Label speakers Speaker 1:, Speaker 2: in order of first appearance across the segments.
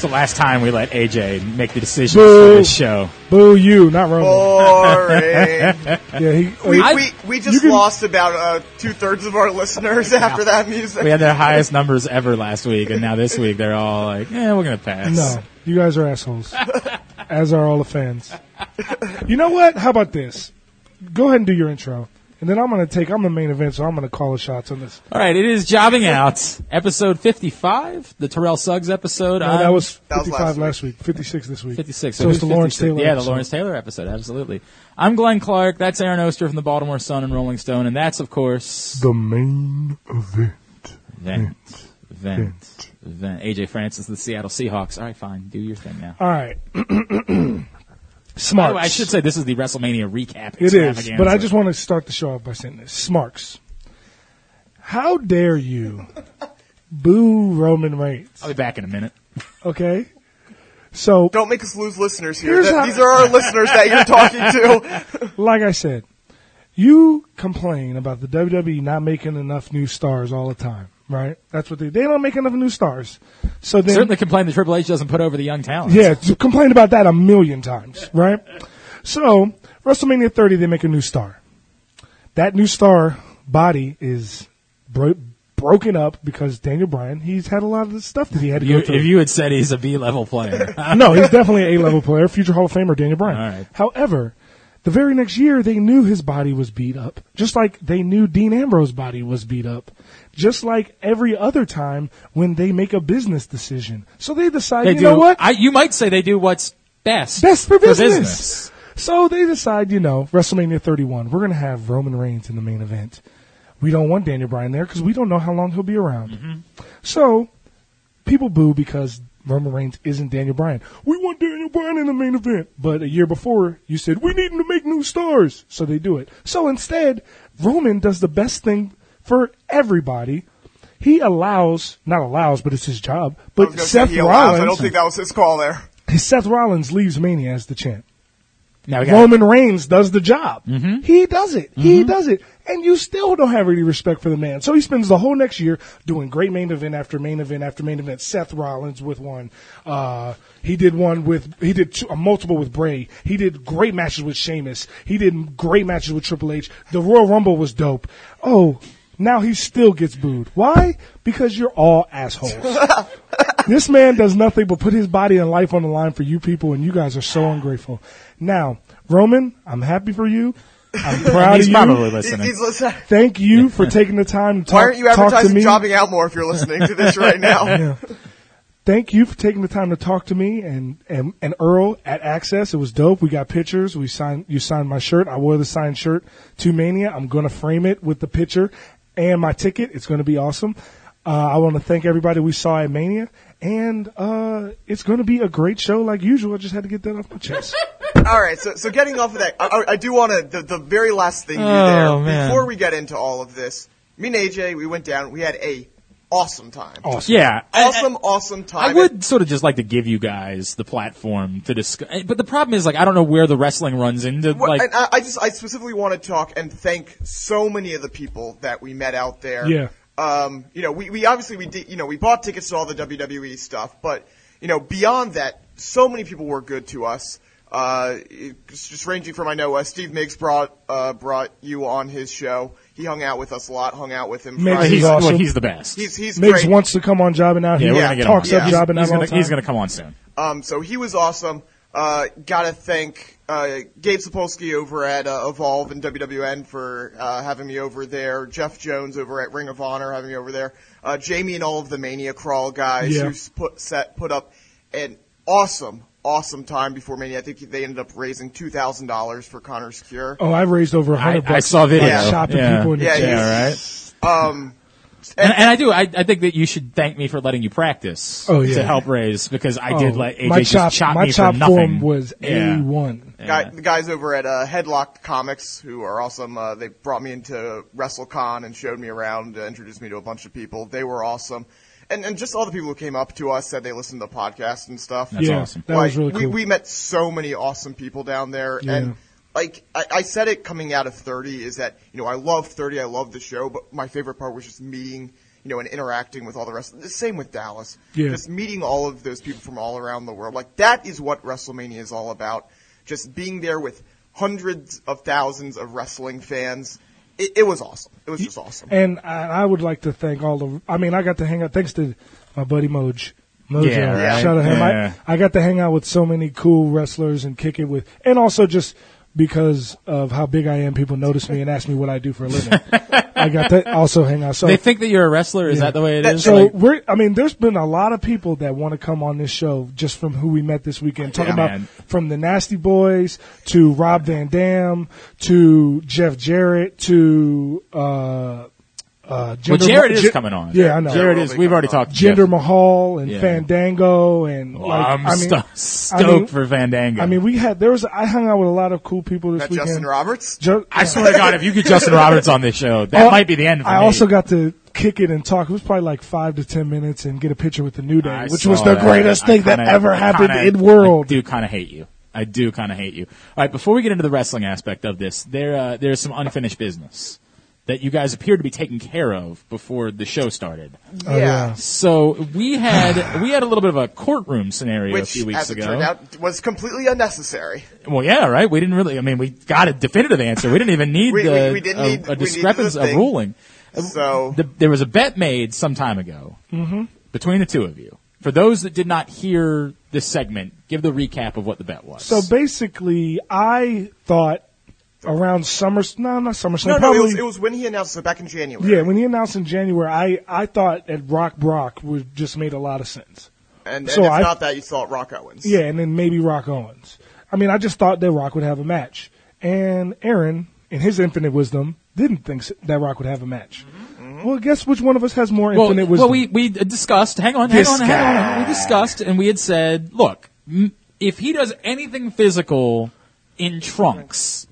Speaker 1: the last time we let AJ make the decisions
Speaker 2: Boo.
Speaker 1: for this show.
Speaker 2: Boo you, not
Speaker 3: Oh.
Speaker 2: Roman.
Speaker 3: Boring.
Speaker 2: Yeah, he,
Speaker 3: We,
Speaker 2: I-
Speaker 3: we, we just
Speaker 2: you can-
Speaker 3: lost about uh, two thirds of our listeners after that music.
Speaker 1: We had their highest numbers ever last week, and now this week they're all like, "Yeah, we're gonna pass."
Speaker 2: No, you guys are assholes. as are all the fans. You know what? How about this? Go ahead and do your intro, and then I'm going to take. I'm the main event, so I'm going to call the shots on this.
Speaker 1: All right, it is jobbing out episode fifty-five, the Terrell Suggs episode.
Speaker 2: No, that
Speaker 1: I'm-
Speaker 2: was
Speaker 3: That was
Speaker 2: 55
Speaker 3: last
Speaker 2: last, week. 56 this week.
Speaker 1: 56.
Speaker 2: So it's
Speaker 1: who's
Speaker 2: the Lawrence
Speaker 1: 56?
Speaker 2: Taylor.
Speaker 1: Yeah, the
Speaker 2: episode.
Speaker 1: Lawrence Taylor episode. Absolutely. I'm Glenn Clark. That's Aaron Oster from the Baltimore Sun and Rolling Stone, and that's of course
Speaker 2: The main event.
Speaker 1: Vent, Vent, Vent. AJ Francis, the Seattle Seahawks. All right, fine. Do your thing now.
Speaker 2: All right.
Speaker 1: By the
Speaker 2: Smarks.
Speaker 1: way, I should say this is the WrestleMania recap.
Speaker 2: It is,
Speaker 1: extravaganza.
Speaker 2: but I just want to start the show off by saying this. Smarks. How dare you boo Roman Reigns?
Speaker 1: I'll be back in a minute.
Speaker 2: Okay? So,
Speaker 3: Don't make us lose listeners here.
Speaker 2: Here's
Speaker 3: Th-
Speaker 2: how-
Speaker 3: These are our listeners that you're talking to.
Speaker 2: like I said, you complain about the WWE not making enough new stars all the time, right? That's what they they don't make enough new stars. So then
Speaker 1: Certainly complain that Triple H doesn't put over the young talent.
Speaker 2: Yeah, to complain about that a million times, right? So, WrestleMania 30, they make a new star. That new star body is bro- broken up because Daniel Bryan, he's had a lot of the stuff that he had to
Speaker 1: You,
Speaker 2: go through.
Speaker 1: if you had said he's a B level player,
Speaker 2: no, he's definitely an A level player, future Hall of Famer Daniel Bryan.
Speaker 1: All right.
Speaker 2: However, the very next year, they knew his body was beat up, just like they knew Dean Ambrose's body was beat up, just like every other time when they make a business decision. So they decide,
Speaker 1: they
Speaker 2: you
Speaker 1: do.
Speaker 2: know what?
Speaker 1: I, you might say they do what's best.
Speaker 2: Best for business.
Speaker 1: business.
Speaker 2: So they decide, you know, WrestleMania 31, we're going to have Roman Reigns in the main event. We don't want Daniel Bryan there because we don't know how long he'll be around. So people boo because Roman Reigns isn't Daniel Bryan. We want Daniel Bryan in the main event. But a year before, you said, we need him to make new stars. So they do it. So instead, Roman does the best thing for everybody. He allows, not allows, but it's his job.
Speaker 3: I
Speaker 2: But
Speaker 3: was gonna say
Speaker 2: Seth
Speaker 3: he allows.
Speaker 2: Rollins,
Speaker 3: I don't think that was his call there.
Speaker 2: Seth Rollins leaves Mania as the champ.
Speaker 1: Now we got Mm-hmm.
Speaker 2: Roman Reigns does the job. He does it. He does it. And you still don't have any respect for the man. So he spends the whole next year doing great main event after main event after main event. Seth Rollins with one. Uh, he did one with, he did two, a multiple with Bray. He did great matches with Sheamus. He did great matches with Triple H. The Royal Rumble was dope. Oh, now he still gets booed. Why? Because you're all assholes. this man does nothing but put his body and life on the line for you people, and you guys are so ungrateful. Now, Roman, I'm happy for you. I'm proud of
Speaker 1: He's
Speaker 2: you.
Speaker 1: probably
Speaker 3: He-
Speaker 1: listening.
Speaker 3: he's listening.
Speaker 2: Thank you for taking the time to talk,
Speaker 3: Why aren't you
Speaker 2: talk to
Speaker 3: advertising
Speaker 2: me.
Speaker 3: jobbing out more if you're listening to this right now?
Speaker 2: Thank you for taking the time to talk to me and, and, and Earl at Access. It was dope. We got pictures. We signed, you signed my shirt. I wore the signed shirt to Mania. I'm going to frame it with the picture and my ticket. It's going to be awesome. Uh, I want to thank everybody we saw at Mania and, uh, it's going to be a great show like usual. I just had to get that off my chest.
Speaker 3: All right, so so getting off of that, I, I- I do want to the, the very last thing you
Speaker 1: Oh,
Speaker 3: there
Speaker 1: man.
Speaker 3: before we get into all of this. Me and AJ, we went down. We had a awesome time.
Speaker 2: awesome.
Speaker 1: yeah. I-
Speaker 3: Awesome, awesome time.
Speaker 1: I would sort of just like to give you guys the platform to discuss, but the problem is like I don't know where the wrestling runs into.
Speaker 3: Well,
Speaker 1: Like,
Speaker 3: and I, I just I specifically want to talk and thank so many of the people that we met out there.
Speaker 2: Yeah.
Speaker 3: Um, you know, we, we obviously we did, you know we bought tickets to all the WWE stuff, but you know beyond that, so many people were good to us. Uh, it's just ranging from I know uh, Steve Miggs brought uh, brought you on his show. He hung out with us a lot. Hung out with him.
Speaker 2: Miggs
Speaker 3: Friday
Speaker 1: he's,
Speaker 2: is
Speaker 3: night.
Speaker 2: awesome.
Speaker 1: well, he's the best.
Speaker 3: he's he's
Speaker 2: Migs
Speaker 3: great.
Speaker 2: wants to come on jobbing out.
Speaker 1: yeah,
Speaker 2: He
Speaker 1: we're gonna get him
Speaker 2: talks
Speaker 1: on.
Speaker 2: up
Speaker 1: He's-
Speaker 2: jobbing
Speaker 1: he's
Speaker 2: out all
Speaker 1: gonna-
Speaker 2: the time.
Speaker 1: He's going to come on soon.
Speaker 3: Um, so he was awesome. Uh, gotta thank uh, Gabe Sapolsky over at uh, Evolve and WWN for uh, having me over there. Jeff Jones over at Ring of Honor having me over there. Uh, Jamie and all of the Mania Crawl guys
Speaker 2: Yeah.
Speaker 3: who s- put set put up an awesome awesome time before Mania. I think they ended up raising two thousand dollars for Connor's cure.
Speaker 2: Oh, I raised over a
Speaker 1: I,
Speaker 2: hundred
Speaker 1: I
Speaker 2: bucks.
Speaker 1: saw a video.
Speaker 3: Yeah.
Speaker 2: Chopping
Speaker 1: yeah.
Speaker 2: people in the
Speaker 3: Yeah,
Speaker 2: chest.
Speaker 1: yeah, right.
Speaker 3: Um,
Speaker 1: And, and I do. I, I think that you should thank me for letting you practice
Speaker 2: Oh, yeah.
Speaker 1: to help raise because I did
Speaker 2: Oh,
Speaker 1: let AJ
Speaker 2: my
Speaker 1: just
Speaker 2: chop,
Speaker 1: chop
Speaker 2: my
Speaker 1: me
Speaker 2: chop
Speaker 1: for nothing.
Speaker 2: form was
Speaker 1: Yeah.
Speaker 2: a one.
Speaker 3: guy, the guys over at uh, Headlocked Comics, who are awesome, uh, they brought me into WrestleCon and showed me around, uh, introduced me to a bunch of people. They were awesome. And, and just all the people who came up to us said they listened to the podcast and stuff.
Speaker 1: That's
Speaker 2: yeah,
Speaker 1: awesome.
Speaker 2: That was
Speaker 3: Like,
Speaker 2: really cool.
Speaker 3: We, we met so many awesome people down there,
Speaker 2: Yeah.
Speaker 3: and like I, I said, it coming out of thirty is that you know I love thirty, I love the show, but my favorite part was just meeting you know, and interacting with all the rest. The same with Dallas.
Speaker 2: Yeah.
Speaker 3: Just meeting all of those people from all around the world. Like that is what WrestleMania is all about. Just being there with hundreds of thousands of wrestling fans. It, it was awesome. It was just awesome.
Speaker 2: And I, I would like to thank all of. I mean, I got to hang out thanks to my buddy Moj. Mojo,
Speaker 1: Yeah, right.
Speaker 2: shout out to him.
Speaker 1: Yeah.
Speaker 2: I, I got to hang out with so many cool wrestlers and kick it with, and also just because of how big I am, people notice me and ask me what I do for a living. I got to also hang out. So
Speaker 1: They think that you're a wrestler. Is that the way it is?
Speaker 2: so
Speaker 1: Like-
Speaker 2: we're, I mean, there's been a lot of people that want to come on this show just from who we met this weekend. Talk
Speaker 1: Yeah,
Speaker 2: about
Speaker 1: man.
Speaker 2: from the Nasty Boys to Rob Van Dam to Jeff Jarrett to, uh, uh,
Speaker 1: well,
Speaker 2: Jinder
Speaker 1: Jared
Speaker 2: Ma-
Speaker 1: is
Speaker 2: Jin-
Speaker 1: coming on.
Speaker 2: Yeah, I know.
Speaker 1: Jared
Speaker 3: Jared
Speaker 1: is.
Speaker 3: will be
Speaker 1: We've already
Speaker 3: coming on.
Speaker 1: talked. to Jeff.
Speaker 2: Jinder Mahal and
Speaker 1: Yeah.
Speaker 2: Fandango and
Speaker 1: Well,
Speaker 2: like,
Speaker 1: I'm
Speaker 2: I mean,
Speaker 1: sto-
Speaker 2: I
Speaker 1: stoked
Speaker 2: mean-
Speaker 1: for Fandango.
Speaker 2: I mean, we had there was I hung out with a lot of cool people this
Speaker 3: That
Speaker 2: weekend.
Speaker 3: Justin Roberts?
Speaker 2: Ju-
Speaker 1: I swear to God, if you get Justin Roberts on this show, that
Speaker 2: Oh,
Speaker 1: might be the end. For
Speaker 2: I
Speaker 1: me.
Speaker 2: also got to kick it and talk. It was probably like five to ten minutes and get a picture with the New Day,
Speaker 1: I
Speaker 2: which
Speaker 1: saw
Speaker 2: was the
Speaker 1: that.
Speaker 2: greatest
Speaker 1: I
Speaker 2: thing that
Speaker 1: kinda-
Speaker 2: ever
Speaker 1: I
Speaker 2: happened
Speaker 1: kinda-
Speaker 2: in world.
Speaker 1: I do kind of hate you. I do kind of hate you. All right, before we get into the wrestling aspect of this, there uh, there's some unfinished business that you guys appear to be taking care of before the show started.
Speaker 2: Oh, yeah.
Speaker 1: So we had we had a little bit of a courtroom scenario a
Speaker 3: Which,
Speaker 1: few weeks
Speaker 3: as it
Speaker 1: ago.
Speaker 3: turned out, was completely unnecessary.
Speaker 1: Well, yeah, right. We didn't really. I mean, we got a definitive answer. We didn't even need
Speaker 3: We-
Speaker 1: the,
Speaker 3: we- we
Speaker 1: a,
Speaker 3: didn't need- we
Speaker 1: a
Speaker 3: needed
Speaker 1: discrepancy,
Speaker 3: the
Speaker 1: a
Speaker 3: thing.
Speaker 1: ruling.
Speaker 2: Uh,
Speaker 3: So,
Speaker 1: The, there was a bet made some time ago
Speaker 2: Mm-hmm.
Speaker 1: between the two of you. For those that did not hear this segment, give the recap of what the bet was.
Speaker 2: So basically, I thought around summer. No, not summer.
Speaker 3: no, no,
Speaker 2: probably,
Speaker 3: it was, it was when he announced it back in January.
Speaker 2: yeah, when he announced in January, I I thought that Rock Brock would just made a lot of sense.
Speaker 3: And, and
Speaker 2: So
Speaker 3: if
Speaker 2: I-
Speaker 3: not that, you saw it Rock Owens.
Speaker 2: Yeah, and then maybe Rock Owens. I mean, I just thought that Rock would have a match, and Aaron, in his infinite wisdom, didn't think s- that Rock would have a match. Well, guess which one of us has more
Speaker 1: Mm-hmm. well,
Speaker 2: infinite wisdom?
Speaker 1: well, we we discussed. Hang on, hang
Speaker 2: This
Speaker 1: on, hang
Speaker 2: guy.
Speaker 1: on. We discussed, and we had said, look, m- if he does anything physical in trunks,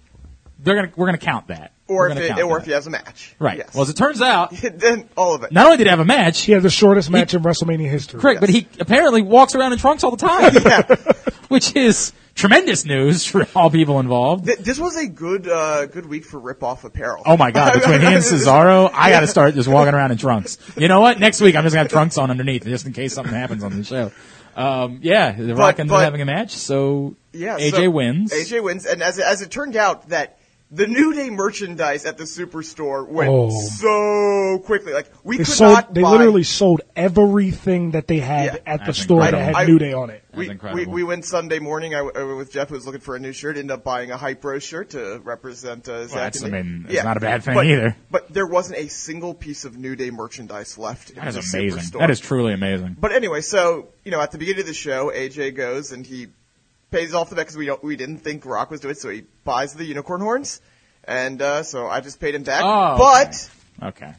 Speaker 1: they're gonna we're gonna count that.
Speaker 3: Or
Speaker 1: We're
Speaker 3: if
Speaker 1: gonna
Speaker 3: it,
Speaker 1: count
Speaker 3: or
Speaker 1: that.
Speaker 3: if he has a match.
Speaker 1: right.
Speaker 3: Yes.
Speaker 1: Well, as it turns out,
Speaker 3: then all of it.
Speaker 1: not only did he have a match,
Speaker 2: He had the shortest match in WrestleMania history.
Speaker 1: Correct, but he apparently walks around in trunks all the time, which is tremendous news for all people involved.
Speaker 3: Th- this was a good uh, good week for rip off apparel.
Speaker 1: Oh my god, between he and Cesaro, I gotta start just walking around in trunks. You know what? Next week I'm just gonna have trunks on underneath just in case something happens on the show. Um, yeah, The Rock
Speaker 3: But-
Speaker 1: ended up
Speaker 3: but-
Speaker 1: having a match, so
Speaker 3: Yeah,
Speaker 1: AJ
Speaker 3: so-
Speaker 1: wins.
Speaker 3: AJ wins, and as as it turned out, that the New Day merchandise at the superstore went
Speaker 2: Oh.
Speaker 3: so quickly. Like we
Speaker 2: They
Speaker 3: could
Speaker 2: sold.
Speaker 3: not.
Speaker 2: they
Speaker 3: buy,
Speaker 2: literally sold everything that they had
Speaker 3: Yeah.
Speaker 2: at the
Speaker 1: That's
Speaker 2: store that
Speaker 1: incredible.
Speaker 2: had
Speaker 3: I-
Speaker 2: New Day on it.
Speaker 1: That's
Speaker 3: We, we
Speaker 1: incredible.
Speaker 3: we went Sunday morning. I, w- I went with Jeff, who was looking for a new shirt. Ended up buying a Hypro shirt to represent. Uh, Zach
Speaker 1: that's-
Speaker 3: and
Speaker 1: I
Speaker 3: me.
Speaker 1: mean, it's not a bad thing
Speaker 3: But-
Speaker 1: either.
Speaker 3: But there wasn't a single piece of New Day merchandise left.
Speaker 1: that
Speaker 3: in
Speaker 1: is
Speaker 3: the
Speaker 1: amazing.
Speaker 3: Superstore.
Speaker 1: That is truly amazing.
Speaker 3: But anyway, so you know, at the beginning of the show, AJ goes and he pays off the bet because we don't we didn't think Rock was doing it, so he buys the unicorn horns, and uh, so I just paid him back.
Speaker 1: Oh,
Speaker 3: but
Speaker 1: Okay.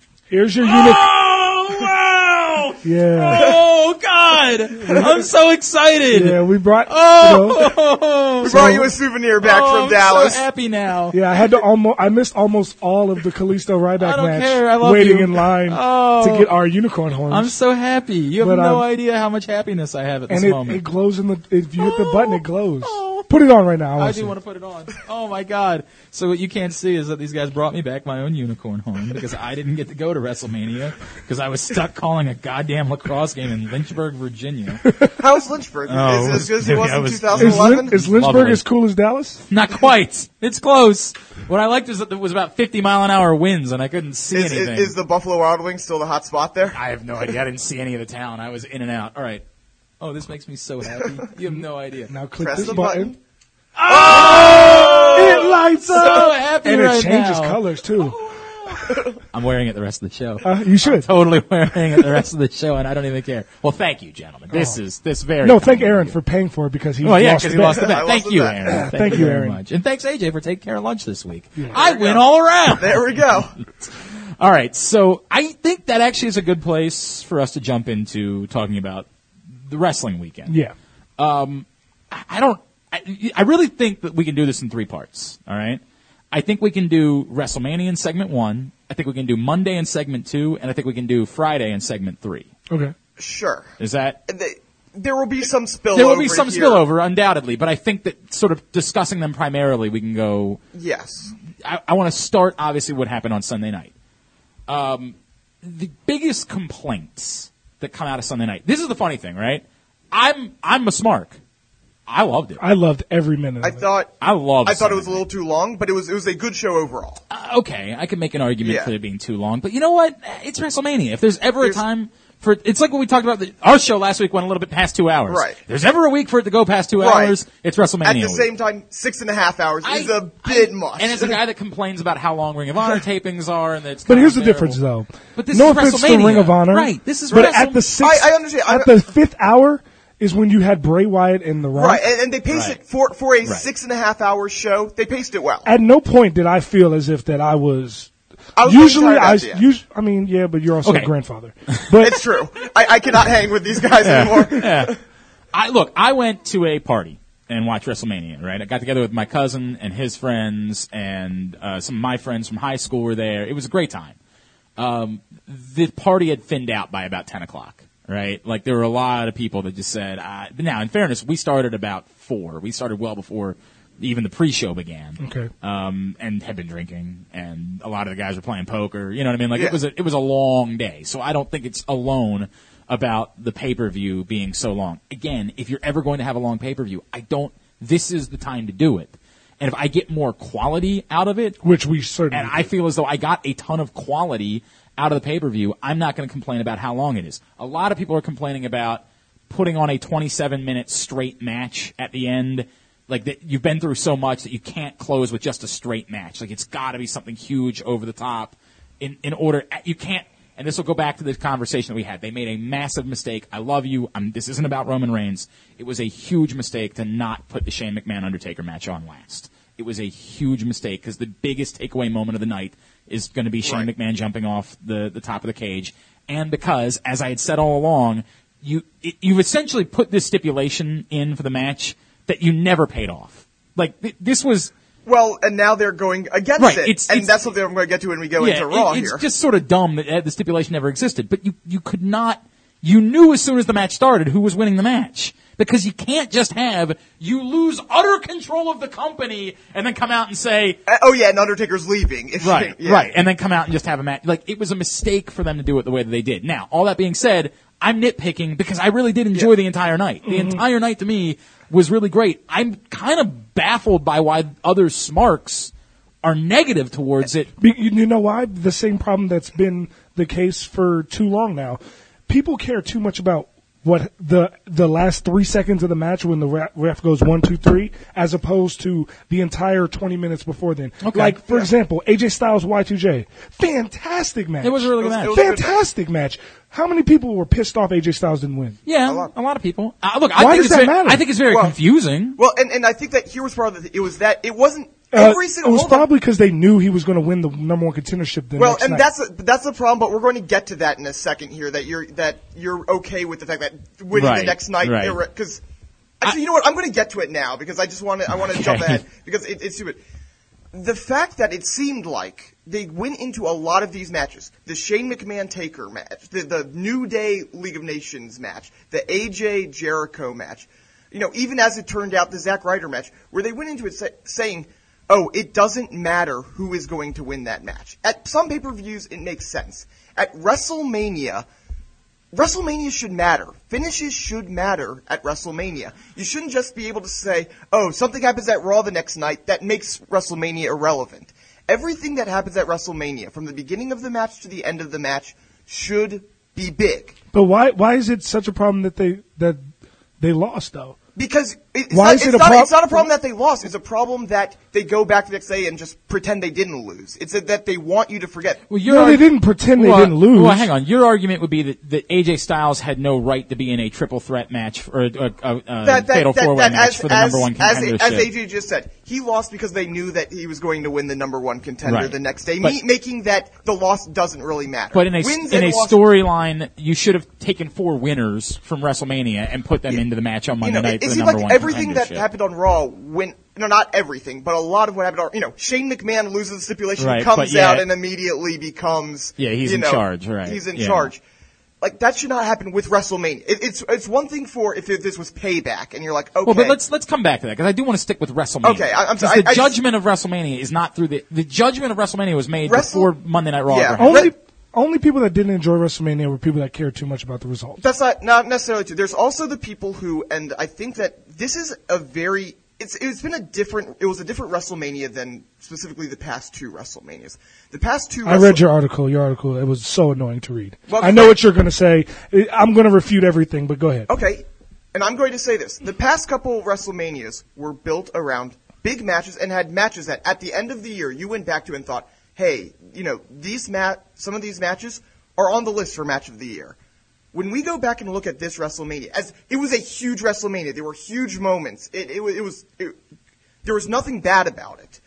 Speaker 2: Here's your unit.
Speaker 1: Oh wow!
Speaker 2: Yeah,
Speaker 1: Oh god! I'm so excited!
Speaker 2: yeah. We brought. you know,
Speaker 1: Oh!
Speaker 3: we brought you a souvenir back
Speaker 1: Oh,
Speaker 3: from
Speaker 1: I'm
Speaker 3: Dallas.
Speaker 1: So happy now.
Speaker 2: yeah, I had to almost. I missed almost all of the Kalisto
Speaker 1: I
Speaker 2: Ryback
Speaker 1: don't
Speaker 2: match.
Speaker 1: care, I love
Speaker 2: waiting
Speaker 1: you.
Speaker 2: in line
Speaker 1: Oh.
Speaker 2: to get our unicorn horns.
Speaker 1: I'm so happy. You have
Speaker 2: But,
Speaker 1: no
Speaker 2: um,
Speaker 1: idea how much happiness I have at this
Speaker 2: and it,
Speaker 1: moment.
Speaker 2: it glows in the if you hit the button it glows.
Speaker 1: Oh.
Speaker 2: Put it on right now. I,
Speaker 1: I
Speaker 2: wanna see.
Speaker 1: do want to put it on. Oh my god! So what you can't see is that these guys brought me back my own unicorn home because I didn't get to go to WrestleMania because I was stuck calling a goddamn lacrosse game in Lynchburg, Virginia.
Speaker 3: How's Lynchburg?
Speaker 1: Oh,
Speaker 3: is it as good as it
Speaker 1: yeah,
Speaker 3: was
Speaker 1: I
Speaker 3: in
Speaker 1: was-
Speaker 2: Is, Lyn-
Speaker 3: 2011?
Speaker 2: is Lynchburg
Speaker 1: Lovely.
Speaker 2: as cool as Dallas?
Speaker 1: Not quite. It's close. What I liked is that it was about 50 mile an hour winds and I couldn't see
Speaker 3: Is-
Speaker 1: anything.
Speaker 3: is- is the Buffalo Wild Wings still the hot spot there?
Speaker 1: I have no idea. I didn't see any of the town. I was in and out. All right. Oh, this makes me so happy. You have no idea.
Speaker 2: Now click
Speaker 3: Press
Speaker 2: this
Speaker 3: the
Speaker 2: button.
Speaker 3: button. Oh.
Speaker 2: It lights
Speaker 1: so
Speaker 2: up
Speaker 1: happy
Speaker 2: and
Speaker 1: right
Speaker 2: it changes
Speaker 1: now.
Speaker 2: colors too.
Speaker 3: Oh.
Speaker 1: I'm wearing it the rest of the show.
Speaker 2: Uh, you should.
Speaker 1: totally wearing it the rest of the show, and I don't even care. Well, thank you, gentlemen. This is this very
Speaker 2: Oh. No, thank
Speaker 1: kind of
Speaker 2: Aaron
Speaker 1: you.
Speaker 2: for paying for it because he
Speaker 1: Well, Oh, yeah,
Speaker 2: lost
Speaker 1: because
Speaker 2: the
Speaker 1: he lost the
Speaker 2: bet.
Speaker 3: I
Speaker 1: bet. Thank
Speaker 3: lost the
Speaker 1: you,
Speaker 3: bet.
Speaker 1: Aaron. Thank,
Speaker 2: Thank
Speaker 1: you
Speaker 2: you,
Speaker 1: very
Speaker 2: Aaron.
Speaker 1: much, and thanks AJ for taking care of lunch this week. I went all around.
Speaker 3: There we go.
Speaker 1: All right, so I think that actually is a good place for us to jump into talking about the wrestling weekend.
Speaker 2: Yeah.
Speaker 1: I don't. I, I really think that we can do this in three parts. All right. I think we can do WrestleMania in segment one. I think we can do Monday in segment two, and I think we can do Friday in segment three.
Speaker 2: Okay.
Speaker 3: Sure.
Speaker 1: Is that?
Speaker 3: They- There will be some spillover.
Speaker 1: There will be some
Speaker 3: here.
Speaker 1: spillover, undoubtedly, but I think that sort of discussing them primarily, we can go.
Speaker 3: Yes.
Speaker 1: I, I want to start obviously what happened on Sunday night. Um, the biggest complaints that come out of Sunday night. This is the funny thing, right? I'm I'm a smark. I loved it. I,
Speaker 2: I loved every minute. Of
Speaker 3: I
Speaker 2: it.
Speaker 3: thought
Speaker 1: loved.
Speaker 3: I thought it
Speaker 1: Sunday
Speaker 3: was a
Speaker 1: Night.
Speaker 3: little too long, but it was it was a good show overall.
Speaker 1: Uh, okay, I can make an argument
Speaker 3: Yeah.
Speaker 1: for it being too long, but you know what? Eh, It's WrestleMania. If there's ever
Speaker 3: There's-
Speaker 1: a time for it's like what we talked about. The, our show last week went a little bit past two hours.
Speaker 3: Right.
Speaker 1: If there's ever a week for it to go past two
Speaker 3: Right.
Speaker 1: hours, it's WrestleMania.
Speaker 3: At the
Speaker 1: week.
Speaker 3: same time, six and a half hours
Speaker 1: I-
Speaker 3: is a bit
Speaker 1: I-
Speaker 3: much.
Speaker 1: And as a guy that complains about how long Ring of Honor tapings are, and that it's
Speaker 2: But here's the
Speaker 1: kind of
Speaker 2: difference,
Speaker 1: terrible.
Speaker 2: though.
Speaker 1: But this
Speaker 2: no
Speaker 1: is
Speaker 2: offense to
Speaker 1: WrestleMania.
Speaker 2: Ring of Honor,
Speaker 1: Right, this is
Speaker 2: but
Speaker 1: Wrestle-
Speaker 2: at the sixth,
Speaker 3: I- I understand. I-
Speaker 2: At the fifth hour is when you had Bray Wyatt and The Rock.
Speaker 3: right, and, and they paced
Speaker 1: Right.
Speaker 3: it for for a
Speaker 1: Right.
Speaker 3: six and a half hour show. They paced it well.
Speaker 2: At no point did I feel as if that I was.
Speaker 3: I was
Speaker 2: usually,
Speaker 3: tired
Speaker 2: I
Speaker 3: at the end.
Speaker 2: us, I mean, yeah, but you're also
Speaker 1: Okay.
Speaker 2: a grandfather. But
Speaker 3: it's true. I, I cannot hang with these guys anymore.
Speaker 1: I look, I went to a party and watched WrestleMania, right? I got together with my cousin and his friends and uh, some of my friends from high school were there. It was a great time. Um, the party had thinned out by about 10 o'clock, right? Like there were a lot of people that just said, uh, now in fairness, we started about four. We started well before even the pre-show began.
Speaker 2: Okay.
Speaker 1: Um, and had been drinking and a lot of the guys were playing poker. You know what I mean? Like
Speaker 3: Yeah.
Speaker 1: it was a, it was a long day. So I don't think it's alone about the pay per view being so long. Again, if you're ever going to have a long pay per view, I don't. This is the time to do it. And if I get more quality out of it,
Speaker 2: which we certainly.
Speaker 1: and I feel as though I got a ton of quality out of the pay per view, I'm not going to complain about how long it is. A lot of people are complaining about putting on a 27 minute straight match at the end. Like that, you've been through so much that you can't close with just a straight match. Like it's got to be something huge over the top. In in order, you can't. And this will go back to the conversation that we had. They made a massive mistake. I love you. i this isn't about Roman Reigns. It was a huge mistake to not put the Shane McMahon Undertaker match on last it was a huge mistake because the biggest takeaway moment of the night is going to be Shane
Speaker 3: Right.
Speaker 1: McMahon jumping off the, the top of the cage. And because, as I had said all along, you, it, you've essentially put this stipulation in for the match that you never paid off. Like, th- this was,
Speaker 3: Well, and now they're going against
Speaker 1: Right,
Speaker 3: it,
Speaker 1: it's-
Speaker 3: and
Speaker 1: it's-
Speaker 3: that's something I'm going to get to when we go
Speaker 1: yeah,
Speaker 3: into
Speaker 1: it-
Speaker 3: Raw
Speaker 1: it's
Speaker 3: here.
Speaker 1: just sort of dumb that uh, the stipulation never existed. But you, you could not, you knew as soon as the match started who was winning the match. Because you can't just have, you lose utter control of the company and then come out and say,
Speaker 3: Uh, oh yeah, and Undertaker's leaving. If-
Speaker 1: Right,
Speaker 3: yeah.
Speaker 1: right. And then come out and just have a match. Like, it was a mistake for them to do it the way that they did. Now, all that being said, I'm nitpicking because I really did enjoy
Speaker 3: Yeah. Mm-hmm.
Speaker 1: the entire night. The entire night to me was really great. I'm kind of baffled by why other smarks are negative towards it.
Speaker 2: Be- You you know why? The same problem that's been the case for too long now. People care too much about what the the last three seconds of the match when the ref, ref goes one two three, as opposed to the entire twenty minutes before then.
Speaker 1: Okay.
Speaker 2: Like for example, AJ Styles Y two J, fantastic match.
Speaker 1: It was a really
Speaker 3: It
Speaker 1: good
Speaker 3: was-
Speaker 1: match.
Speaker 3: it was-
Speaker 2: fantastic match. How many people were pissed off AJ Styles didn't win?
Speaker 1: yeah,
Speaker 3: lot.
Speaker 1: a lot of people. Uh, look, I
Speaker 2: Why
Speaker 1: think
Speaker 2: does
Speaker 1: it's
Speaker 2: that
Speaker 1: very,
Speaker 2: matter?
Speaker 1: I think it's very
Speaker 3: Well-
Speaker 1: confusing.
Speaker 3: Well, and, and I think that here was part of the, it was that it wasn't
Speaker 2: Uh,
Speaker 3: every
Speaker 2: it
Speaker 3: single
Speaker 2: was
Speaker 3: hold on.
Speaker 2: probably because they knew he was going to win the number one contendership. The
Speaker 3: Well,
Speaker 2: next
Speaker 3: and
Speaker 2: night.
Speaker 3: that's the- that's the problem. But we're going to get to that in a second here. That you're that you're okay with the fact that winning
Speaker 1: Right,
Speaker 3: the next night
Speaker 1: right.
Speaker 3: because actually, you know what? I'm going to get to it now because I just want to I want to
Speaker 1: Okay.
Speaker 3: jump ahead because it, it's stupid. The fact that it seemed like they went into a lot of these matches, the Shane McMahon Taker match, the, the New Day League of Nations match, the AJ Jericho match, you know, even as it turned out, the Zack Ryder match, where they went into it sa- saying, oh, it doesn't matter who is going to win that match. At some pay-per-views, it makes sense. At WrestleMania, WrestleMania should matter. Finishes should matter at WrestleMania. You shouldn't just be able to say, oh, something happens at Raw the next night that makes WrestleMania irrelevant. Everything that happens at WrestleMania, from the beginning of the match to the end of the match, should be big.
Speaker 2: But why why is it such a problem that they that they lost though?
Speaker 3: Because it's,
Speaker 2: Why
Speaker 3: not,
Speaker 2: is it
Speaker 3: it's,
Speaker 2: a
Speaker 3: not,
Speaker 2: prob-
Speaker 3: it's not a problem that they lost. It's a problem that they go back the next day and just pretend they didn't lose. It's that- that they want you to forget.
Speaker 1: Well, your
Speaker 2: No, they
Speaker 1: arg-
Speaker 2: didn't pretend they didn't lose.
Speaker 1: Well, hang on. Your argument would be that, that AJ Styles had no right to be in a triple threat match or a, a, a fatal four way match for the number one contendership.
Speaker 3: As, as AJ just said, he lost because they knew that he was going to win the number one contender
Speaker 1: Right.
Speaker 3: the next day,
Speaker 1: But-
Speaker 3: me- making that the loss doesn't really matter.
Speaker 1: But in a
Speaker 3: Wins
Speaker 1: in a
Speaker 3: and losses-
Speaker 1: storyline, you should have taken four winners from WrestleMania and put them into the match on
Speaker 3: you
Speaker 1: Monday
Speaker 3: know,
Speaker 1: night
Speaker 3: it,
Speaker 1: for
Speaker 3: it
Speaker 1: the
Speaker 3: seemed
Speaker 1: number
Speaker 3: like
Speaker 1: one
Speaker 3: everything that
Speaker 1: contendership.
Speaker 3: happened on Raw went. No, not everything, but a lot of what happened. On, you know, Shane McMahon loses the stipulation,
Speaker 1: Right, but
Speaker 3: comes
Speaker 1: yeah.
Speaker 3: out, and immediately becomes.
Speaker 1: Yeah, he's
Speaker 3: you
Speaker 1: in
Speaker 3: know,
Speaker 1: charge, right,
Speaker 3: He's in
Speaker 1: yeah.
Speaker 3: charge. Like that should not happen with WrestleMania. It, it's it's one thing for if this was payback, and you're like, okay,
Speaker 1: Well, but let's let's come back to that because I do want to stick with WrestleMania.
Speaker 3: Okay, I- I'm
Speaker 1: 'Cause
Speaker 3: sorry,
Speaker 1: The
Speaker 3: I- I just-
Speaker 1: judgment of WrestleMania is not through the the judgment of WrestleMania was made
Speaker 3: Wrestle-
Speaker 1: before Monday Night Raw.
Speaker 3: Yeah.
Speaker 1: ever happened.
Speaker 2: Only
Speaker 3: Re-
Speaker 2: only people that didn't enjoy WrestleMania were people that cared too much about the result.
Speaker 3: That's not not necessarily true. There's also the people who, and I think that this is a very it's it's been a different it was a different WrestleMania than specifically the past two WrestleManias. The past two
Speaker 2: I
Speaker 3: Wrestle-
Speaker 2: read your article. Your article it was so annoying to read.
Speaker 3: Well,
Speaker 2: I know what you're going to say. I- I'm going to refute everything, but go ahead.
Speaker 3: Okay, and I'm going to say this: the past couple WrestleManias were built around big matches and had matches that, at the end of the year, you went back to and thought, "Hey, you know, these ma- some of these matches are on the list for match of the year." When we go back and look at this WrestleMania, as it was a huge WrestleMania, there were huge moments. It, it, wa- it was it, there was nothing bad about it.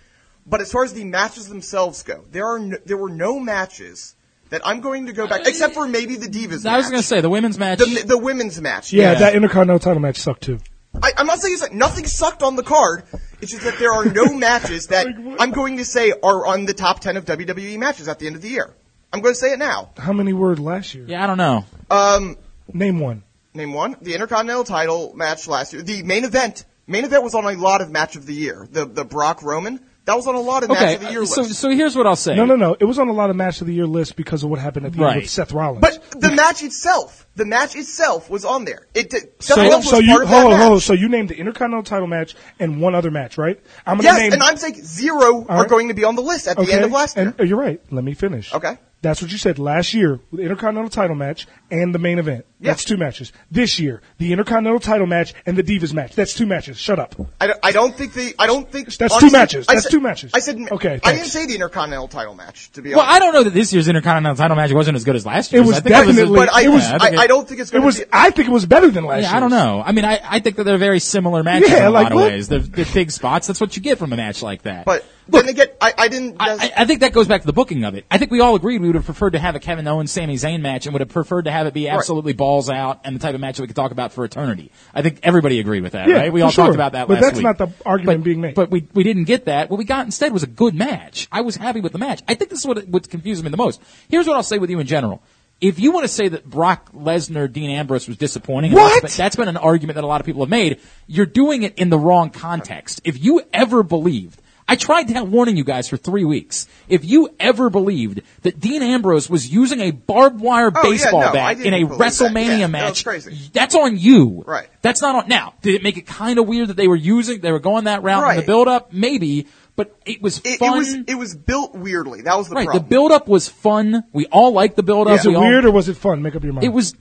Speaker 3: But as far as the matches themselves go, there are no, there were no matches that I'm going to go back, except for maybe the Divas.
Speaker 1: I was
Speaker 3: match.
Speaker 1: going to say the women's match.
Speaker 3: the, the women's match.
Speaker 2: Yeah,
Speaker 1: Yeah.
Speaker 2: that Intercontinental title match sucked too.
Speaker 3: I, I'm not saying it's like nothing sucked on the card. It's just that there are no matches that I'm going to say are on the top 10 of WWE matches at the end of the year. I'm going to say it now.
Speaker 2: How many were last year?
Speaker 1: yeah, I don't know.
Speaker 3: Um,
Speaker 2: Name one.
Speaker 3: name one, the Intercontinental title match last year. The main event, main event was on a lot of match of the year. The, the Brock Roman, that was on a lot of match
Speaker 1: Okay,
Speaker 3: of the year
Speaker 1: uh, so
Speaker 3: list.
Speaker 1: so here's what I'll say.
Speaker 2: No, no, no. It was on a lot of match of the year lists because of what happened at the end
Speaker 1: Right.
Speaker 2: with Seth Rollins.
Speaker 3: But the match itself, the match itself was on there. It did, Seth
Speaker 2: so,
Speaker 3: Rollins was
Speaker 2: so you
Speaker 3: part of
Speaker 2: hold
Speaker 3: that
Speaker 2: on, hold on.
Speaker 3: match.
Speaker 2: So you named the Intercontinental title match and one other match, right? I'm gonna
Speaker 3: Yes,
Speaker 2: name.
Speaker 3: and I'm saying zero are
Speaker 2: right.
Speaker 3: going to be on the list at
Speaker 2: okay,
Speaker 3: the end of last year.
Speaker 2: and- uh, you're right. Let me finish.
Speaker 3: Okay.
Speaker 2: That's what you said last year with the Intercontinental title match and the main event.
Speaker 3: Yeah.
Speaker 2: That's two matches. This year, the Intercontinental title match and the Divas match. That's two matches. Shut up.
Speaker 3: I don't, I don't think the I don't think
Speaker 2: That's two matches.
Speaker 3: I
Speaker 2: That's
Speaker 3: said-
Speaker 2: two matches.
Speaker 3: I said
Speaker 2: Okay,
Speaker 3: I
Speaker 2: thanks.
Speaker 3: didn't say the Intercontinental title match to be
Speaker 1: Well, I
Speaker 3: honest.
Speaker 1: don't know that this year's Intercontinental title match wasn't as good as last year's.
Speaker 2: was
Speaker 1: I think that was a-
Speaker 2: definitely-
Speaker 3: but I,
Speaker 2: it was-
Speaker 1: Yeah,
Speaker 3: I,
Speaker 1: think it-
Speaker 3: I don't think it's
Speaker 2: It
Speaker 3: going
Speaker 2: was.
Speaker 3: to be.
Speaker 2: I think it was better than last year.
Speaker 1: Yeah, I don't know. I mean, I, I think that they're very similar matches
Speaker 2: Yeah,
Speaker 1: in a
Speaker 2: like,
Speaker 1: lot of
Speaker 2: what-
Speaker 1: ways. They're, they're big spots. That's what you get from a match like that.
Speaker 3: But
Speaker 1: look,
Speaker 3: then again, I, I didn't.
Speaker 1: I, I- I think that goes back to the booking of it. I think we all agreed we would have preferred to have a Kevin Owens, Sami Zayn match, and would have preferred to have it be absolutely balls out and the type of match that we could talk about for eternity. I think everybody agreed with that,
Speaker 2: Yeah,
Speaker 1: right? We
Speaker 2: for
Speaker 1: all
Speaker 2: sure.
Speaker 1: talked about that
Speaker 2: But
Speaker 1: last
Speaker 2: that's
Speaker 1: week.
Speaker 2: not the argument
Speaker 1: But-
Speaker 2: being made.
Speaker 1: But we we didn't get that. What we got instead was a good match. I was happy with the match. I think this is what what confuses me the most. Here's what I'll say with you in general. If you want to say that Brock Lesnar, Dean Ambrose was disappointing, and
Speaker 2: What?
Speaker 1: that's- that's been an argument that a lot of people have made. You're doing it in the wrong context. If you ever believed, I tried to have warning you guys for three weeks. If you ever believed that Dean Ambrose was using a barbed wire
Speaker 3: Oh, yeah,
Speaker 1: baseball
Speaker 3: no, I
Speaker 1: bat in
Speaker 3: didn't
Speaker 1: a
Speaker 3: believe that.
Speaker 1: WrestleMania
Speaker 3: Yeah, that was
Speaker 1: match,
Speaker 3: crazy.
Speaker 1: that's on you.
Speaker 3: Right.
Speaker 1: That's not on. Now, did it make it kind of weird that they were using, they were going that route in the
Speaker 3: Right.
Speaker 1: build up? Maybe, but it was
Speaker 3: it,
Speaker 1: fun.
Speaker 3: it was it was built weirdly. That was the
Speaker 1: right.
Speaker 3: problem.
Speaker 1: The build up was fun. We all liked the build up.
Speaker 2: Was it
Speaker 1: we all,
Speaker 2: weird or was it fun? Make up your mind.
Speaker 1: it was.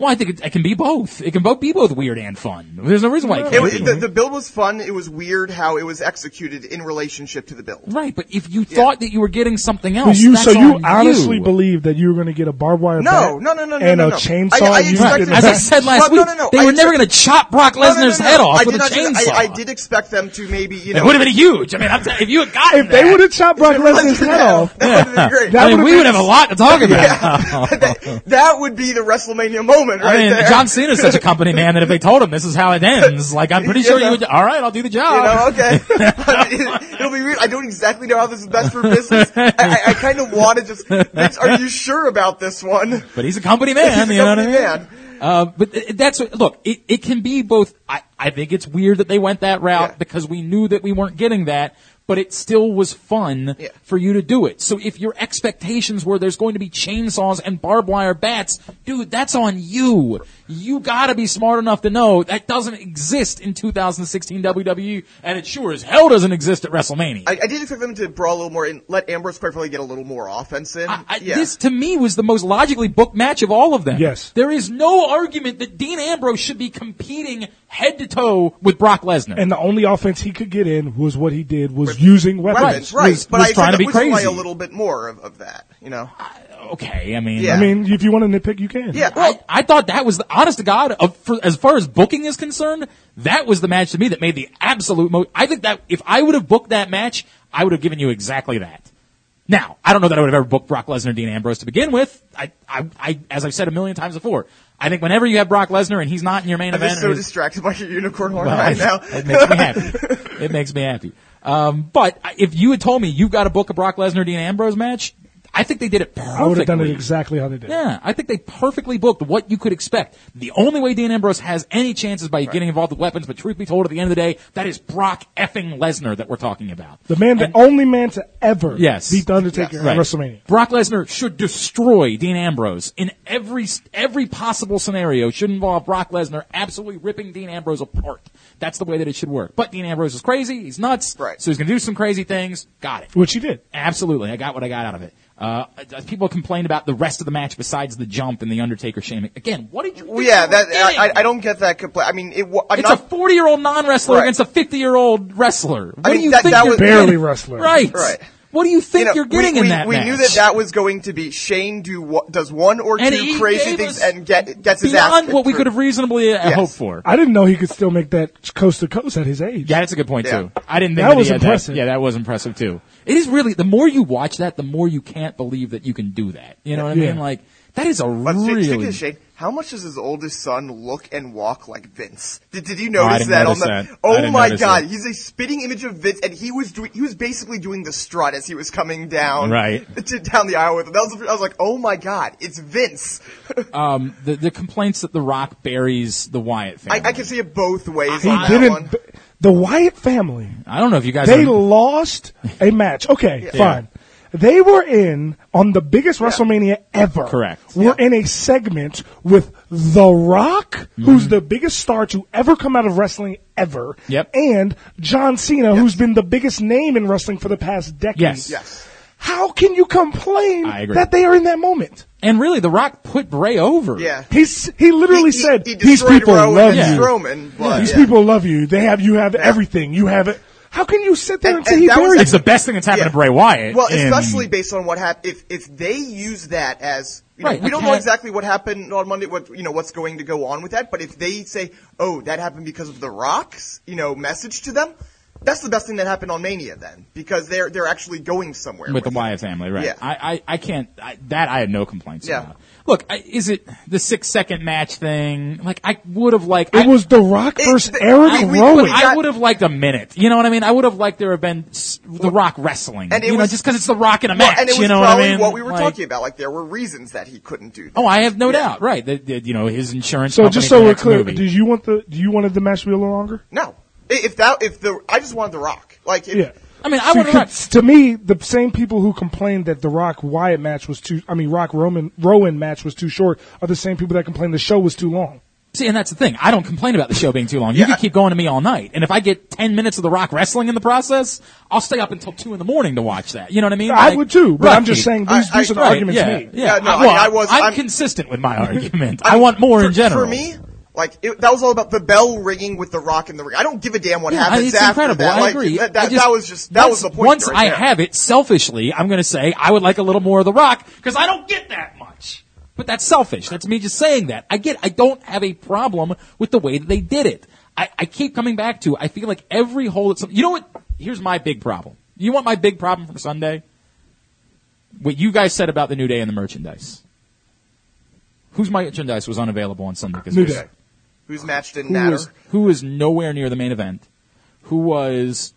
Speaker 1: Well, I think it, it can be both. It can both be both weird and fun. There's no reason why it can't.
Speaker 3: It was-
Speaker 1: be.
Speaker 3: the, the build was fun. It was weird how it was executed in relationship to the build.
Speaker 1: Right, but if you thought that you were getting something
Speaker 2: But
Speaker 1: else,
Speaker 2: you,
Speaker 1: that's
Speaker 2: so you
Speaker 1: on
Speaker 2: honestly
Speaker 1: you.
Speaker 2: believe that you were going to get a barbed wire
Speaker 3: No,
Speaker 2: bat
Speaker 3: no, no, no, no,
Speaker 2: and
Speaker 3: no,
Speaker 2: a
Speaker 3: no.
Speaker 2: chainsaw
Speaker 3: I- I
Speaker 2: used
Speaker 1: Right.
Speaker 2: in
Speaker 3: expected
Speaker 1: As
Speaker 2: a
Speaker 1: I
Speaker 3: that.
Speaker 2: bat.
Speaker 1: said last
Speaker 3: Well,
Speaker 1: week,
Speaker 3: no, no, no,
Speaker 1: they
Speaker 3: I
Speaker 1: were never
Speaker 3: expect-
Speaker 1: going to chop Brock
Speaker 3: No, no, no,
Speaker 1: Lesnar's
Speaker 3: no,
Speaker 1: head off
Speaker 3: I
Speaker 1: with a
Speaker 3: did not do
Speaker 1: chainsaw.
Speaker 3: that. I, I did expect them to maybe you
Speaker 1: It
Speaker 3: know.
Speaker 1: would have been huge. I mean, I'm t- if you had gotten
Speaker 2: If they
Speaker 1: that-
Speaker 2: would have chopped Brock Lesnar's head off,
Speaker 3: That would have been great.
Speaker 2: That
Speaker 1: I mean,
Speaker 2: would've
Speaker 1: we
Speaker 2: been-
Speaker 1: would have a lot to talk about.
Speaker 3: that, that would be the WrestleMania moment right
Speaker 1: I mean,
Speaker 3: there.
Speaker 1: John Cena's such a company man that if they told him this is how it ends, like I'm pretty sure
Speaker 3: Yeah.
Speaker 1: you would. All right, I'll do the job.
Speaker 3: You know, okay. it, will be weird. I don't exactly know how this is best for business. I, I, I kind of want to just. Vince, are you sure about this one?
Speaker 1: but he's a company man.
Speaker 3: He's a
Speaker 1: you know what I mean?
Speaker 3: company man.
Speaker 1: Uh, but th- that's what- look. It, it can be both. I, I think it's weird that they went that route
Speaker 3: Yeah.
Speaker 1: because we knew that we weren't getting that, but it still was fun
Speaker 3: Yeah.
Speaker 1: for you to do it. So if your expectations were there's going to be chainsaws and barbed wire bats, dude, that's on you. You gotta be smart enough to know that doesn't exist in 2016 WWE, E, and it sure as hell doesn't exist at WrestleMania.
Speaker 3: I, I did expect them to brawl a little more and let Ambrose quite probably get a little more offense in.
Speaker 1: I, I,
Speaker 3: yeah.
Speaker 1: This to me was the most logically booked match of all of them.
Speaker 2: Yes.
Speaker 1: there is no argument that Dean Ambrose should be competing head to toe with Brock Lesnar.
Speaker 2: and the only offense he could get in was what he did was using weapons.
Speaker 3: Weapons, right?
Speaker 1: was-
Speaker 3: but
Speaker 1: was
Speaker 3: I
Speaker 1: trying to be
Speaker 3: expect them play
Speaker 1: crazy. Ah,
Speaker 3: a little bit more of, of that, you know.
Speaker 1: okay, I mean,
Speaker 3: Yeah.
Speaker 2: I mean, if you want to nitpick, you can.
Speaker 3: Yeah,
Speaker 1: I, I thought that was the honest to God, of, for, as far as booking is concerned, that was the match to me that made the absolute most. I think that if I would have booked that match, I would have given you exactly that. Now, I don't know that I would have ever booked Brock Lesnar, Dean Ambrose to begin with. I, I, I, as I've said a million times before, I think whenever you have Brock Lesnar and he's not in your main
Speaker 3: I'm
Speaker 1: event,
Speaker 3: just
Speaker 1: or
Speaker 3: so
Speaker 1: he's-
Speaker 3: distracted by your unicorn horn
Speaker 1: Well,
Speaker 3: right
Speaker 1: I-
Speaker 3: now.
Speaker 1: it makes me happy. It makes me happy. Um, but I- if you had told me you've got to book a Brock Lesnar Dean Ambrose match, I- I think they did it perfectly.
Speaker 2: I would have done it exactly how they did. it.
Speaker 1: Yeah, I think they perfectly booked what you could expect. The only way Dean Ambrose has any chances by getting involved with weapons, but truth be told, at the end of the day, that is Brock effing Lesnar that we're talking about.
Speaker 2: The man, the only man to ever
Speaker 1: Yes.
Speaker 2: beat the Undertaker
Speaker 3: Yes.
Speaker 2: at
Speaker 1: Right.
Speaker 2: WrestleMania.
Speaker 1: Brock Lesnar should destroy Dean Ambrose in every every possible scenario. Should involve Brock Lesnar absolutely ripping Dean Ambrose apart. That's the way that it should work. But Dean Ambrose is crazy. He's nuts.
Speaker 3: Right.
Speaker 1: So he's gonna do some crazy things. Got it.
Speaker 2: Which he did.
Speaker 1: Absolutely, I got what I got out of it. Uh, uh, people complained about the rest of the match besides the jump and the Undertaker shaming. Again, what did you?
Speaker 3: Well, yeah,
Speaker 1: think you were
Speaker 3: that I, I-
Speaker 1: getting?
Speaker 3: I don't get that complaint. I mean, it. wa- I'm
Speaker 1: It's
Speaker 3: not,
Speaker 1: a forty-year-old non-wrestler
Speaker 3: Right.
Speaker 1: against a fifty-year-old wrestler. What
Speaker 3: mean,
Speaker 1: do you
Speaker 3: that-
Speaker 1: think?
Speaker 3: that
Speaker 1: you're
Speaker 3: was-
Speaker 1: getting?
Speaker 2: Barely wrestler.
Speaker 1: Right.
Speaker 3: Right.
Speaker 1: What do you think
Speaker 3: you know,
Speaker 1: are getting
Speaker 3: we,
Speaker 1: in
Speaker 3: we,
Speaker 1: that
Speaker 3: we
Speaker 1: match?
Speaker 3: knew that that was going to be Shane do what, does one or
Speaker 1: And
Speaker 3: two
Speaker 1: he
Speaker 3: crazy
Speaker 1: gave us
Speaker 3: things and get gets his ass
Speaker 1: beyond
Speaker 3: kicked
Speaker 1: what we
Speaker 3: for-
Speaker 1: could have reasonably uh, hoped for.
Speaker 2: I didn't know he could still make that coast to coast at his age.
Speaker 1: Yeah, that's a good point
Speaker 3: Yeah.
Speaker 1: too. I didn't think
Speaker 2: That
Speaker 1: that
Speaker 2: was
Speaker 1: he had
Speaker 2: impressive.
Speaker 1: Yeah, that was impressive too. It is really the more you watch that, the more you can't believe that you can do that. You know what I
Speaker 2: Yeah.
Speaker 1: mean? Like that is a
Speaker 3: But stick-
Speaker 1: really.
Speaker 3: stick to Shane. How much does his oldest son look and walk like Vince? Did, did you
Speaker 1: Oh, I
Speaker 3: notice
Speaker 1: didn't
Speaker 3: that
Speaker 1: notice
Speaker 3: on the?
Speaker 1: that. I
Speaker 3: Oh
Speaker 1: didn't
Speaker 3: my
Speaker 1: notice
Speaker 3: God,
Speaker 1: that.
Speaker 3: he's a spitting image of Vince, and he was doing he was basically doing the strut as he was coming down
Speaker 1: Right.
Speaker 3: to, down the aisle with him. That was, I was like, oh my God, it's Vince.
Speaker 1: um, the the complaints that The Rock buries the Wyatt
Speaker 3: I,
Speaker 1: family.
Speaker 3: I can see it both ways.
Speaker 2: He
Speaker 3: on that
Speaker 2: didn't.
Speaker 3: one.
Speaker 2: b- The Wyatt family.
Speaker 1: I don't know if you guys.
Speaker 2: They
Speaker 1: are-
Speaker 2: lost a match. Okay, fine. They were in on the biggest WrestleMania ever.
Speaker 1: Correct.
Speaker 2: We're in a segment with The Rock, who's the biggest star to ever come out of wrestling ever.
Speaker 1: Mm-hmm. Yep.
Speaker 2: And John Cena, who's been the biggest name in wrestling for the past decade.
Speaker 1: Yes.
Speaker 3: Yes.
Speaker 2: How can you complain
Speaker 1: I agree.
Speaker 2: that they are in that moment?
Speaker 1: and really, The Rock put Bray over.
Speaker 3: Yeah.
Speaker 2: He's he literally
Speaker 3: He- he-
Speaker 2: said
Speaker 3: he
Speaker 2: these
Speaker 3: destroyed
Speaker 2: people
Speaker 3: Rowan
Speaker 2: love
Speaker 3: and
Speaker 2: you.
Speaker 3: Strowman, but
Speaker 2: These
Speaker 3: yeah.
Speaker 2: people love you. They have you have everything. You have it. How can you sit there
Speaker 3: And-
Speaker 2: and, say
Speaker 3: and
Speaker 2: he
Speaker 3: that was
Speaker 2: buried
Speaker 1: It's the best thing that's happened
Speaker 3: Yeah.
Speaker 1: to Bray Wyatt.
Speaker 3: Well,
Speaker 1: in-
Speaker 3: especially based on what happened. If if they use that as you know,
Speaker 1: Right,
Speaker 3: we don't
Speaker 1: okay.
Speaker 3: know exactly what happened on Monday. What you know, what's going to go on with that? But if they say, "Oh, that happened because of the Rock's," you know, message to them, that's the best thing that happened on Mania then, because they're they're actually going somewhere
Speaker 1: with the
Speaker 3: with it.
Speaker 1: Wyatt family, right?
Speaker 3: Yeah.
Speaker 1: I, I, I can't. I, that I had no complaints
Speaker 3: Yeah.
Speaker 1: about. Look, I, is it the six second match thing? Like I would have liked.
Speaker 2: It
Speaker 1: I,
Speaker 2: was The Rock
Speaker 3: It-
Speaker 2: versus
Speaker 3: th-
Speaker 2: Eric
Speaker 3: we- we-
Speaker 2: Rowan.
Speaker 3: we-
Speaker 1: I
Speaker 3: got-
Speaker 1: would have liked a minute. You know what I mean? I would have liked there have been s- The Rock wrestling.
Speaker 3: And it
Speaker 1: you know,
Speaker 3: was-
Speaker 1: just because it's The Rock in a
Speaker 3: Well,
Speaker 1: match.
Speaker 3: and it was
Speaker 1: you know what
Speaker 3: probably
Speaker 1: I mean?
Speaker 3: what we were
Speaker 1: Like,
Speaker 3: talking about. Like there were reasons that he couldn't do. That.
Speaker 1: Oh, I have no doubt. Right. That, that, you know, his insurance.
Speaker 2: so
Speaker 1: company
Speaker 2: just
Speaker 1: for
Speaker 2: so
Speaker 1: the
Speaker 2: we're
Speaker 1: next
Speaker 2: clear,
Speaker 1: movie.
Speaker 2: do you want the do you wanted the match to be a little longer?
Speaker 3: No, I- if that if the I just wanted the Rock. Like if,
Speaker 2: Yeah.
Speaker 1: I mean, I
Speaker 2: See,
Speaker 1: would have.
Speaker 2: c- to me, the same people who complained that the Rock Wyatt match was too, I mean, Rock Roman Rowan match was too short are the same people that complained the show was too long.
Speaker 1: See, and that's the thing. I don't complain about the show being too long. You
Speaker 3: Yeah.
Speaker 1: can keep going to me all night. And if I get 10 minutes of The Rock wrestling in the process, I'll stay up until 2 in the morning to watch that. You know what I mean?
Speaker 2: I
Speaker 1: Like-
Speaker 2: would too, but I'm just
Speaker 1: Right.
Speaker 2: saying these,
Speaker 3: I-
Speaker 2: these
Speaker 3: I-
Speaker 2: are the
Speaker 3: right,
Speaker 2: arguments
Speaker 1: yeah,
Speaker 2: made.
Speaker 1: Yeah,
Speaker 3: Yeah, no,
Speaker 1: well,
Speaker 3: I- I was-
Speaker 1: I'm,
Speaker 3: I'm-
Speaker 1: consistent with my argument. I want more
Speaker 3: for,
Speaker 1: in general.
Speaker 3: For me, like it, that was all about the bell ringing with the rock in the ring. I don't give a damn what
Speaker 1: Yeah,
Speaker 3: happens
Speaker 1: it's
Speaker 3: after
Speaker 1: incredible.
Speaker 3: that.
Speaker 1: I
Speaker 3: Like,
Speaker 1: agree.
Speaker 3: That, that-
Speaker 1: I just-
Speaker 3: that was just that
Speaker 1: once-
Speaker 3: was the point.
Speaker 1: Once
Speaker 3: right
Speaker 1: I
Speaker 3: there.
Speaker 1: have it, selfishly, I'm going to say I would like a little more of The Rock because I don't get that much. But that's selfish. That's me just saying that. I get. I don't have a problem with the way that they did it. I, I keep coming back to. I feel like every hole. It's, you know what? Here's my big problem. You want my big problem from Sunday? What you guys said about the New Day and the merchandise. Whose merchandise was unavailable on Sunday? 'Cause
Speaker 2: New
Speaker 1: there's-
Speaker 2: Day.
Speaker 3: whose match didn't
Speaker 1: who
Speaker 3: matter.
Speaker 1: was who was nowhere near the main event, who was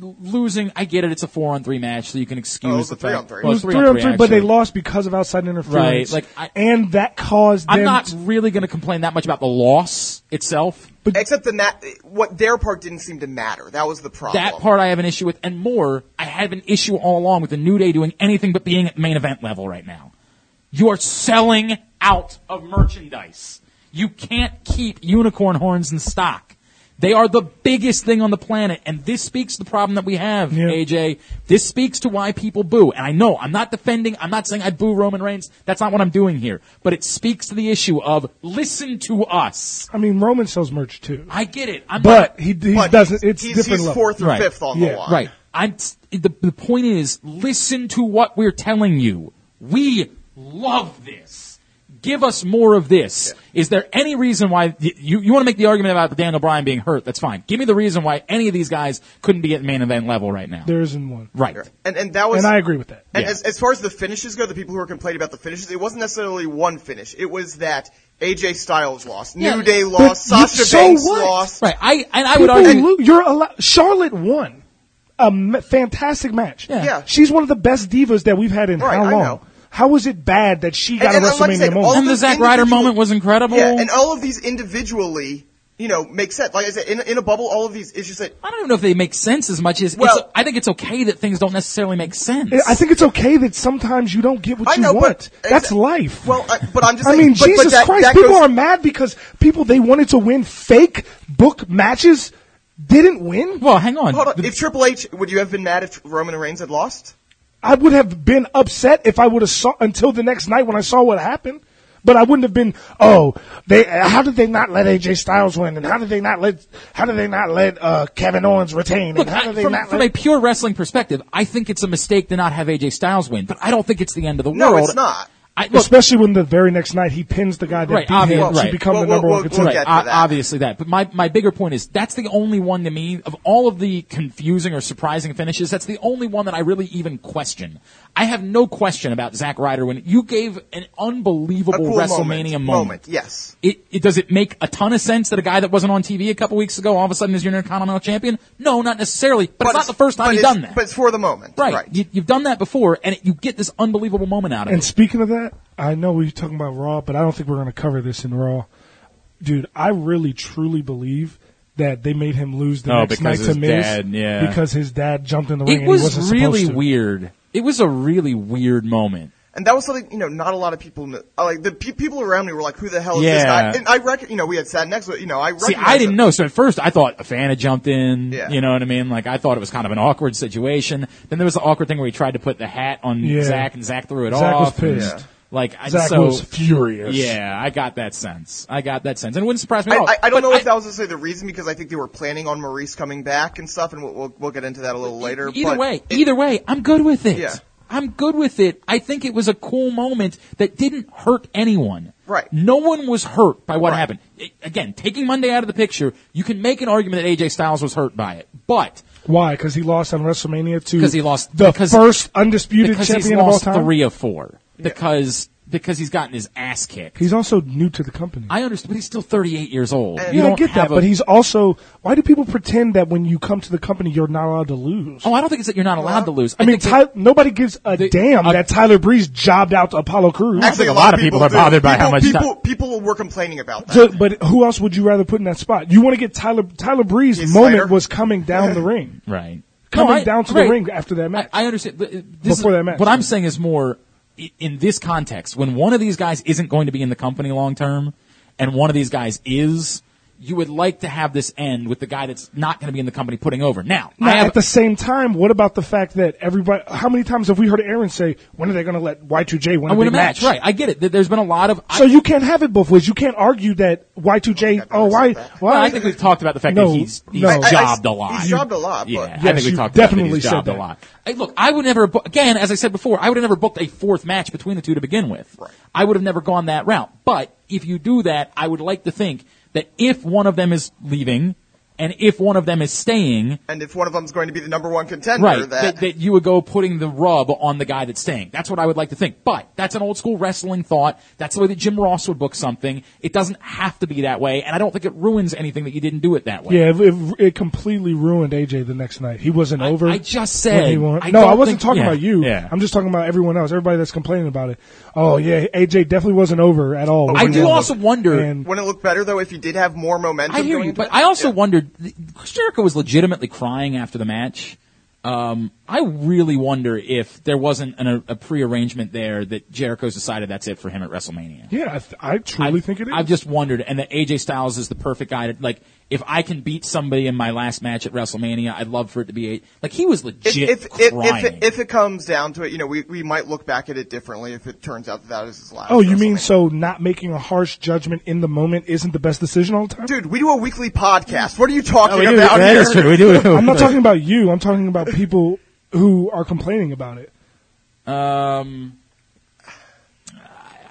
Speaker 1: losing. I get it; it's a four on three match, so you can excuse
Speaker 3: Oh, it was
Speaker 1: the
Speaker 3: a three
Speaker 1: fact-
Speaker 3: on three.
Speaker 2: It
Speaker 1: well,
Speaker 2: was three on three, but they
Speaker 1: actually.
Speaker 2: lost because of outside
Speaker 1: Right,
Speaker 2: interference.
Speaker 1: like, I-
Speaker 2: and that caused
Speaker 1: I'm
Speaker 2: them
Speaker 1: not really going to complain that much about the loss itself.
Speaker 3: Except the mat, what their part didn't seem to matter. That was the problem.
Speaker 1: That part I have an issue with, and more, I have an issue all along with the New Day doing anything but being at main event level right now. You are selling out of merchandise. You can't keep unicorn horns in stock. They are the biggest thing on the planet, and this speaks to the problem that we have,
Speaker 2: Yeah.
Speaker 1: AJ. This speaks to why people boo. And I know I'm not defending, I'm not saying I boo Roman Reigns. That's not what I'm doing here. But it speaks to the issue of listen to us.
Speaker 2: I mean, Roman sells merch too,
Speaker 1: I get it. I'm not,
Speaker 2: but he, he
Speaker 3: But
Speaker 2: doesn't. It's
Speaker 3: he's,
Speaker 2: different
Speaker 3: he's
Speaker 2: level.
Speaker 3: fourth or
Speaker 1: Right.
Speaker 3: fifth on
Speaker 2: Yeah,
Speaker 3: the line.
Speaker 1: Right. I'm the, the point is listen to what we're telling you. We love this. Give us more of this. Is there any reason why you, you want to make the argument about Daniel Bryan being hurt? That's fine. Give me the reason why any of these guys couldn't be at main event level right now.
Speaker 2: There isn't one.
Speaker 1: right.
Speaker 3: And and that was.
Speaker 2: And I agree with that.
Speaker 3: And
Speaker 1: Yeah.
Speaker 3: as, as far as the finishes go, the people who were complaining about the finishes, it wasn't necessarily one finish. It was that AJ Styles lost,
Speaker 1: Yeah.
Speaker 3: New Day lost,
Speaker 2: But you-
Speaker 3: Sasha
Speaker 2: so
Speaker 3: Banks
Speaker 2: what?
Speaker 3: lost.
Speaker 1: Right. I and I would
Speaker 2: People
Speaker 1: argue
Speaker 2: lo- you're allowed. Charlotte won. a m- fantastic match.
Speaker 1: Yeah.
Speaker 3: Yeah.
Speaker 2: She's one of the best divas that we've had in
Speaker 3: Right,
Speaker 2: how
Speaker 3: I
Speaker 2: long?
Speaker 3: know.
Speaker 2: How was it bad that she got
Speaker 3: and
Speaker 2: a
Speaker 3: like I
Speaker 2: WrestMania
Speaker 3: said, all
Speaker 2: moment?
Speaker 1: And the
Speaker 3: those
Speaker 1: Zack Ryder
Speaker 3: individual-
Speaker 1: moment was incredible.
Speaker 3: Yeah, and oh all of these individually, you know, make sense. Like I said, in, in a bubble, all of these it's just that
Speaker 1: I don't even know if they make sense as much as
Speaker 3: Well-
Speaker 1: it's, I think it's okay that things don't necessarily make sense.
Speaker 2: I think it's okay that sometimes you don't get what
Speaker 3: I
Speaker 2: you
Speaker 3: know,
Speaker 2: want.
Speaker 3: but
Speaker 2: That's
Speaker 3: exa-
Speaker 2: life.
Speaker 3: Well, I, but I'm just.
Speaker 2: I
Speaker 3: saying,
Speaker 2: mean,
Speaker 3: but,
Speaker 2: Jesus
Speaker 3: but that,
Speaker 2: Christ,
Speaker 3: that
Speaker 2: people
Speaker 3: goes,
Speaker 2: are mad because people they wanted to win fake book matches didn't win.
Speaker 1: well, hang on.
Speaker 3: Hold on.
Speaker 1: The-
Speaker 3: If Triple H, would you have been mad if Roman Reigns had lost?
Speaker 2: I would have been upset if I would have saw until the next night when I saw what happened. But I wouldn't have been. Oh, they how did they not let AJ Styles win, and how did they not let how did they not let uh, Kevin Owens retain,
Speaker 1: Look,
Speaker 2: and how
Speaker 1: I-
Speaker 2: did they
Speaker 1: from,
Speaker 2: not
Speaker 1: from a
Speaker 2: let?
Speaker 1: pure wrestling perspective, I think it's a mistake to not have AJ Styles win, but I don't think it's the end of the
Speaker 3: No,
Speaker 1: world.
Speaker 3: it's not.
Speaker 1: I, look,
Speaker 2: especially when the very next night he pins the guy that
Speaker 1: Right,
Speaker 2: beat
Speaker 1: obvious-
Speaker 2: him
Speaker 1: right.
Speaker 2: to become
Speaker 3: Well,
Speaker 2: the number
Speaker 3: well,
Speaker 2: one
Speaker 3: well,
Speaker 2: contender.
Speaker 3: we'll get-
Speaker 1: o-
Speaker 3: to that.
Speaker 1: obviously that. But my, my bigger point is that's the only one to me of all of the confusing or surprising finishes. That's the only one that I really even question. I have no question about Zack Ryder when you gave an
Speaker 3: A
Speaker 1: unbelievable
Speaker 3: cool
Speaker 1: WrestleMania
Speaker 3: moment.
Speaker 1: moment.
Speaker 3: Yes.
Speaker 1: It, it does it make a ton of sense that a guy that wasn't on TV a couple weeks ago all of a sudden is your Intercontinental Champion? No, not necessarily. But, it's not the first
Speaker 3: but
Speaker 1: time you've
Speaker 3: it's-
Speaker 1: done that.
Speaker 3: But it's for the moment.
Speaker 1: right. You, you've done that before, and it, you get this unbelievable moment out of
Speaker 2: And
Speaker 1: it.
Speaker 2: speaking of that, I know we we're talking about Raw, but I don't think we're going to cover this in Raw. Dude, I really truly believe that they made him lose the
Speaker 1: Oh,
Speaker 2: next
Speaker 1: because
Speaker 2: night to
Speaker 1: his
Speaker 2: Miz
Speaker 1: dad, yeah.
Speaker 2: because his dad jumped in the ring
Speaker 1: It
Speaker 2: and he
Speaker 1: was
Speaker 2: wasn't
Speaker 1: really
Speaker 2: supposed to.
Speaker 1: weird. It was a really weird moment.
Speaker 3: And that was something, you know, not a lot of people kn- uh, Like, the pe- people around me were like, who the hell is this
Speaker 1: Yeah.
Speaker 3: guy? And I reckon, you know, we had sat next to it, you know, I
Speaker 1: See,
Speaker 3: recognized
Speaker 1: I didn't
Speaker 3: him.
Speaker 1: know. So at first, I thought a fan had jumped in.
Speaker 3: Yeah.
Speaker 1: You know what I mean? Like I thought it was kind of an awkward situation. Then there was the awkward thing where he tried to put the hat on
Speaker 2: Yeah.
Speaker 1: Zach, and Zach threw it
Speaker 2: Zach was
Speaker 1: off. and,
Speaker 2: pissed.
Speaker 1: Like I,
Speaker 2: Zach
Speaker 1: so,
Speaker 2: was furious.
Speaker 1: Yeah, I got that sense. I got that sense, and it wouldn't surprise me
Speaker 3: I,
Speaker 1: at all.
Speaker 3: I, I don't
Speaker 1: But
Speaker 3: know if that was necessarily the reason because I think they were planning on Maurice coming back and stuff, and we'll we'll, we'll get into that a little later.
Speaker 1: E-, Either
Speaker 3: but
Speaker 1: way,
Speaker 3: it-
Speaker 1: either way, I'm good with it.
Speaker 3: Yeah.
Speaker 1: I'm good with it. I think it was a cool moment that didn't hurt anyone.
Speaker 3: Right.
Speaker 1: No one was hurt by what happened. I- again, taking Monday out of the picture, you can make an argument that AJ Styles was hurt by it, but
Speaker 2: Why? Because he lost on WrestleMania to
Speaker 1: 'Cause he lost-
Speaker 2: the
Speaker 1: because-
Speaker 2: first undisputed
Speaker 1: because he's
Speaker 2: champion of all
Speaker 1: lost
Speaker 2: time.
Speaker 1: three of four, because because he's gotten his ass kicked.
Speaker 2: He's also new to the company.
Speaker 1: I understand, but he's still 38 years old.
Speaker 3: And-
Speaker 1: you
Speaker 2: yeah,
Speaker 1: don't
Speaker 2: I get
Speaker 1: have
Speaker 2: that,
Speaker 1: a-
Speaker 2: but he's also. Why do people pretend that when you come to the company, you're not allowed to lose?
Speaker 1: Oh, I don't think it's that you're not allowed to lose.
Speaker 2: I mean,
Speaker 1: think that-
Speaker 2: Ty- nobody gives a damn
Speaker 1: uh,
Speaker 2: that Tyler Breeze jobbed out to Apollo Crews.
Speaker 3: Actually,
Speaker 1: a lot of people are
Speaker 3: do.
Speaker 1: bothered by
Speaker 3: people,
Speaker 1: how much
Speaker 3: people, people were complaining about that.
Speaker 2: So, but who else would you rather put in that spot? You want to get Tyler Tyler Breeze
Speaker 3: Heath
Speaker 2: moment
Speaker 3: Slater.
Speaker 2: was coming down the ring,
Speaker 1: Right.
Speaker 2: coming
Speaker 1: No, I-
Speaker 2: down to
Speaker 1: right.
Speaker 2: the ring after that match.
Speaker 1: I, I understand. but, uh, This
Speaker 2: Before
Speaker 1: is,
Speaker 2: that match,
Speaker 1: What I'm
Speaker 2: yeah.
Speaker 1: saying is more i- in this context, when one of these guys isn't going to be in the company long term and one of these guys is, you would like to have this end with the guy that's not going to be in the company putting over. Now,
Speaker 2: now,
Speaker 1: I have,
Speaker 2: at the same time, what about the fact that everybody? How many times have we heard Aaron say, "When are they going to let Y2J win
Speaker 1: I
Speaker 2: a
Speaker 1: win a
Speaker 2: big
Speaker 1: match. Right. I get it. There- There's been a lot of,
Speaker 2: So
Speaker 1: I,
Speaker 2: you can't have it both ways. You can't argue that Y2J. Oh, why? Why?
Speaker 1: well, I think we've talked about the fact
Speaker 2: No,
Speaker 1: that he's, he's
Speaker 2: no. I- I-
Speaker 1: jobbed a lot.
Speaker 3: he's jobbed a lot, but-
Speaker 1: Yeah, I
Speaker 2: Yes,
Speaker 1: think we talked
Speaker 2: you
Speaker 1: about that, that
Speaker 2: definitely
Speaker 1: he's
Speaker 2: said
Speaker 1: jobbed a
Speaker 2: that.
Speaker 1: lot. Hey, look, I would never bu- again, as I said before, I would have never booked a fourth match between the two to begin with.
Speaker 3: Right.
Speaker 1: I would have never gone that route. But if you do that, I would like to think that if one of them is leaving and if one of them is staying,
Speaker 3: and if one of them's going to be the number one contender,
Speaker 1: right,
Speaker 3: that,
Speaker 1: that, that you would go putting the rub on the guy that's staying. That's what I would like to think. But that's an old school wrestling thought. That's the way that Jim Ross would book something. It doesn't have to be that way, and I don't think it ruins anything that you didn't do it that way.
Speaker 2: Yeah, it, it, it completely ruined AJ the next night. He wasn't
Speaker 1: I-
Speaker 2: over.
Speaker 1: I just
Speaker 2: when
Speaker 1: said,
Speaker 2: he won.
Speaker 1: I
Speaker 2: no,
Speaker 1: don't
Speaker 2: I wasn't
Speaker 1: think-
Speaker 2: talking
Speaker 1: yeah,
Speaker 2: about you.
Speaker 1: yeah.
Speaker 2: I'm just talking about everyone else. Everybody that's complaining about it. Oh yeah, AJ definitely wasn't over at all. when
Speaker 1: I
Speaker 2: he
Speaker 1: do
Speaker 2: won.
Speaker 1: also wonder-
Speaker 2: And
Speaker 3: wouldn't it look better though if he did have more momentum?
Speaker 1: I hear
Speaker 3: going
Speaker 1: you,
Speaker 3: into
Speaker 1: but
Speaker 3: it?
Speaker 1: I also
Speaker 3: Yeah.
Speaker 1: wondered. Chris Jericho was legitimately crying after the match. Um, I really wonder if there wasn't an, a, a prearrangement there that Jericho's decided that's it for him at WrestleMania.
Speaker 2: yeah, I, th- I truly think it is.
Speaker 1: I've just wondered, and that AJ Styles is the perfect guy to like. If I can beat somebody in my last match at WrestleMania, I'd love for it to be a like he was
Speaker 3: if,
Speaker 1: legit
Speaker 3: if, if, if,
Speaker 1: crying.
Speaker 3: it, if it comes down to it, you know, we, we might look back at it differently if it turns out that that is his last.
Speaker 2: oh, you mean
Speaker 3: WrestleMania.
Speaker 2: so not making a harsh judgment in the moment isn't the best decision all the time?
Speaker 3: Dude, we do a weekly podcast. What are you
Speaker 2: Oh,
Speaker 3: talking
Speaker 1: we do,
Speaker 3: about
Speaker 1: that
Speaker 3: here?
Speaker 1: is true. We do.
Speaker 2: I'm not talking about you. I'm talking about people who are complaining about it.
Speaker 1: Um,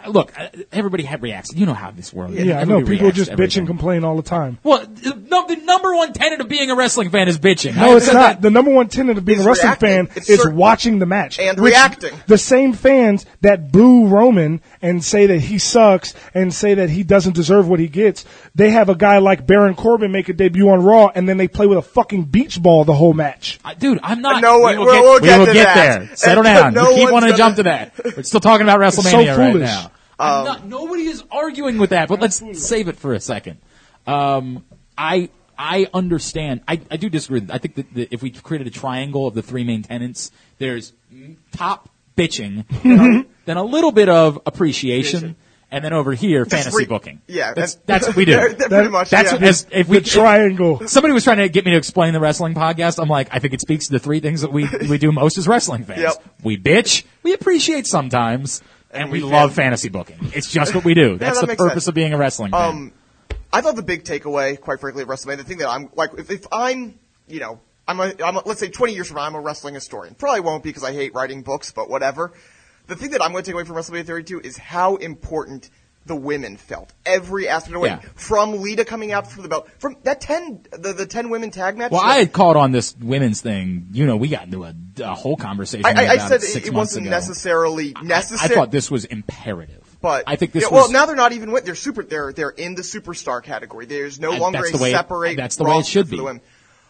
Speaker 1: look, uh, everybody had reacts. You know how this world. is.
Speaker 2: Yeah, I know.
Speaker 1: Everybody
Speaker 2: People
Speaker 1: reacts
Speaker 2: just
Speaker 1: to
Speaker 2: bitch
Speaker 1: everything.
Speaker 2: and complain all the time.
Speaker 1: Well, th- no, the number one tenet of being a wrestling fan is bitching.
Speaker 2: No,
Speaker 1: I
Speaker 2: it's
Speaker 1: said
Speaker 2: not.
Speaker 1: that-
Speaker 2: The number one tenet of being
Speaker 3: It's
Speaker 2: a wrestling
Speaker 3: reacting.
Speaker 2: fan
Speaker 3: It's
Speaker 2: is
Speaker 3: cer-
Speaker 2: watching the match
Speaker 3: And
Speaker 2: which-
Speaker 3: reacting.
Speaker 2: The same fans that boo Roman and say that he sucks and say that he doesn't deserve what he gets, they have a guy like Baron Corbin make a debut on Raw, and then they play with a fucking beach ball the whole match.
Speaker 1: I- Dude, I'm not.
Speaker 3: No,
Speaker 1: we will
Speaker 3: we'll-
Speaker 1: get,
Speaker 3: we'll
Speaker 1: we
Speaker 3: get
Speaker 1: will
Speaker 3: to
Speaker 1: get
Speaker 3: that.
Speaker 1: there. Settle
Speaker 3: And
Speaker 1: down.
Speaker 3: no
Speaker 1: you keep
Speaker 3: one's
Speaker 1: wanting to jump to
Speaker 3: gonna- Um,
Speaker 1: that. We're still talking about
Speaker 2: so
Speaker 1: WrestleMania right
Speaker 2: foolish.
Speaker 1: now. I'm not- nobody is arguing with that, but let's save it for a second. Um, I I understand. I, I do disagree. I think that, that if we created a triangle of the three main tenants, there's top bitching, then a little bit of appreciation, and then over here, fantasy
Speaker 3: re-
Speaker 1: booking.
Speaker 3: yeah,
Speaker 1: that's,
Speaker 3: and-
Speaker 1: that's what we do.
Speaker 3: That- pretty much,
Speaker 1: That's
Speaker 3: yeah.
Speaker 1: what- as, if we
Speaker 2: The triangle.
Speaker 1: Somebody was trying to get me to explain the wrestling podcast. I'm like, I think it speaks to the three things that we, we do most as wrestling fans.
Speaker 3: Yep.
Speaker 1: We bitch, we appreciate sometimes, and,
Speaker 3: And
Speaker 1: we,
Speaker 3: we
Speaker 1: love
Speaker 3: fan-
Speaker 1: fantasy booking. It's just what we do. That's
Speaker 3: that
Speaker 1: the
Speaker 3: makes
Speaker 1: purpose
Speaker 3: sense.
Speaker 1: of being a wrestling fan.
Speaker 3: Um, I thought the big takeaway, quite frankly, of WrestleMania, the thing that I'm like, if, if I'm, you know, I'm a, I'm a, let's say 20 years from now, I'm a wrestling historian. Probably won't be because I hate writing books, but whatever. The thing that I'm going to take away from WrestleMania 32 is how important the women felt. Every aspect of the women,
Speaker 1: Yeah.
Speaker 3: from Lita coming out for the belt, from that 10, the, the 10 women tag match.
Speaker 1: well,
Speaker 3: that-
Speaker 1: I had called on this women's thing. You know, we got into a, a whole conversation.
Speaker 3: I, I, I
Speaker 1: about
Speaker 3: said
Speaker 1: six
Speaker 3: it, it
Speaker 1: months
Speaker 3: wasn't
Speaker 1: ago.
Speaker 3: necessarily
Speaker 1: I
Speaker 3: necessary.
Speaker 1: thought this was imperative.
Speaker 3: But
Speaker 1: I think this
Speaker 3: yeah, well,
Speaker 1: was
Speaker 3: now they're not even with they're super they're they're in the superstar category. There's no
Speaker 1: I-
Speaker 3: longer
Speaker 1: that's
Speaker 3: a
Speaker 1: the way
Speaker 3: separate.
Speaker 1: that's the way it
Speaker 3: roster
Speaker 1: should
Speaker 3: for
Speaker 1: be.
Speaker 3: The women.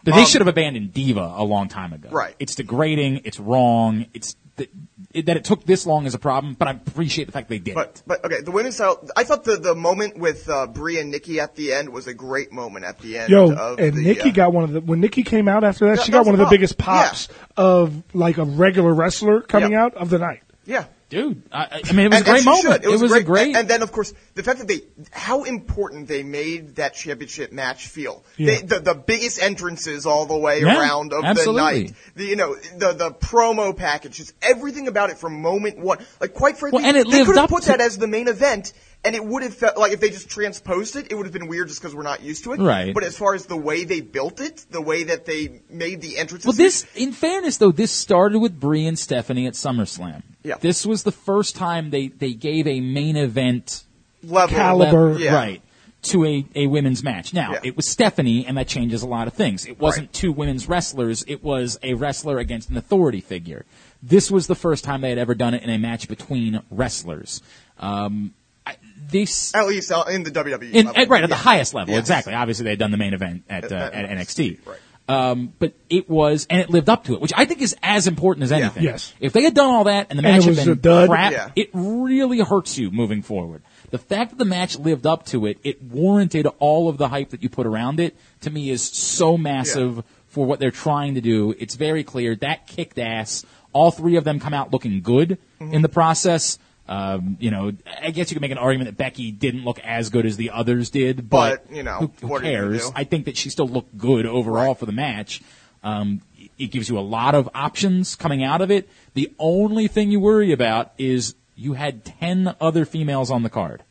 Speaker 1: But they
Speaker 3: Um,
Speaker 1: should have abandoned Diva a long time ago.
Speaker 3: Right.
Speaker 1: It's degrading. It's wrong. It's th- it, that it took this long is a problem, but I appreciate the fact they did.
Speaker 3: But
Speaker 1: it.
Speaker 3: but okay, the women's title. I thought the the moment with uh, Brie and Nikki at the end was a great moment at the end.
Speaker 2: Yo,
Speaker 3: of
Speaker 2: and
Speaker 3: the,
Speaker 2: Nikki
Speaker 3: uh,
Speaker 2: got one of the when Nikki came out after that,
Speaker 3: That-
Speaker 2: she got
Speaker 3: that's
Speaker 2: one of the
Speaker 3: the problem.
Speaker 2: biggest pops
Speaker 3: Yeah.
Speaker 2: of like a regular wrestler coming
Speaker 3: Yeah.
Speaker 2: out of the night.
Speaker 3: yeah.
Speaker 1: dude, I- I, I mean, it was
Speaker 3: And-
Speaker 1: a
Speaker 3: and
Speaker 1: great
Speaker 3: she
Speaker 1: moment.
Speaker 3: should. It was,
Speaker 1: a great.
Speaker 3: And, and then, of course, the fact that they, how important they made that championship match feel.
Speaker 2: Yeah.
Speaker 3: They, the, the biggest entrances all the way
Speaker 1: Yeah,
Speaker 3: around of
Speaker 1: absolutely.
Speaker 3: the night. The, you know, the, the promo package, just everything about it from moment one. Like, quite frankly,
Speaker 1: Well, and it
Speaker 3: they
Speaker 1: lived
Speaker 3: could have
Speaker 1: up
Speaker 3: put
Speaker 1: to-
Speaker 3: that as the main event. And it would have felt like if they just transposed it, it would have been weird just because we're not used to it.
Speaker 1: Right.
Speaker 3: But as far as the way they built it, the way that they made the entrances,
Speaker 1: well, this, in fairness though, this started with Brie and Stephanie at SummerSlam.
Speaker 3: Yeah.
Speaker 1: This was the first time they they gave a main event
Speaker 3: level,
Speaker 2: caliber-
Speaker 1: lev-
Speaker 3: yeah.
Speaker 1: right to a, a women's match. Now
Speaker 3: Yeah.
Speaker 1: it was Stephanie, and that changes a lot of things. It wasn't two women's wrestlers; it was a wrestler against an authority figure. This was the first time they had ever done it in a match between wrestlers. Um, I, this
Speaker 3: at least uh, in the WWE.
Speaker 1: in,
Speaker 3: level.
Speaker 1: at, right at the
Speaker 3: Yeah.
Speaker 1: highest level,
Speaker 3: Yes.
Speaker 1: exactly. Obviously, they had done the main event at, uh,
Speaker 3: At-
Speaker 1: at
Speaker 3: at
Speaker 1: NXT.
Speaker 3: Right.
Speaker 1: Um, but it was, and it lived up to it, which I think is as important as anything.
Speaker 2: Yes.
Speaker 1: If they had done all that and the
Speaker 2: And
Speaker 1: match
Speaker 2: it was
Speaker 1: had been
Speaker 2: a dud.
Speaker 1: crap,
Speaker 3: Yeah.
Speaker 1: it really hurts you moving forward. The fact that the match lived up to it, it warranted all of the hype that you put around it. To me, is so massive for what they're trying to do. It's very clear that kicked ass. All three of them come out looking good in the process. Um, you know, I guess you could make an argument that Becky didn't look as good as the others did, but,
Speaker 3: But, you know,
Speaker 1: who, who
Speaker 3: what are you gonna
Speaker 1: cares?
Speaker 3: do?
Speaker 1: I think that she still looked good overall for the match. Um, it gives you a lot of options coming out of it. The only thing you worry about is you had ten other females on the card.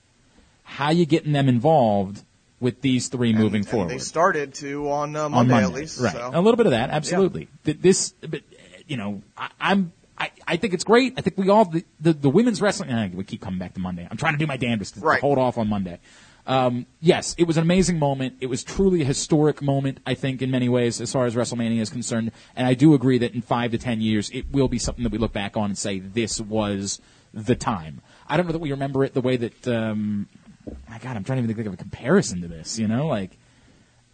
Speaker 1: How you getting them involved with these three moving
Speaker 3: and
Speaker 1: forward?
Speaker 3: They started to on, uh, Monday,
Speaker 1: on
Speaker 3: at
Speaker 1: Monday,
Speaker 3: least.
Speaker 1: right?
Speaker 3: So.
Speaker 1: A little bit of that, absolutely. Th- This, but, uh, you know, I, I'm. I, I think it's great. I think we all the, the, the women's wrestling. Uh, we keep coming back to Monday. I'm trying to do my damnedest to, to
Speaker 3: Right.
Speaker 1: hold off on Monday. Um, yes, it was an amazing moment. It was truly a historic moment. I think in many ways, as far as WrestleMania is concerned, and I do agree that in five to ten years, it will be something that we look back on and say this was the time. I don't know that we remember it the way that. Um, my God, I'm trying to even think of a comparison to this. You know, like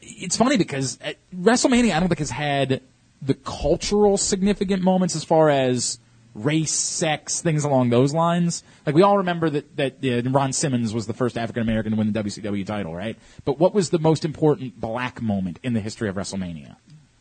Speaker 1: it's funny because uh, WrestleMania, I don't think has had the cultural significant moments as far as race, sex, things along those lines. Like we all remember that that uh, Ron Simmons was the first African American to win the WCW title, right? But what was the most important black moment in the history of WrestleMania?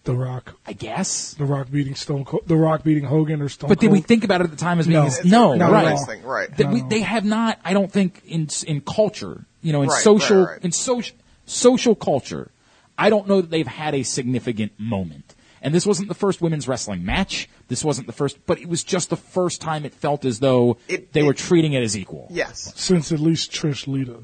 Speaker 2: The Rock,
Speaker 1: I guess.
Speaker 2: The Rock beating Stone Cold, The Rock beating Hogan or Stone
Speaker 1: But did
Speaker 2: Cold.
Speaker 1: we think about it at the time as being
Speaker 2: No.
Speaker 1: this- no,
Speaker 2: Not at
Speaker 1: right?
Speaker 2: all.
Speaker 3: Thing, right.
Speaker 1: That we, they have not. I don't think in in culture, you know, in
Speaker 3: Right, right,
Speaker 1: social
Speaker 3: right.
Speaker 1: in social social culture, I don't know that they've had a significant moment. And this wasn't the first women's wrestling match. This wasn't the first, but it was just the first time it felt as though
Speaker 3: It-
Speaker 1: they
Speaker 3: it-
Speaker 1: were treating it as equal.
Speaker 3: Yes.
Speaker 2: Since at least Trish Lita.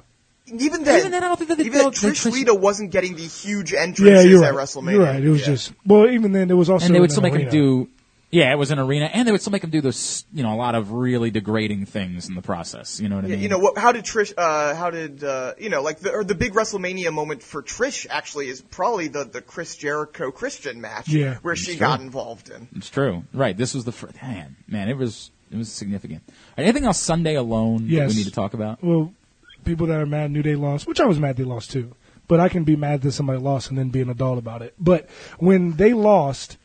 Speaker 3: Even then,
Speaker 1: Even then, I don't think that they
Speaker 3: even then,
Speaker 1: felt that
Speaker 3: Trish
Speaker 1: Trish-
Speaker 3: Lita wasn't getting the huge entrances
Speaker 2: Yeah, you're
Speaker 3: at
Speaker 2: right.
Speaker 3: WrestleMania.
Speaker 2: You're right. It was
Speaker 3: Yeah.
Speaker 2: just well, even then it was also
Speaker 1: and they would
Speaker 2: in
Speaker 1: still make
Speaker 2: an
Speaker 1: them
Speaker 2: arena.
Speaker 1: do Yeah, it was an arena, and they would still make him do those, you know, a lot of really degrading things in the process. You know what I mean?
Speaker 3: You know what? How did Trish? Uh, how did uh, you know? Like the or the big WrestleMania moment for Trish actually is probably the the Chris Jericho Christian match
Speaker 2: Yeah.
Speaker 3: where she got involved in.
Speaker 1: It's true. Right. This was the first. Man, man, it was it was significant. All right, Anything else Sunday alone that
Speaker 2: Yes.
Speaker 1: we need to talk about?
Speaker 2: Well, people that are mad New Day lost, which I was mad they lost too. But I can be mad that somebody lost and then be an adult about it. But when they lost,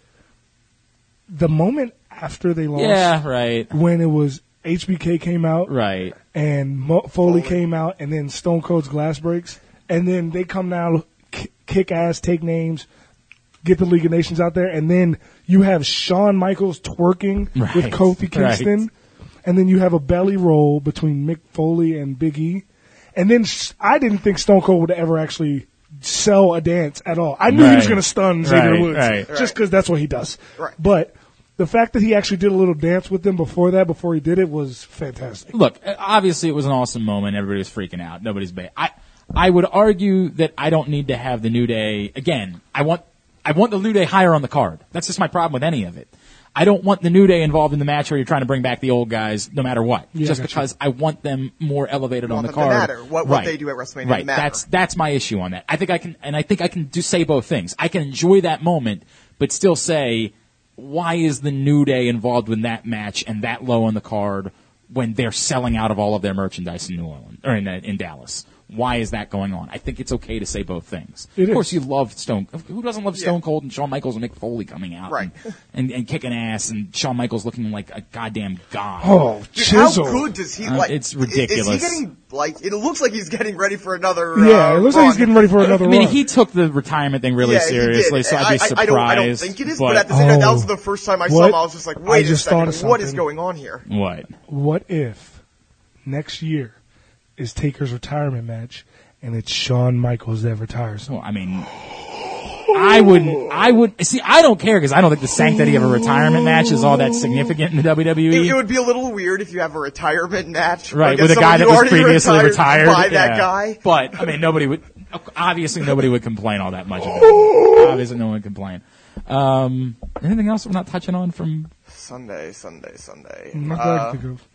Speaker 2: the moment after they lost,
Speaker 1: Yeah. Right.
Speaker 2: when it was HBK came out
Speaker 1: Right.
Speaker 2: and Mo- Foley came out, and then Stone Cold's glass breaks, and then they come down, k- kick ass, take names, get the League of Nations out there, and then you have Shawn Michaels twerking with
Speaker 1: Right,
Speaker 2: Kofi Kingston,
Speaker 1: right.
Speaker 2: and then you have a belly roll between Mick Foley and Big E, and then s- I didn't think Stone Cold would ever actually sell a dance at all. I knew he was
Speaker 1: Right.
Speaker 2: going to stun Xavier
Speaker 1: Right,
Speaker 2: Woods
Speaker 1: right.
Speaker 2: just because that's what he does.
Speaker 3: Right.
Speaker 2: But the fact that he actually did a little dance with them before that, before he did it, was fantastic.
Speaker 1: Look, uh, obviously it was an awesome moment. Everybody was freaking out. Nobody's bad. I I would argue that I don't need to have the New Day again. I want I want the New Day higher on the card. That's just my problem with any of it. I don't want the New Day involved in the match where you're trying to bring back the old guys no matter what.
Speaker 2: Yeah,
Speaker 1: just
Speaker 2: I got you.
Speaker 1: because I want them more elevated
Speaker 3: want
Speaker 1: on the
Speaker 3: them to
Speaker 1: card.
Speaker 3: matter. What- what they do at WrestleMania
Speaker 1: Right.
Speaker 3: matter.
Speaker 1: That's that's my issue on that. I think I can, and I think I can do say both things. I can enjoy that moment, but still say, why is the New Day involved in that match and that low on the card when they're selling out of all of their merchandise in New Orleans or in, uh, in Dallas? Why is that going on? I think it's okay to say both things.
Speaker 2: It
Speaker 1: of
Speaker 2: is.
Speaker 1: course, you love Stone. Who doesn't love
Speaker 3: Yeah.
Speaker 1: Stone Cold and Shawn Michaels and Mick Foley coming out,
Speaker 3: Right.
Speaker 1: And, and, and kicking ass, and Shawn Michaels looking like a goddamn god.
Speaker 2: Oh,
Speaker 3: Dude,
Speaker 2: chisel.
Speaker 3: How good does he
Speaker 1: Uh,
Speaker 3: like?
Speaker 1: it's
Speaker 3: i-
Speaker 1: ridiculous.
Speaker 3: Is he getting like? It looks like he's getting ready for another.
Speaker 2: Yeah,
Speaker 3: uh,
Speaker 2: it looks like he's
Speaker 3: run.
Speaker 2: getting ready for another
Speaker 1: I mean,
Speaker 2: run.
Speaker 1: he took the retirement thing really
Speaker 3: Yeah, he did.
Speaker 1: seriously, so I'd be
Speaker 3: I-
Speaker 1: surprised.
Speaker 3: I, I don't, I don't think it is, but,
Speaker 1: but
Speaker 3: at the same time, that
Speaker 2: Oh.
Speaker 3: was the first time I saw
Speaker 2: What?
Speaker 3: him. I was just like,
Speaker 2: I
Speaker 3: wait
Speaker 2: just
Speaker 3: a
Speaker 2: thought of
Speaker 3: second, what is
Speaker 2: something.
Speaker 3: going on here?
Speaker 1: what?
Speaker 2: What if next year is Taker's retirement match and it's Shawn Michaels that retires?
Speaker 1: Well, I mean, I would, I would see. I don't care because I don't think the sanctity of a retirement match is all that significant in the WWE.
Speaker 3: It, it would be a little weird if you have a retirement match,
Speaker 1: Right,
Speaker 3: against
Speaker 1: with a
Speaker 3: someone
Speaker 1: guy that
Speaker 3: you
Speaker 1: was
Speaker 3: already
Speaker 1: previously retired.
Speaker 3: retired, by that
Speaker 1: yeah.
Speaker 3: guy.
Speaker 1: But, I mean, nobody would, obviously nobody would complain all that much. About it. Obviously no one would complain. Um, anything else we're not touching on from,
Speaker 3: Sunday, Sunday, Sunday.
Speaker 2: Not that I
Speaker 3: Uh,
Speaker 2: can think of.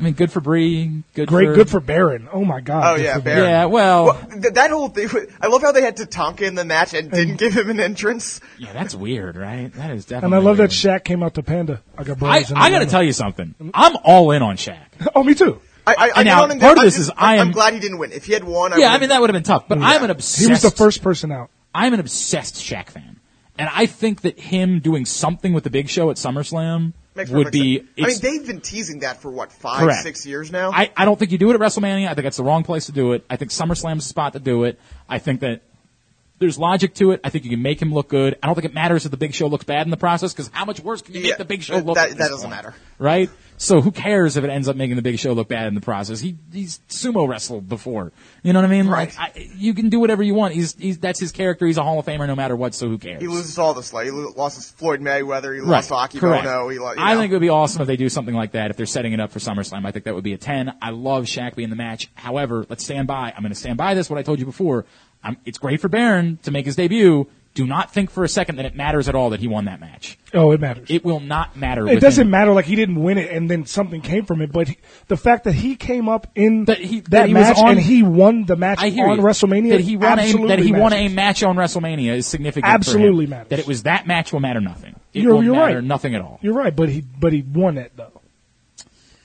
Speaker 1: I mean, good for Bree, good
Speaker 2: Great,
Speaker 1: for,
Speaker 2: good for Baron. Oh my God.
Speaker 3: Oh,
Speaker 2: good
Speaker 3: yeah,
Speaker 2: for
Speaker 3: Baron.
Speaker 1: yeah, well,
Speaker 3: well, th- that whole thing. I love how they had Tatanka in the match and didn't give him an entrance.
Speaker 1: yeah, that's weird, right? That is
Speaker 2: And
Speaker 1: definitely
Speaker 2: I love that
Speaker 1: weird.
Speaker 2: Shaq came out to Panda. I
Speaker 1: I,
Speaker 2: got brothers in
Speaker 1: I gotta
Speaker 2: Atlanta.
Speaker 1: tell you something. I'm all in on Shaq.
Speaker 2: Oh, me too.
Speaker 3: I, I, I
Speaker 1: now,
Speaker 3: don't think
Speaker 1: part of
Speaker 3: that- I'm
Speaker 1: this
Speaker 3: just-
Speaker 1: is I am-
Speaker 3: I'm glad he didn't win. If he had won, I
Speaker 1: Yeah, I
Speaker 3: would've-
Speaker 1: mean that would have been tough, but I'm an obsessed.
Speaker 2: He was the first person out.
Speaker 1: I'm an obsessed Shaq fan, and I think that him doing something with the Big Show at SummerSlam
Speaker 3: makes
Speaker 1: would
Speaker 3: perfect
Speaker 1: be.
Speaker 3: sense. I mean,
Speaker 1: it's-
Speaker 3: they've been teasing that for what five,
Speaker 1: Correct.
Speaker 3: six years now.
Speaker 1: I, I don't think you do it at WrestleMania. I think it's the wrong place to do it. I think SummerSlam's the spot to do it. I think that there's logic to it. I think you can make him look good. I don't think it matters if the Big Show looks bad in the process because how much worse can you
Speaker 3: Yeah,
Speaker 1: make the Big Show
Speaker 3: that-
Speaker 1: look?
Speaker 3: that-
Speaker 1: at
Speaker 3: that
Speaker 1: this
Speaker 3: doesn't
Speaker 1: point,
Speaker 3: matter.
Speaker 1: right? So who cares if it ends up making the Big Show look bad in the process? He he's sumo wrestled before, you know what I mean?
Speaker 3: Right.
Speaker 1: Like I, you can do whatever you want. He's, he's that's his character. He's a Hall of Famer no matter what. So who cares?
Speaker 3: he loses all this. Like he lo- lost his Floyd Mayweather. He
Speaker 1: Right.
Speaker 3: lost Aki
Speaker 1: Correct.
Speaker 3: Bono. He lost.
Speaker 1: I think it would be awesome if they do something like that. If they're setting it up for SummerSlam, I think that would be a 10. I love Shaq being in the match. However, let's stand by. I'm going to stand by this, what I told you before. Um, it's great for Baron to make his debut. Do not think for a second that it matters at all that he won that match.
Speaker 2: Oh, it matters.
Speaker 1: It will not matter.
Speaker 2: It
Speaker 1: with
Speaker 2: doesn't
Speaker 1: him.
Speaker 2: matter. Like he didn't win it, and then something came from it. But he, the fact that he came up in
Speaker 1: That he-
Speaker 2: that,
Speaker 1: that he was
Speaker 2: match
Speaker 1: on-
Speaker 2: and he won the match
Speaker 1: I hear
Speaker 2: on
Speaker 1: you.
Speaker 2: WrestleMania
Speaker 1: that he won a,
Speaker 2: absolutely
Speaker 1: that he won a
Speaker 2: matters.
Speaker 1: match on WrestleMania is significant. for him.
Speaker 2: Absolutely matters.
Speaker 1: That it was that match will matter nothing. It
Speaker 2: You're-
Speaker 1: will
Speaker 2: you're
Speaker 1: matter
Speaker 2: right.
Speaker 1: nothing at all.
Speaker 2: You're right, but he but he won it though.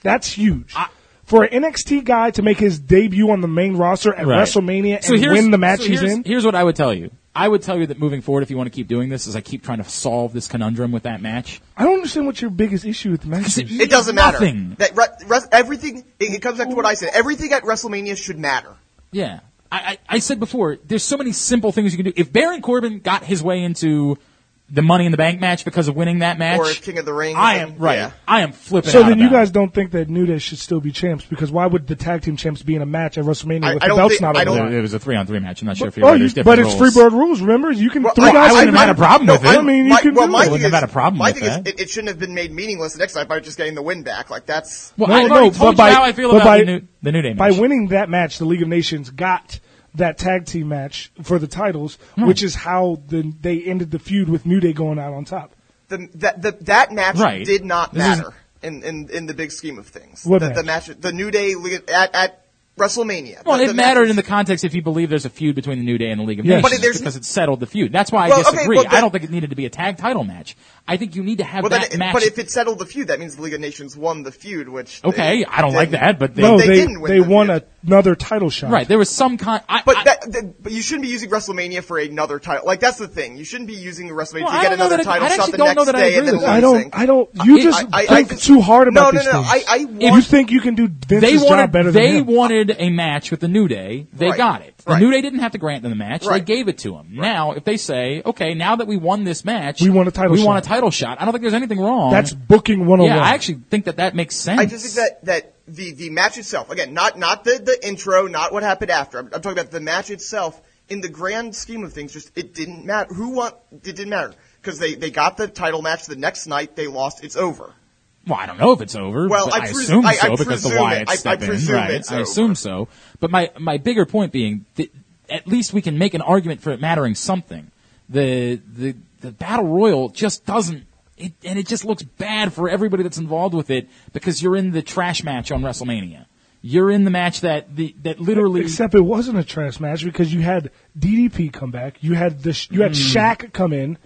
Speaker 2: That's huge.
Speaker 1: I-
Speaker 2: for an NXT guy to make his debut on the main roster at
Speaker 1: Right.
Speaker 2: WrestleMania
Speaker 1: So
Speaker 2: and
Speaker 1: here's-
Speaker 2: win the match
Speaker 1: so
Speaker 2: he's
Speaker 1: here's-
Speaker 2: in,
Speaker 1: Here's what I would tell you. I would tell you that moving forward, if you want to keep doing this, is I keep trying to solve this conundrum with that match.
Speaker 2: I don't understand what your biggest issue with the match is.
Speaker 3: It doesn't
Speaker 1: Nothing.
Speaker 3: matter. That re- res- everything. It, it comes back to what I said. Everything at WrestleMania should matter.
Speaker 1: Yeah. I, I, I said before, there's so many simple things you can do. If Baron Corbin got his way into the Money in the Bank match because of winning that match,
Speaker 3: Or King of the Ring,
Speaker 1: I am
Speaker 3: um,
Speaker 1: right.
Speaker 3: yeah.
Speaker 1: I am flipping.
Speaker 2: So
Speaker 1: out
Speaker 2: then you
Speaker 1: about
Speaker 2: guys
Speaker 1: it.
Speaker 2: don't think that New Day should still be champs because why would the tag team champs be in a match at WrestleMania
Speaker 3: I-
Speaker 2: with the
Speaker 3: I don't
Speaker 2: belts
Speaker 3: think-
Speaker 2: not
Speaker 3: I
Speaker 2: on the
Speaker 3: don't-
Speaker 2: line?
Speaker 1: It was a three on three match. I'm not sure if you're
Speaker 2: Oh,
Speaker 1: right.
Speaker 2: you,
Speaker 1: There's
Speaker 2: but
Speaker 1: different
Speaker 2: it's free
Speaker 1: rules.
Speaker 2: bird rules. Remember, you can
Speaker 3: Well,
Speaker 2: three
Speaker 3: I-
Speaker 2: guys.
Speaker 3: I wouldn't
Speaker 2: in
Speaker 3: have
Speaker 2: a-
Speaker 3: had a problem
Speaker 1: with
Speaker 2: No,
Speaker 1: it.
Speaker 2: I mean, you
Speaker 3: my,
Speaker 2: can
Speaker 3: well,
Speaker 2: do
Speaker 3: my
Speaker 2: it.
Speaker 1: I
Speaker 3: thing
Speaker 1: wouldn't have
Speaker 3: is-
Speaker 1: had a problem
Speaker 3: My
Speaker 1: with
Speaker 3: thing
Speaker 1: that.
Speaker 3: is, it, it shouldn't have been made meaningless the next night by just getting the win back. Like that's.
Speaker 1: Well,
Speaker 2: No,
Speaker 1: I've
Speaker 2: no,
Speaker 1: already
Speaker 2: but
Speaker 1: told
Speaker 2: by-
Speaker 1: you how I feel
Speaker 2: but
Speaker 1: about
Speaker 2: by-
Speaker 1: the, new, the New Day match.
Speaker 2: By winning that match, the League of Nations got that tag team
Speaker 3: Hmm.
Speaker 2: match for the titles, which is how the, they ended the feud with New Day going out on top.
Speaker 3: the that the, that match
Speaker 1: Right.
Speaker 3: did not
Speaker 1: This is-
Speaker 3: matter in, in in the big scheme of things.
Speaker 2: What
Speaker 3: the, the match, the New Day li- at at WrestleMania.
Speaker 1: Well,
Speaker 3: The-
Speaker 1: it
Speaker 3: the
Speaker 1: mattered
Speaker 3: matches-
Speaker 1: in the context if you believe there's a feud between the New Day and the League of
Speaker 2: Yes.
Speaker 1: Nations
Speaker 3: But there's-
Speaker 1: because it settled the feud. That's why I
Speaker 3: Well, okay,
Speaker 1: disagree.
Speaker 3: well, then-
Speaker 1: I don't think it needed to be a tag title match. I think you need to have
Speaker 3: Well, then
Speaker 1: that
Speaker 3: it-
Speaker 1: match.
Speaker 3: but if it settled the feud, that means the League of Nations won the feud, which they
Speaker 1: okay, I don't like
Speaker 3: didn't.
Speaker 1: that, but they,
Speaker 2: no,
Speaker 3: they
Speaker 2: they
Speaker 3: didn't win
Speaker 2: they
Speaker 3: the
Speaker 2: won
Speaker 3: match.
Speaker 2: another title shot.
Speaker 1: right there was some kind. I,
Speaker 3: But
Speaker 1: I-
Speaker 3: that, that, but you shouldn't be using WrestleMania for another title. Like that's the thing. You shouldn't be using the WrestleMania
Speaker 1: Well,
Speaker 3: to
Speaker 1: I
Speaker 3: get
Speaker 1: don't know
Speaker 3: another
Speaker 1: that I- I
Speaker 3: title shot
Speaker 1: actually
Speaker 3: the
Speaker 1: don't know
Speaker 3: next
Speaker 1: that I
Speaker 3: day and
Speaker 1: agree
Speaker 3: then
Speaker 1: with that.
Speaker 2: I
Speaker 3: losing.
Speaker 2: don't. I don't. You
Speaker 1: I-
Speaker 2: just
Speaker 3: I- I
Speaker 2: think
Speaker 3: just-
Speaker 2: too hard about
Speaker 3: no,
Speaker 2: these
Speaker 3: no, no.
Speaker 2: things.
Speaker 3: I, I
Speaker 2: if you
Speaker 3: want-
Speaker 2: think you can do Vince's
Speaker 1: they
Speaker 2: job better
Speaker 1: wanted
Speaker 2: than
Speaker 1: they
Speaker 2: him.
Speaker 1: wanted a match with the New Day. They
Speaker 3: Right.
Speaker 1: got it. The
Speaker 3: Right.
Speaker 1: New Day didn't have to grant them the match.
Speaker 3: Right.
Speaker 1: They gave it to them. Now, if they say, okay, now that we won this match,
Speaker 2: We want a title
Speaker 1: We want a
Speaker 2: shot.
Speaker 1: title shot. I don't think there's anything wrong.
Speaker 2: That's booking 101.
Speaker 1: yeah. I actually think that that makes sense.
Speaker 3: I just think that that the the match itself again, not not the the intro, not what happened after. I'm, I'm talking about the match itself. In the grand scheme of things, just it didn't matter. Who won? It didn't matter because they they got the title match the next night. They lost. It's over.
Speaker 1: Well, I don't know if it's over.
Speaker 3: Well,
Speaker 1: but
Speaker 3: I
Speaker 1: I,
Speaker 3: pres-
Speaker 1: assume
Speaker 3: I- I
Speaker 1: so because the
Speaker 3: presume it.
Speaker 1: Wyatt
Speaker 3: I- I
Speaker 1: step in,
Speaker 3: presume
Speaker 1: right?
Speaker 3: it's
Speaker 1: I assume
Speaker 3: over.
Speaker 1: so. But my my bigger point being, that at least we can make an argument for it mattering something. The the the battle royal just doesn't. It, and it just looks bad for everybody that's involved with it because you're in the trash match on WrestleMania. You're in the match that the that literally
Speaker 2: Except it wasn't a trash match because you had DDP come back, you had the sh- you had
Speaker 1: Mm.
Speaker 2: Shaq come in,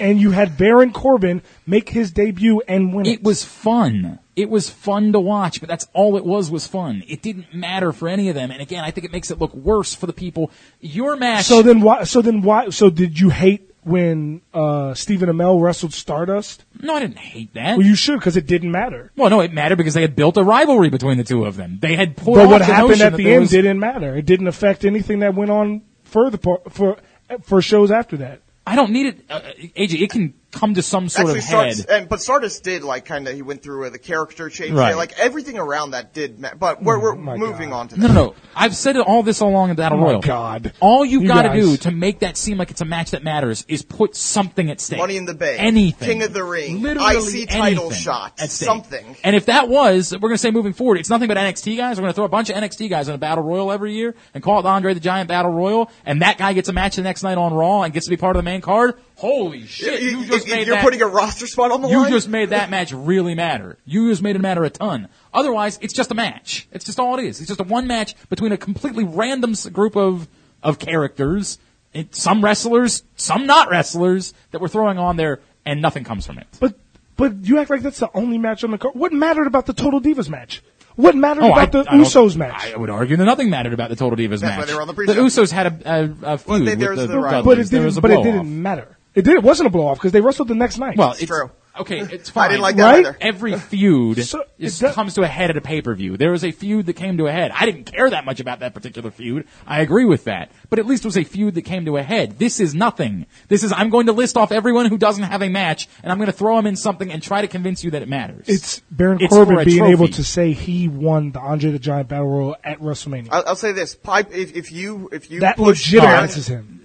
Speaker 2: and you had Baron Corbin make his debut and win.
Speaker 1: It was fun. It was fun to watch, but that's all it was was fun. It didn't matter for any of them. And again, I think it makes it look worse for the people. Your match.
Speaker 2: so then why? So then why? So did you hate when uh, Stephen Amell wrestled Stardust?
Speaker 1: no, I didn't hate that.
Speaker 2: Well, you should because it didn't matter.
Speaker 1: Well, no, it mattered because they had built a rivalry between the two of them. They had poured.
Speaker 2: But
Speaker 1: off
Speaker 2: what
Speaker 1: the
Speaker 2: happened
Speaker 1: notion
Speaker 2: at
Speaker 1: that
Speaker 2: the
Speaker 1: there
Speaker 2: end
Speaker 1: was-
Speaker 2: didn't matter. It didn't affect anything that went on further par- for for shows after that.
Speaker 1: I don't need it, uh, AJ. It can come to some sort
Speaker 3: Actually,
Speaker 1: of head.
Speaker 3: Stardust, and, but Stardust did like kind of he went through uh, the character change,
Speaker 1: Right.
Speaker 3: like everything around that did. Ma- but we're we're
Speaker 2: Oh my
Speaker 3: moving
Speaker 2: God.
Speaker 3: on to that.
Speaker 1: no, no, no. I've said it all this all along in Battle
Speaker 2: Oh my
Speaker 1: Royal.
Speaker 2: God.
Speaker 1: All you've
Speaker 2: You
Speaker 1: got to
Speaker 2: guys.
Speaker 1: do to make that seem like it's a match that matters is put something at stake.
Speaker 3: Money in the Bank,
Speaker 1: Anything.
Speaker 3: King of the Ring,
Speaker 1: Literally
Speaker 3: IC title
Speaker 1: anything
Speaker 3: shot,
Speaker 1: At stake.
Speaker 3: something.
Speaker 1: And if that was, we're going to say moving forward, it's nothing but NXT guys. We're going to throw a bunch of NXT guys in a battle royal every year and call it the Andre the Giant Battle Royal. And that guy gets a match the next night on Raw and gets to be part of the main card. Holy shit! You, just made
Speaker 3: are
Speaker 1: that.
Speaker 3: putting a roster spot on the
Speaker 1: you
Speaker 3: line.
Speaker 1: just made that match really matter. You just made it matter a ton. Otherwise, it's just a match. It's just all it is. It's just a one match between a completely random s- group of of characters, it, some wrestlers, some not wrestlers that we're throwing on there, and nothing comes from it.
Speaker 2: But but you act like that's the only match on the card. What mattered about the Total Divas match? What mattered
Speaker 1: Oh, I-
Speaker 2: about the
Speaker 1: I don't-
Speaker 2: Usos match?
Speaker 1: I would argue that nothing mattered about the Total Divas
Speaker 3: That's why
Speaker 1: match.
Speaker 3: they were on the
Speaker 1: the
Speaker 3: pre-show.
Speaker 1: Usos had a, a, a feud
Speaker 3: Well, they-
Speaker 1: with
Speaker 3: there's
Speaker 1: the,
Speaker 3: the
Speaker 1: Dudleys.
Speaker 3: rivalry.
Speaker 2: but it
Speaker 1: There was a
Speaker 2: didn't. But it
Speaker 1: blow-off.
Speaker 2: didn't matter. It did. It wasn't a blow off because they wrestled the next night.
Speaker 1: Well, it's
Speaker 3: true.
Speaker 1: Okay, it's fine.
Speaker 3: I didn't like that
Speaker 2: Right?
Speaker 3: either.
Speaker 1: Every feud
Speaker 2: So, it
Speaker 1: just
Speaker 2: does-
Speaker 1: comes to a head at a pay per view. There was a feud that came to a head. I didn't care that much about that particular feud. I agree with that. But at least it was a feud that came to a head. This is nothing. This is, I'm going to list off everyone who doesn't have a match and I'm going to throw them in something and try to convince you that it matters.
Speaker 2: it's Baron
Speaker 1: It's for
Speaker 2: Corbin
Speaker 1: a
Speaker 2: being
Speaker 1: trophy.
Speaker 2: able to say he won the Andre the Giant Battle Royal at WrestleMania.
Speaker 3: I'll, I'll say this: Pipe, if, if you if you
Speaker 2: that
Speaker 3: push
Speaker 2: legitimizes him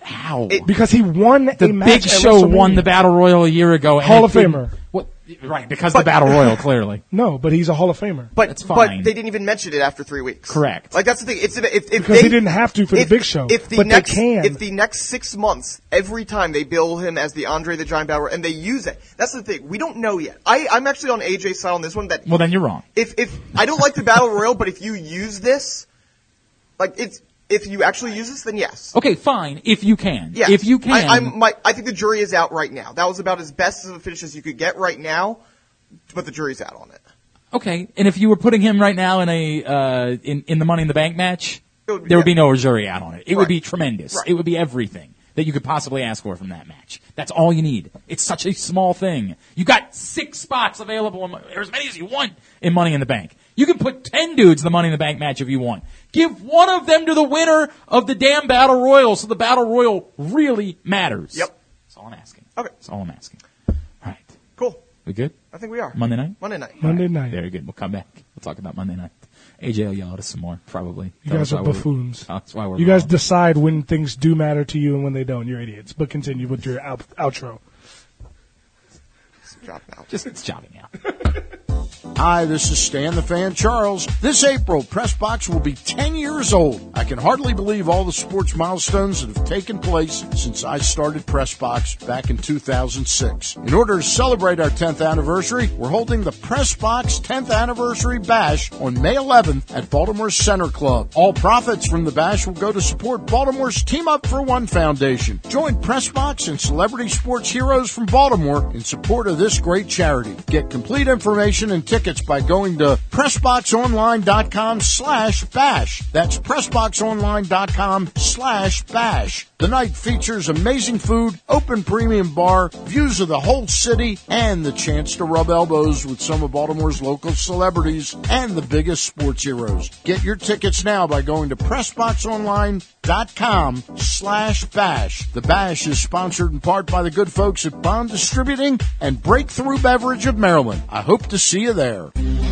Speaker 1: how?
Speaker 2: because he won
Speaker 1: the
Speaker 2: a match.
Speaker 1: Big
Speaker 2: at
Speaker 1: Show won
Speaker 2: WrestleMania.
Speaker 1: the Battle Royal a year ago. and
Speaker 2: Hall
Speaker 1: it
Speaker 2: of
Speaker 1: didn't-
Speaker 2: Famer.
Speaker 1: What? Right, because the Battle Royal, clearly.
Speaker 2: No, but he's a Hall of Famer.
Speaker 3: But,
Speaker 1: That's fine.
Speaker 3: but they didn't even mention it after three weeks.
Speaker 1: Correct.
Speaker 3: Like that's the thing. It's if, if
Speaker 2: Because
Speaker 3: they,
Speaker 2: they didn't have to for the
Speaker 3: if-
Speaker 2: big show,
Speaker 3: If the
Speaker 2: but they
Speaker 3: next,
Speaker 2: can.
Speaker 3: If the next six months, every time they bill him as the Andre the Giant Bauer, and they use it. That's the thing. We don't know yet. I I'm actually on AJ's side on this one. That
Speaker 1: Well, then you're wrong.
Speaker 3: if if I don't like the battle royal, but if you use this, like it's if you actually use this, then yes.
Speaker 1: Okay, fine, if you can.
Speaker 3: Yes.
Speaker 1: If you can.
Speaker 3: I, I'm, my, I think the jury is out right now. That was about as best of a finish as you could get right now, but the jury's out on it.
Speaker 1: Okay, and if you were putting him right now in a uh, in in the Money in the Bank match,
Speaker 3: It would be-
Speaker 1: there would be
Speaker 3: yeah.
Speaker 1: no jury out on it. It would
Speaker 3: Right.
Speaker 1: be tremendous.
Speaker 3: Right.
Speaker 1: It would be everything that you could possibly ask for from that match. That's all you need. It's such a small thing. You got six spots available, in, or as many as you want in Money in the Bank. You can put ten dudes in the Money in the Bank match if you want. Give one of them to the winner of the damn Battle Royal, so the Battle Royal really matters.
Speaker 3: Yep.
Speaker 1: That's all I'm asking.
Speaker 3: Okay.
Speaker 1: That's all I'm asking. All right.
Speaker 3: Cool.
Speaker 1: We good?
Speaker 3: I think we are.
Speaker 1: Monday night?
Speaker 3: Monday night.
Speaker 2: Monday night.
Speaker 1: Very good. We'll come back. We'll talk about Monday night. AJ will yell at us some more, probably.
Speaker 2: You
Speaker 1: Tell
Speaker 2: guys
Speaker 1: us
Speaker 2: are
Speaker 1: why we're-
Speaker 2: buffoons.
Speaker 1: That's why we're
Speaker 2: You guys
Speaker 1: wrong.
Speaker 2: decide when things do matter to you and when they don't. You're idiots. But continue with your out- outro.
Speaker 3: Drop out.
Speaker 1: just it's jobbing out.
Speaker 4: Hi, this is Stan the Fan Charles. This April, Pressbox will be 10 years old. I can hardly believe all the sports milestones that have taken place since I started Pressbox back in 2006. In order to celebrate our 10th anniversary, we're holding the Pressbox 10th Anniversary Bash on May 11th at Baltimore Center Club. All profits from the bash will go to support Baltimore's Team Up for One Foundation. Join Pressbox and celebrity sports heroes from Baltimore in support of this great charity. Get complete information and tickets by going to PressboxOnline.com slash bash. That's PressboxOnline.com slash bash. The night features amazing food, open premium bar, views of the whole city, and the chance to rub elbows with some of Baltimore's local celebrities and the biggest sports heroes. Get your tickets now by going to PressboxOnline.com slash bash. The bash is sponsored in part by the good folks at Bond Distributing and Breakthrough Beverage of Maryland. I hope to see you there.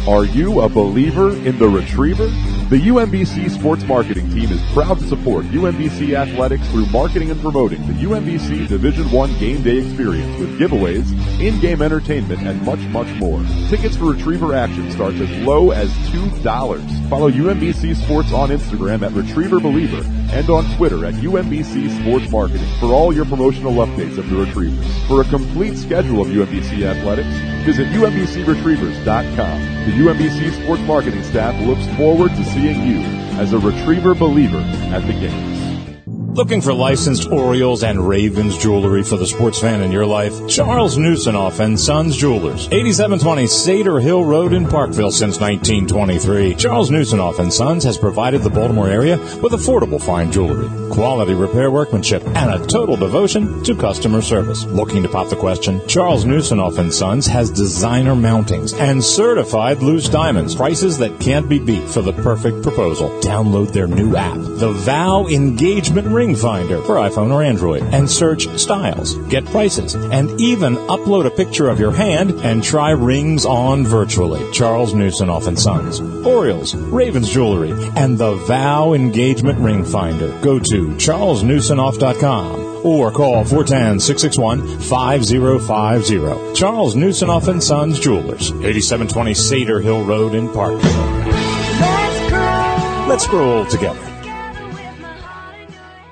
Speaker 5: Are you a believer in the retriever? The UMBC sports marketing team is proud to support UMBC athletics through marketing and promoting the UMBC Division One game day experience with giveaways, in-game entertainment, and much, much more. Tickets for retriever action starts as low as $2. Follow UMBC Sports on Instagram at Retriever Believer and on Twitter at UMBC Sports Marketing for all your promotional updates of the Retrievers. For a complete schedule of UMBC athletics, visit UMBCRetrievers.com. The UMBC Sports Marketing staff looks forward to seeing you as a Retriever Believer at the games.
Speaker 6: Looking for licensed Orioles and Ravens jewelry for the sports fan in your life? Charles Newsonoff and Sons Jewelers, 8720 Seder Hill Road in Parkville since 1923. Charles Newsonoff and Sons has provided the Baltimore area with affordable fine jewelry, quality repair workmanship, and a total devotion to customer service. Looking to pop the question? Charles Newsonoff and Sons has designer mountings and certified loose diamonds, prices that can't be beat for the perfect proposal. Download their new app, the Vow Engagement Ring Finder for iPhone or Android, and search styles, get prices, and even upload a picture of your hand and try rings on virtually. Charles Newsonoff and Sons, Orioles, Ravens Jewelry, and the Vow Engagement Ring Finder. Go to charlesnewsonoff.com or call 410-661-5050. Charles Newsonoff and Sons Jewelers, 8720 Cedar Hill Road in Parkville. Let's grow old together.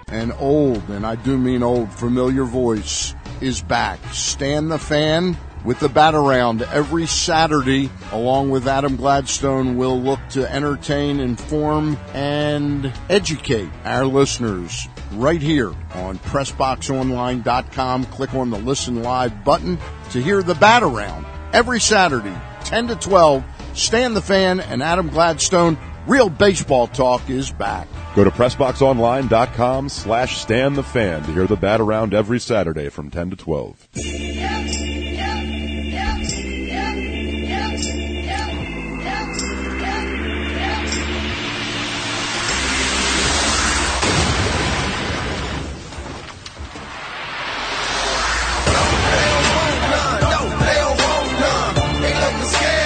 Speaker 4: An old, and I do mean old, familiar voice is back. Stan the Fan with the bat around every Saturday, along with Adam Gladstone, will look to entertain, inform, and educate our listeners right here on PressBoxOnline.com. Click on the Listen Live button to hear the bat around every Saturday, 10 to 12. Stan the Fan and Adam Gladstone, real baseball talk is back.
Speaker 5: Go to PressBoxOnline.com slash Stan the Fan to hear the bat around every Saturday from 10 to 12.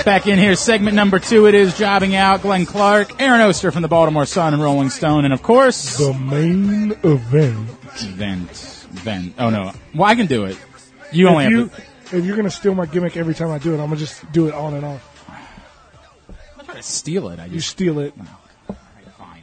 Speaker 1: Back in here, segment number two. It is jobbing out. Glenn Clark, Aaron Oster from the Baltimore Sun and Rolling Stone, and of course,
Speaker 2: The main event.
Speaker 1: Vent, Vent. Oh no, well I can do it. You only
Speaker 2: if,
Speaker 1: have
Speaker 2: you,
Speaker 1: to.
Speaker 2: if you're gonna steal my gimmick every time I do it, I'm gonna just do it on and on.
Speaker 1: I'm trying to steal it. I
Speaker 2: You
Speaker 1: just
Speaker 2: steal it.
Speaker 1: fine.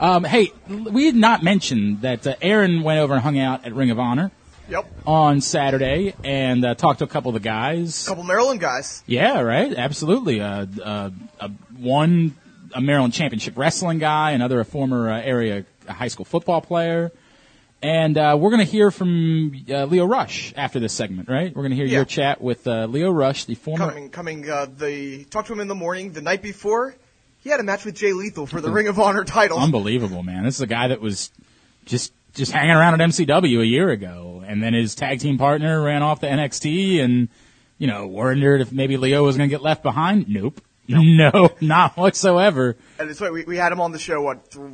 Speaker 1: Um, hey, l- we had not mentioned that uh, Aaron went over and hung out at Ring of Honor
Speaker 3: Yep.
Speaker 1: on Saturday and uh, talked to a couple of the guys.
Speaker 3: couple Maryland guys.
Speaker 1: Yeah, right. Absolutely. Uh, uh, uh, one a Maryland Championship wrestling guy, another a former uh, area high school football player, and uh, we're going to hear from uh, Leo Rush after this segment, right? We're going to hear
Speaker 3: Yeah.
Speaker 1: your chat with uh, Leo Rush, the former.
Speaker 3: Coming, coming. Uh, the talked to him in the morning. The night before, he had a match with Jay Lethal
Speaker 1: Mm-hmm.
Speaker 3: for the Ring of Honor title.
Speaker 1: Unbelievable, man. This is a guy that was just just hanging around at MCW a year ago, and then his tag team partner ran off to NXT, and you know wondered if maybe Leo was going to get left behind. Nope. No, not whatsoever.
Speaker 3: And it's why we, we had him on the show. What? Th-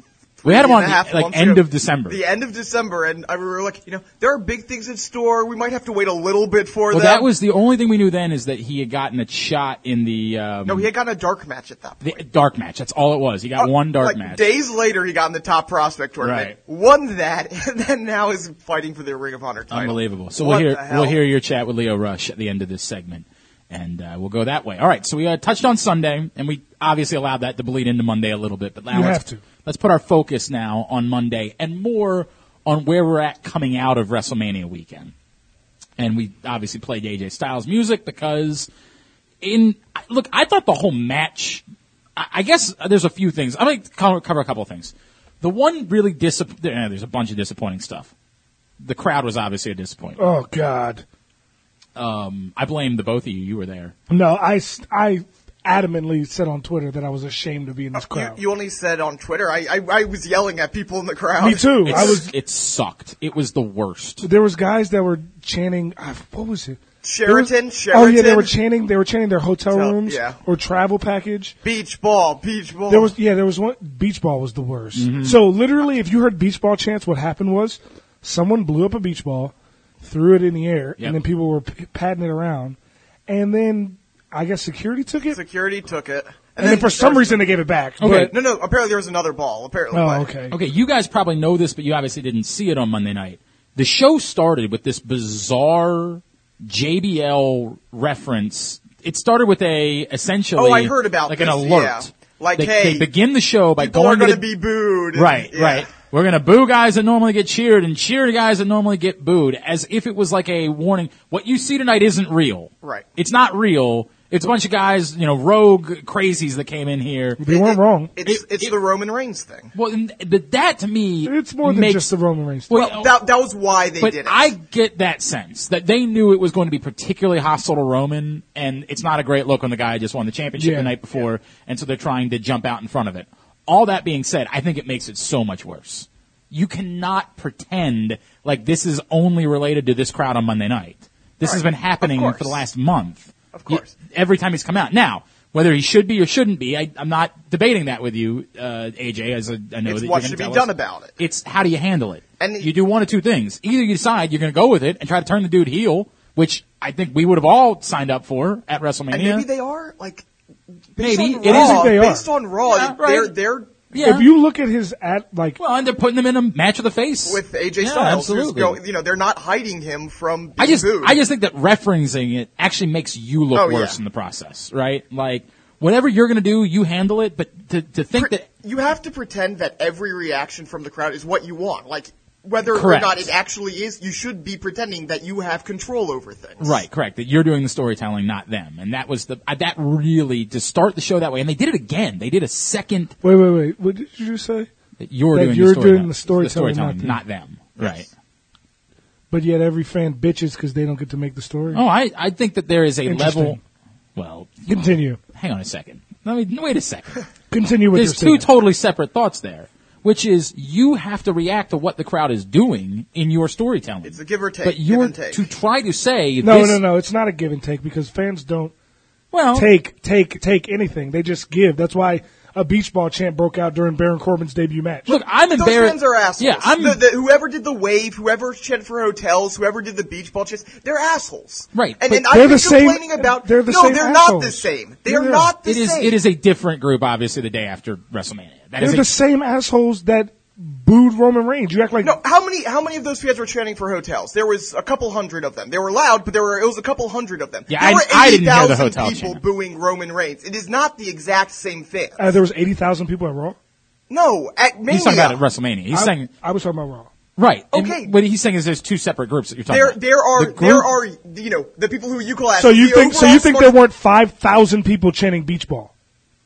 Speaker 1: We had him
Speaker 3: three
Speaker 1: on
Speaker 3: and a half
Speaker 1: like
Speaker 3: months
Speaker 1: end
Speaker 3: ago.
Speaker 1: of December.
Speaker 3: The end of December, and I, we were like, you know, there are big things in store. We might have to wait a little bit for
Speaker 1: Well,
Speaker 3: them.
Speaker 1: that was the only thing we knew then is that he had gotten a shot in the um,
Speaker 3: no, he had gotten a dark match at that. point. Oh,
Speaker 1: the dark match. That's all it was. He got one dark
Speaker 3: like,
Speaker 1: match.
Speaker 3: Days later, he got in the top prospect tournament,
Speaker 1: Right.
Speaker 3: won that, and then now is fighting for the Ring of Honor title.
Speaker 1: Unbelievable. So
Speaker 3: What
Speaker 1: we'll
Speaker 3: the
Speaker 1: hear
Speaker 3: hell?
Speaker 1: we'll hear your chat with Leo Rush at the end of this segment. and uh, we'll go that way. All right, so we uh, touched on Sunday, and we obviously allowed that to bleed into Monday a little bit, but now
Speaker 2: You
Speaker 1: let's,
Speaker 2: have to.
Speaker 1: let's put our focus now on Monday and more on where we're at coming out of WrestleMania weekend. And we obviously played AJ Styles music because in look, I thought the whole match. I, I guess there's a few things. I'm going to cover, cover a couple of things. The one really disapp- eh, There's a bunch of disappointing stuff. The crowd was obviously a disappointment.
Speaker 2: Oh God.
Speaker 1: I blame the both of you. You were there.
Speaker 2: No, I, s- I adamantly said on Twitter that I was ashamed to be in this
Speaker 3: You,
Speaker 2: crowd.
Speaker 3: you only said on Twitter. I, I I was yelling at people in the crowd.
Speaker 2: Me too.
Speaker 1: It's,
Speaker 2: I was.
Speaker 1: It sucked. It was the worst.
Speaker 2: There was guys that were chanting. ah, What was it? There
Speaker 3: Sheraton,
Speaker 2: was-
Speaker 3: Sheraton.
Speaker 2: Oh yeah, they were chanting. They were chanting their hotel
Speaker 3: Hotel,
Speaker 2: rooms
Speaker 3: yeah.
Speaker 2: or travel package.
Speaker 3: Beach ball, beach ball.
Speaker 2: There was yeah, there was one. Beach ball was the worst.
Speaker 1: Mm-hmm.
Speaker 2: So literally, if you heard beach ball chants, what happened was someone blew up a beach ball, threw it in the air,
Speaker 1: Yep.
Speaker 2: and then people were p- patting it around, and then I guess security took it, and,
Speaker 3: security took it, and,
Speaker 2: then, for some
Speaker 3: there was-
Speaker 2: reason they gave it back.
Speaker 1: Okay.
Speaker 2: But,
Speaker 3: no, no. Apparently there was another ball. Apparently,
Speaker 2: oh
Speaker 3: but-
Speaker 2: okay.
Speaker 1: Okay, you guys probably know this, but you obviously didn't see it on Monday night. The show started with this bizarre JBL reference. It started with a essentially
Speaker 3: Oh, I heard about
Speaker 1: like an
Speaker 3: this,
Speaker 1: alert.
Speaker 3: yeah. Like,
Speaker 1: they,
Speaker 3: hey,
Speaker 1: they begin the show by
Speaker 3: people
Speaker 1: going
Speaker 3: are
Speaker 1: to
Speaker 3: going
Speaker 1: the-
Speaker 3: to be booed. and-
Speaker 1: Right,
Speaker 3: yeah.
Speaker 1: right. We're gonna boo guys that normally get cheered and cheer guys that normally get booed as if it was like a warning. What you see tonight isn't real.
Speaker 3: Right.
Speaker 1: It's not real. It's a bunch of guys, you know, rogue crazies that came in here.
Speaker 2: They weren't wrong.
Speaker 3: It's
Speaker 1: It-
Speaker 3: it's
Speaker 1: it-
Speaker 3: the Roman Reigns thing.
Speaker 1: Well, and- but that to me,
Speaker 2: It's more than
Speaker 1: makes-
Speaker 2: just the Roman Reigns.
Speaker 1: Well,
Speaker 3: That that was why they
Speaker 1: but
Speaker 3: did it.
Speaker 1: I get that sense that they knew it was going to be particularly hostile to Roman, and it's not a great look when the guy just won the championship
Speaker 2: Yeah.
Speaker 1: the night before, and so they're trying to jump out in front of it. All that being said, I think it makes it so much worse. You cannot pretend like this is only related to this crowd on Monday night. This has been happening
Speaker 3: course.
Speaker 1: for the last month.
Speaker 3: Of course.
Speaker 1: Y- every time he's come out. Now, whether he should be or shouldn't be, I, I'm not debating that with you, uh, AJ, as I, I know
Speaker 3: It's
Speaker 1: that
Speaker 3: what
Speaker 1: you're gonna
Speaker 3: should be
Speaker 1: tell
Speaker 3: done
Speaker 1: us.
Speaker 3: about it.
Speaker 1: It's how do you handle it?
Speaker 3: And-
Speaker 1: you do one of two things. Either you decide you're going to go with it and try to turn the dude heel, which I think we would have all signed up for at WrestleMania.
Speaker 3: and maybe they are like based
Speaker 1: Maybe.
Speaker 3: on
Speaker 1: It is
Speaker 3: Raw,
Speaker 2: if they are.
Speaker 3: based on Raw.
Speaker 1: Yeah,
Speaker 3: They're
Speaker 1: right.
Speaker 3: they're
Speaker 1: yeah.
Speaker 2: If you look at his at like
Speaker 1: well, and they're putting them in a match of the face
Speaker 3: with AJ
Speaker 1: Yeah,
Speaker 3: Styles. who's
Speaker 1: Absolutely.
Speaker 3: go- you know, they're not hiding him from being
Speaker 1: I just
Speaker 3: booed.
Speaker 1: I just think that referencing it actually makes you look
Speaker 3: Oh, yeah.
Speaker 1: worse in the process, right? Like whatever you're going to do, you handle it. But to to think
Speaker 3: Pre-
Speaker 1: that
Speaker 3: you have to pretend that every reaction from the crowd is what you want. Like whether or
Speaker 1: Correct.
Speaker 3: not it actually is, you should be pretending that you have control over things.
Speaker 1: Right, correct. That you're doing the storytelling, not them. And that was the, uh, that really, to start the show that way, and they did it again. They did a second,
Speaker 2: wait wait wait what did you say?
Speaker 1: that you're
Speaker 2: That
Speaker 1: doing
Speaker 2: you're
Speaker 1: the storytelling.
Speaker 2: doing the storytelling,
Speaker 1: not them. Right.
Speaker 2: But yet every fan bitches because they don't get to make the story.
Speaker 1: Oh, I, I think that there is a
Speaker 2: Interesting.
Speaker 1: level, well,
Speaker 2: Continue.
Speaker 1: hang on a second. Let me, wait a second.
Speaker 2: Continue with
Speaker 1: There's
Speaker 2: your
Speaker 1: two
Speaker 2: statement.
Speaker 1: totally separate thoughts there, which is you have to react to what the crowd is doing in your storytelling.
Speaker 3: It's a give or take,
Speaker 1: But
Speaker 3: give
Speaker 1: you're
Speaker 3: and take.
Speaker 1: to try to say
Speaker 2: No,
Speaker 1: this,
Speaker 2: no, no. It's not a give and take because fans don't
Speaker 1: Well,
Speaker 2: take, take, take anything. They just give. That's why a beach ball chant broke out during Baron Corbin's debut match.
Speaker 1: look, I'm
Speaker 3: Those
Speaker 1: embarrassed.
Speaker 3: fans are assholes.
Speaker 1: Yeah, I'm
Speaker 3: The- the- whoever did the wave, whoever chanted for hotels, whoever did the beach ball chants, they're assholes.
Speaker 1: Right,
Speaker 3: And,
Speaker 1: but
Speaker 3: and
Speaker 2: they're
Speaker 3: I've
Speaker 2: the
Speaker 3: been
Speaker 2: same-
Speaker 3: complaining about.
Speaker 2: they're the
Speaker 3: no,
Speaker 2: same
Speaker 3: they're
Speaker 2: assholes.
Speaker 3: not the same. They
Speaker 2: Yeah,
Speaker 3: are
Speaker 2: they are.
Speaker 3: not the
Speaker 1: It is
Speaker 3: same.
Speaker 1: it is a different group, obviously, the day after WrestleMania. That
Speaker 2: They're
Speaker 1: is
Speaker 2: the
Speaker 1: a-
Speaker 2: same assholes that booed Roman Reigns. You act like
Speaker 3: No, how many how many of those fans were chanting for hotels? There was a couple hundred of them. They were loud, but there were it was a couple hundred of them.
Speaker 1: Yeah,
Speaker 3: there
Speaker 1: I-
Speaker 3: were
Speaker 1: I didn't hear the
Speaker 3: 80,000
Speaker 1: hotel
Speaker 3: people
Speaker 1: chant.
Speaker 3: booing Roman Reigns. It is not the exact same thing.
Speaker 2: uh, there was eighty thousand people at Raw.
Speaker 3: no, at Mania,
Speaker 1: He's talking about at WrestMania. He's
Speaker 2: I,
Speaker 1: saying
Speaker 2: I was talking about Raw.
Speaker 1: right. And
Speaker 3: Okay.
Speaker 1: what he's saying is there's two separate groups that you're talking
Speaker 3: there
Speaker 1: about.
Speaker 3: there are
Speaker 1: The group-
Speaker 3: there are you know the people who you call
Speaker 2: So
Speaker 3: as
Speaker 2: you
Speaker 3: the
Speaker 2: think? So
Speaker 3: overall
Speaker 2: you think
Speaker 3: smart-
Speaker 2: there weren't five thousand people chanting beach ball?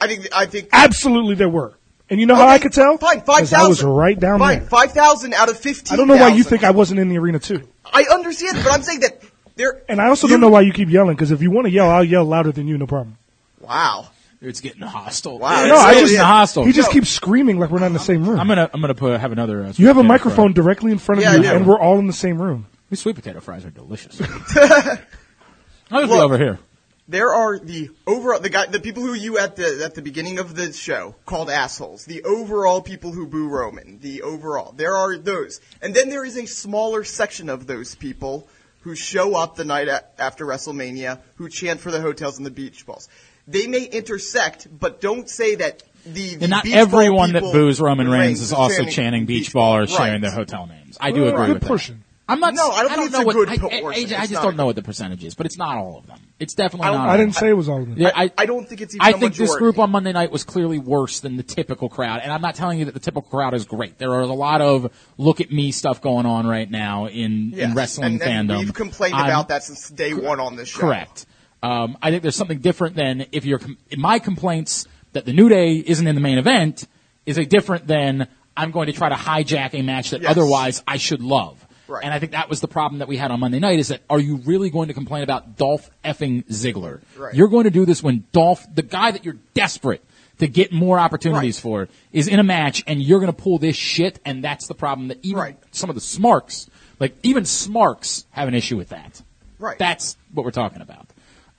Speaker 3: I think I think
Speaker 2: Absolutely, there were. And you know how I
Speaker 3: Okay,
Speaker 2: could tell? 'Cause
Speaker 3: Fine, five thousand.
Speaker 2: I was right down
Speaker 3: fine,
Speaker 2: there.
Speaker 3: five thousand out of fifteen.
Speaker 2: I don't know why you think I wasn't in the arena too.
Speaker 3: I understand, but I'm saying that there.
Speaker 2: And I also
Speaker 3: you-
Speaker 2: don't know why you keep yelling because if you want to yell, I'll yell louder than you. No problem.
Speaker 3: Wow.
Speaker 1: it's getting hostile.
Speaker 3: Wow.
Speaker 1: It's
Speaker 3: No, I
Speaker 1: getting
Speaker 3: just-
Speaker 1: hostile.
Speaker 2: He just
Speaker 3: No.
Speaker 2: keeps screaming like we're not in the same room.
Speaker 1: I'm gonna I'm gonna put have another. Uh,
Speaker 2: you have a
Speaker 1: sweet potato
Speaker 2: microphone
Speaker 1: Fry.
Speaker 2: directly in front of
Speaker 3: Yeah,
Speaker 2: you,
Speaker 3: I do.
Speaker 2: and we're all in the same room.
Speaker 1: These sweet potato fries are delicious. I'll just be
Speaker 3: Look.
Speaker 1: over here.
Speaker 3: There are the overall the guy the people who you at the at the beginning of the show called assholes. The overall people who boo Roman. The overall there are those, and then there is a smaller section of those people who show up the night a- after WrestleMania who chant for the hotels and the beach balls. They may intersect, but don't say that the, the
Speaker 1: And not
Speaker 3: beach ball
Speaker 1: everyone that
Speaker 3: people-
Speaker 1: boos Roman Reigns is also
Speaker 3: chanting
Speaker 1: chanting beach ball or sharing
Speaker 3: Right.
Speaker 1: their hotel names. I do
Speaker 2: Uh,
Speaker 3: Oh,
Speaker 1: agree
Speaker 2: good
Speaker 1: with
Speaker 2: portion.
Speaker 1: that. I'm not.
Speaker 3: No, I don't think it's
Speaker 1: know
Speaker 3: a
Speaker 1: what,
Speaker 3: good
Speaker 1: I,
Speaker 3: proportion.
Speaker 1: I,
Speaker 3: It's
Speaker 1: I just
Speaker 3: not a
Speaker 1: don't
Speaker 3: good-
Speaker 1: know what the percentage is, but it's not all of them. It's definitely
Speaker 3: I don't-
Speaker 1: not.
Speaker 2: I
Speaker 1: all of
Speaker 2: didn't
Speaker 1: them.
Speaker 2: say it was all of them.
Speaker 1: Yeah,
Speaker 3: I,
Speaker 1: I,
Speaker 3: I don't think it's even
Speaker 1: I
Speaker 3: a
Speaker 1: think this
Speaker 3: majority.
Speaker 1: group on Monday night was clearly worse than the typical crowd, and I'm not telling you that the typical crowd is great. There are a lot of look at me stuff going on right now in,
Speaker 3: Yes.
Speaker 1: in wrestling
Speaker 3: and, and
Speaker 1: fandom.
Speaker 3: We've complained
Speaker 1: I'm-
Speaker 3: about that since day one on this show.
Speaker 1: Correct. Um, I think there's something different than if you're com- my complaints that the New Day isn't in the main event is a different than I'm going to try to hijack a match that
Speaker 3: Yes.
Speaker 1: otherwise I should love.
Speaker 3: Right.
Speaker 1: And I think that was the problem that we had on Monday night is that are you really going to complain about Dolph effing Ziggler?
Speaker 3: Right.
Speaker 1: You're going to do this when Dolph, the guy that you're desperate to get more opportunities for,
Speaker 3: Right.
Speaker 1: is in a match and you're going to pull this shit and that's the problem that even
Speaker 3: Right.
Speaker 1: some of the smarks, like even smarks have an issue with that.
Speaker 3: Right.
Speaker 1: That's what we're talking about.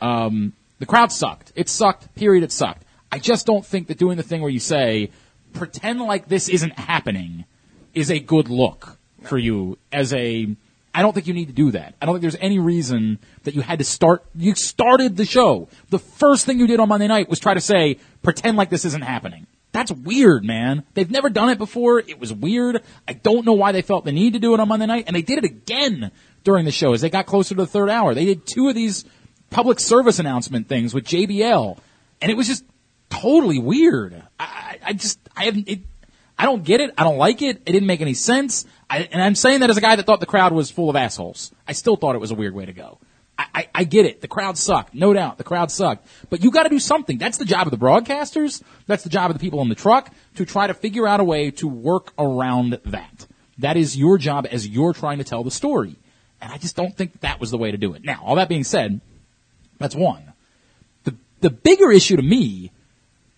Speaker 1: Um, the crowd sucked. It sucked. Period. It sucked. I just don't think that doing the thing where you say, pretend like this isn't happening is a good look for you as a, I don't think you need to do that. I don't think there's any reason that you had to start, you started the show. The first thing you did on Monday night was try to say, pretend like this isn't happening. That's weird, man. They've never done it before. It was weird. I don't know why they felt the need to do it on Monday night, and they did it again during the show as they got closer to the third hour. They did two of these public service announcement things with JBL, and it was just totally weird. I, I, I just, I haven't, it, I don't get it. I don't like it. It didn't make any sense. I, and I'm saying that as a guy that thought the crowd was full of assholes. I still thought it was a weird way to go. I, I, I get it. The crowd sucked. No doubt. The crowd sucked. But you gotta do something. That's the job of the broadcasters. That's the job of the people in the truck to try to figure out a way to work around that. That is your job as you're trying to tell the story. And I just don't think that was the way to do it. Now, all that being said, that's one. The, the bigger issue to me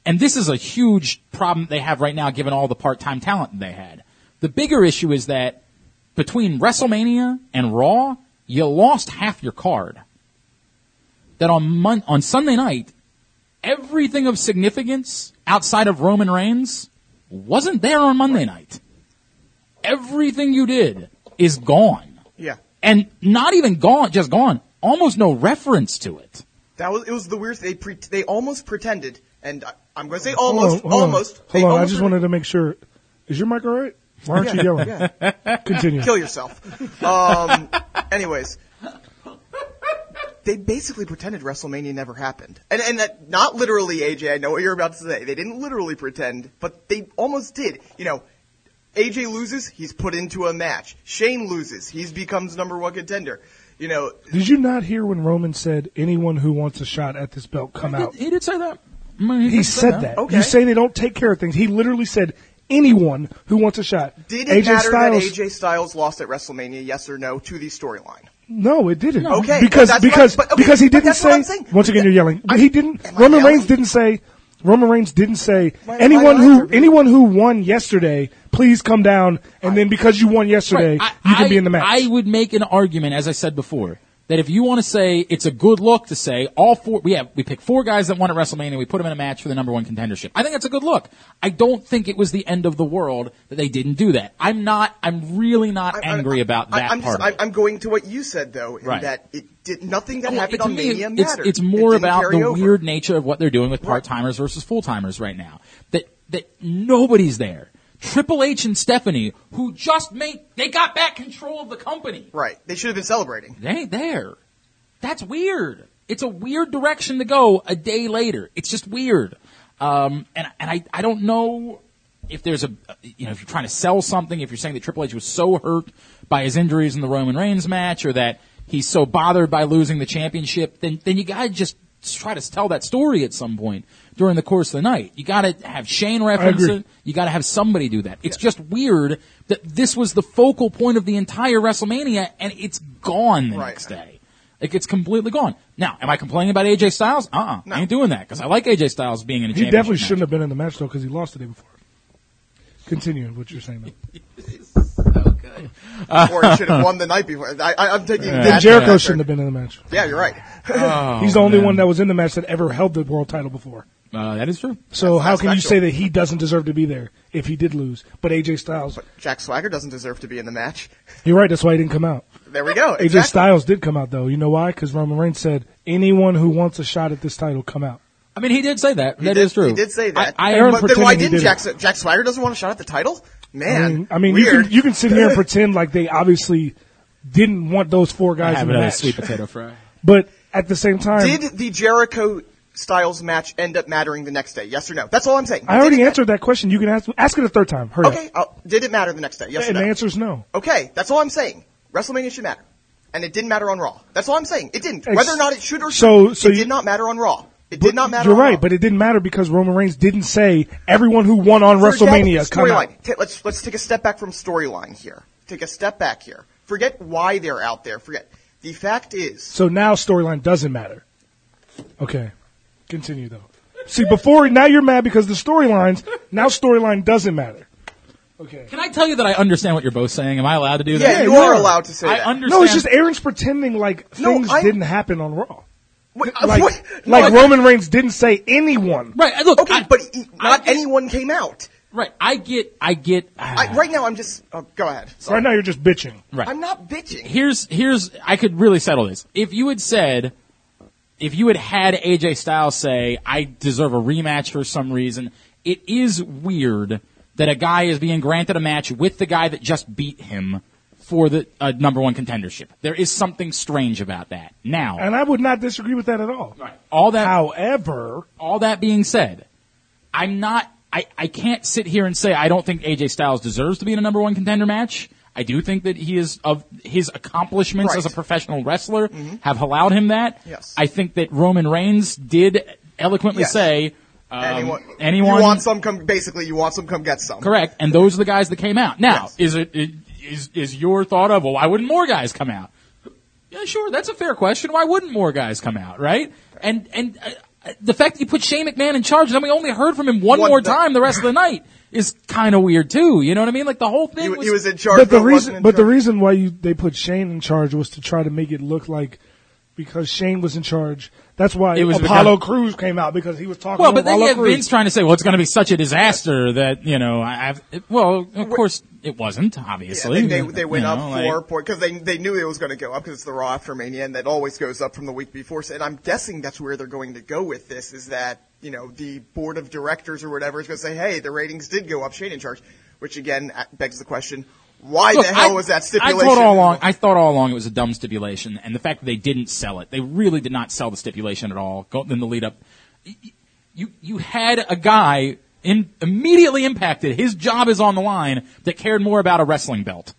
Speaker 1: and this is a huge problem they have right now given all the part-time talent they had. The bigger issue is that between WrestleMania and Raw, you lost half your card. That on Mon- on Sunday night, everything of significance outside of Roman Reigns wasn't there on Monday night. Everything you did is gone.
Speaker 3: Yeah.
Speaker 1: And not even gone, just gone. Almost no reference to it.
Speaker 3: That was it. Was the weird? They pre- they almost pretended, and I, I'm going to say
Speaker 2: Hold
Speaker 3: almost,
Speaker 2: on, hold on.
Speaker 3: almost.
Speaker 2: Hold
Speaker 3: they
Speaker 2: on, I
Speaker 3: almost
Speaker 2: just
Speaker 3: pre-
Speaker 2: wanted to make sure. Is your mic all right? Why aren't you yelling? Continue.
Speaker 3: kill yourself. Um, anyways, they basically pretended WrestleMania never happened, and and that not literally. AJ, I know what you're about to say. They didn't literally pretend, but they almost did. You know, AJ loses, he's put into a match. Shane loses, he becomes number one contender. You know,
Speaker 2: Did you not hear when Roman said, "Anyone who wants a shot at this belt, come out"?
Speaker 1: He did say that. I mean,
Speaker 2: He said that.
Speaker 3: Okay.
Speaker 2: You say they don't take care of things. He literally said, "Anyone who wants a shot."
Speaker 3: did it
Speaker 2: AJ
Speaker 3: matter
Speaker 2: Styles,
Speaker 3: that AJ Styles lost at WrestleMania? Yes or no to the storyline.
Speaker 2: No, it didn't.
Speaker 3: Okay,
Speaker 2: because
Speaker 3: that's what
Speaker 2: because
Speaker 3: I- but- okay,
Speaker 2: because he
Speaker 3: but
Speaker 2: didn't
Speaker 3: that's what
Speaker 2: say.
Speaker 3: I'm saying.
Speaker 2: Once again, you're yelling. But he didn't.
Speaker 3: Am I
Speaker 2: Roman
Speaker 3: yelling?
Speaker 2: Reigns didn't say. Roman Reigns didn't say
Speaker 3: My- my
Speaker 2: anyone
Speaker 3: eyes
Speaker 2: who
Speaker 3: are-
Speaker 2: anyone who won yesterday, please come down. And then because you won yesterday,
Speaker 1: Right.
Speaker 2: you can be in the match.
Speaker 1: I would make an argument, as I said before, that if you want to say it's a good look to say all four, we have we pick four guys that won at WrestleMania, we put them in a match for the number one contendership. I think that's a good look. I don't think it was the end of the world that they didn't do that. I'm not. I'm really not
Speaker 3: I- I-
Speaker 1: angry about
Speaker 3: I-
Speaker 1: that
Speaker 3: I'm
Speaker 1: part.
Speaker 3: Just,
Speaker 1: of it.
Speaker 3: I, am going to what you said though, in
Speaker 1: Right.
Speaker 3: that it did nothing that
Speaker 1: Well,
Speaker 3: happened
Speaker 1: to
Speaker 3: on
Speaker 1: me,
Speaker 3: Mania
Speaker 1: it's,
Speaker 3: mattered.
Speaker 1: it's
Speaker 3: It
Speaker 1: more
Speaker 3: didn't
Speaker 1: about
Speaker 3: carry
Speaker 1: the
Speaker 3: over.
Speaker 1: weird nature of what they're doing with part timers versus full timers right now. That that nobody's there. Triple H and Stephanie, who just made they got back control of the company.
Speaker 3: Right. They should have been celebrating.
Speaker 1: They ain't there. That's weird. It's a weird direction to go a day later. It's just weird. Um, and and I, I don't know if there's a you know if you're trying to sell something if you're saying that Triple H was so hurt by his injuries in the Roman Reigns match or that he's so bothered by losing the championship then then you gotta just try to tell that story at some point during the course of the night you gotta have Shane reference
Speaker 2: agree.
Speaker 1: it you got to have somebody do that. It's just weird that this was the focal point of the entire WrestleMania and it's gone the
Speaker 3: Right.
Speaker 1: next day. Like it's completely gone. Now, am I complaining about AJ Styles? Uh uh I ain't doing that because I like AJ Styles being in a
Speaker 2: he
Speaker 1: championship
Speaker 2: definitely
Speaker 1: match.
Speaker 2: shouldn't have been in the match though because he lost the day before. Continue what you're saying. Though.
Speaker 3: or it should have won the night before. I, I, I'm taking
Speaker 2: Then
Speaker 3: that.
Speaker 2: Jericho
Speaker 3: factor.
Speaker 2: shouldn't have been in the match.
Speaker 3: Yeah, you're right.
Speaker 2: He's the only one that was in the match that ever held the world title before.
Speaker 1: Uh, that is true.
Speaker 2: So how
Speaker 3: that's
Speaker 2: can you
Speaker 3: factual.
Speaker 2: say that he doesn't deserve to be there if he did lose? But AJ Styles,
Speaker 3: Jack Swagger doesn't deserve to be in the match.
Speaker 2: you're right. That's why he didn't come out.
Speaker 3: There we go.
Speaker 2: AJ
Speaker 3: Exactly.
Speaker 2: Styles did come out though. You know why? Because Roman Reigns said, "Anyone who wants a shot at this title, come out."
Speaker 1: I mean, he did say that. That is
Speaker 3: He did-
Speaker 1: true.
Speaker 3: He did say that.
Speaker 1: I, I
Speaker 2: Aaron
Speaker 1: am
Speaker 3: but then why
Speaker 2: pretending he
Speaker 3: didn't
Speaker 2: did
Speaker 3: Jack,
Speaker 2: it.
Speaker 3: Sa- Jack Swagger doesn't want a shot at the title?
Speaker 2: I
Speaker 3: Man,
Speaker 2: mean, I mean you
Speaker 3: weird.
Speaker 2: can you can sit here and pretend like they obviously didn't want those four
Speaker 1: I
Speaker 2: guys
Speaker 1: have
Speaker 2: in the
Speaker 1: another
Speaker 2: match.
Speaker 1: sweet potato fry.
Speaker 2: But at the same time,
Speaker 3: Did the Jericho Styles match end up mattering the next day? Yes or no? That's all I'm saying.
Speaker 2: I
Speaker 3: Did
Speaker 2: already
Speaker 3: it-
Speaker 2: answered that question. You can ask ask it a third time. Hurry
Speaker 3: Okay, uh, did it matter the next day?
Speaker 2: up.
Speaker 3: Yes
Speaker 2: And
Speaker 3: or
Speaker 2: the
Speaker 3: no?
Speaker 2: answer is no.
Speaker 3: Okay, that's all I'm saying. WrestleMania should matter, and it didn't matter on Raw. That's all I'm saying. It didn't.
Speaker 2: Ex-
Speaker 3: Whether or not it should or
Speaker 2: So-
Speaker 3: should,
Speaker 2: so
Speaker 3: it
Speaker 2: you-
Speaker 3: did not matter on Raw. It
Speaker 2: But
Speaker 3: did not matter.
Speaker 2: You're
Speaker 3: on
Speaker 2: right,
Speaker 3: Raw.
Speaker 2: but it didn't matter because Roman Reigns didn't say everyone who won on
Speaker 3: Forget
Speaker 2: WrestleMania come out.
Speaker 3: storyline. Ta- let's let's take a step back from storyline here. Take a step back here. Forget why they're out there. Forget the fact is
Speaker 2: So now storyline doesn't matter. Okay, continue though. See, before now you're mad because the storylines now storyline doesn't matter. Okay.
Speaker 1: Can I tell you that I understand what you're both saying? Am I allowed to do that?
Speaker 3: Yeah, you
Speaker 2: you
Speaker 3: are
Speaker 2: are.
Speaker 3: allowed to say
Speaker 1: I
Speaker 3: that.
Speaker 1: understand.
Speaker 2: No, it's just Aaron's pretending like
Speaker 3: No,
Speaker 2: things
Speaker 3: I'm-
Speaker 2: didn't happen on Raw.
Speaker 3: Wait, uh,
Speaker 2: Like,
Speaker 3: what? No,
Speaker 2: like
Speaker 3: I-
Speaker 2: Roman Reigns didn't say anyone.
Speaker 1: right. I- Look,
Speaker 3: Okay,
Speaker 1: I-
Speaker 3: but e-
Speaker 1: I
Speaker 3: not
Speaker 1: get-
Speaker 3: anyone came out.
Speaker 1: Right. I get. I get.
Speaker 3: I, right now, I'm just. Oh, go ahead.
Speaker 2: Right. now you're just bitching.
Speaker 1: Right.
Speaker 3: I'm not bitching.
Speaker 1: here's here's I could really settle this. If you had said if you had had AJ Styles say I deserve a rematch for some reason, it is weird that a guy is being granted a match with the guy that just beat him for the uh, number 1 contendership. There is something strange about that. Now,
Speaker 2: And I would not disagree with that at all.
Speaker 1: all that
Speaker 2: However,
Speaker 1: all that being said, I'm not. I, I can't sit here and say I don't think AJ Styles deserves to be in a number one contender match. I do think that he is of his accomplishments
Speaker 3: Right. Mm-hmm.
Speaker 1: as a professional wrestler have allowed him that.
Speaker 3: Yes.
Speaker 1: I think that Roman Reigns did eloquently
Speaker 3: Yes.
Speaker 1: say um,
Speaker 3: anyone?
Speaker 1: anyone
Speaker 3: You want some? Come. Basically, you want some? Come get some.
Speaker 1: correct, and those are the guys that came out. Now,
Speaker 3: Yes.
Speaker 1: is it it- is is your thought of well, why wouldn't more guys come out? Yeah, sure, that's a fair question. Why wouldn't more guys come out, right? And and uh, uh, the fact that you put Shane McMahon in charge, and we only heard from him one,
Speaker 3: One
Speaker 1: more
Speaker 3: th-
Speaker 1: time the rest of the night, is kind of weird too. You know what I mean? Like the whole thing
Speaker 3: He,
Speaker 1: was,
Speaker 3: he was in charge.
Speaker 2: but the
Speaker 3: wasn't
Speaker 2: reason,
Speaker 3: in
Speaker 2: but the
Speaker 3: charge.
Speaker 2: reason why you they put Shane in charge was to try to make it look like because Shane was in charge. That's why
Speaker 1: It was
Speaker 2: Apollo
Speaker 1: because-
Speaker 2: Cruz came out because he was talking.
Speaker 1: well,
Speaker 2: to
Speaker 1: but then you
Speaker 2: Apollo
Speaker 1: have
Speaker 2: Crews.
Speaker 1: Vince trying to say, well, it's going to be such a disaster that you know. I, I've, it- well, of course it wasn't.
Speaker 3: Yeah,
Speaker 1: Obviously,
Speaker 3: they, they, they
Speaker 1: You
Speaker 3: went
Speaker 1: know,
Speaker 3: up
Speaker 1: like-
Speaker 3: four point because they they knew it was going to go up because it's the Raw after Mania and that always goes up from the week before. So, and I'm guessing that's where they're going to go with this is that you know the board of directors or whatever is going to say, hey, the ratings did go up, Shane in charge, which again uh, begs the question, why
Speaker 1: Look,
Speaker 3: the hell
Speaker 1: I-
Speaker 3: was that stipulation?
Speaker 1: I thought all along. I thought all along it was a dumb stipulation, and the fact that they didn't sell it, they really did not sell the stipulation at all. Go, in the lead up, Y- y- you you had a guy in, immediately impacted. His job is on the line. That cared more about a wrestling belt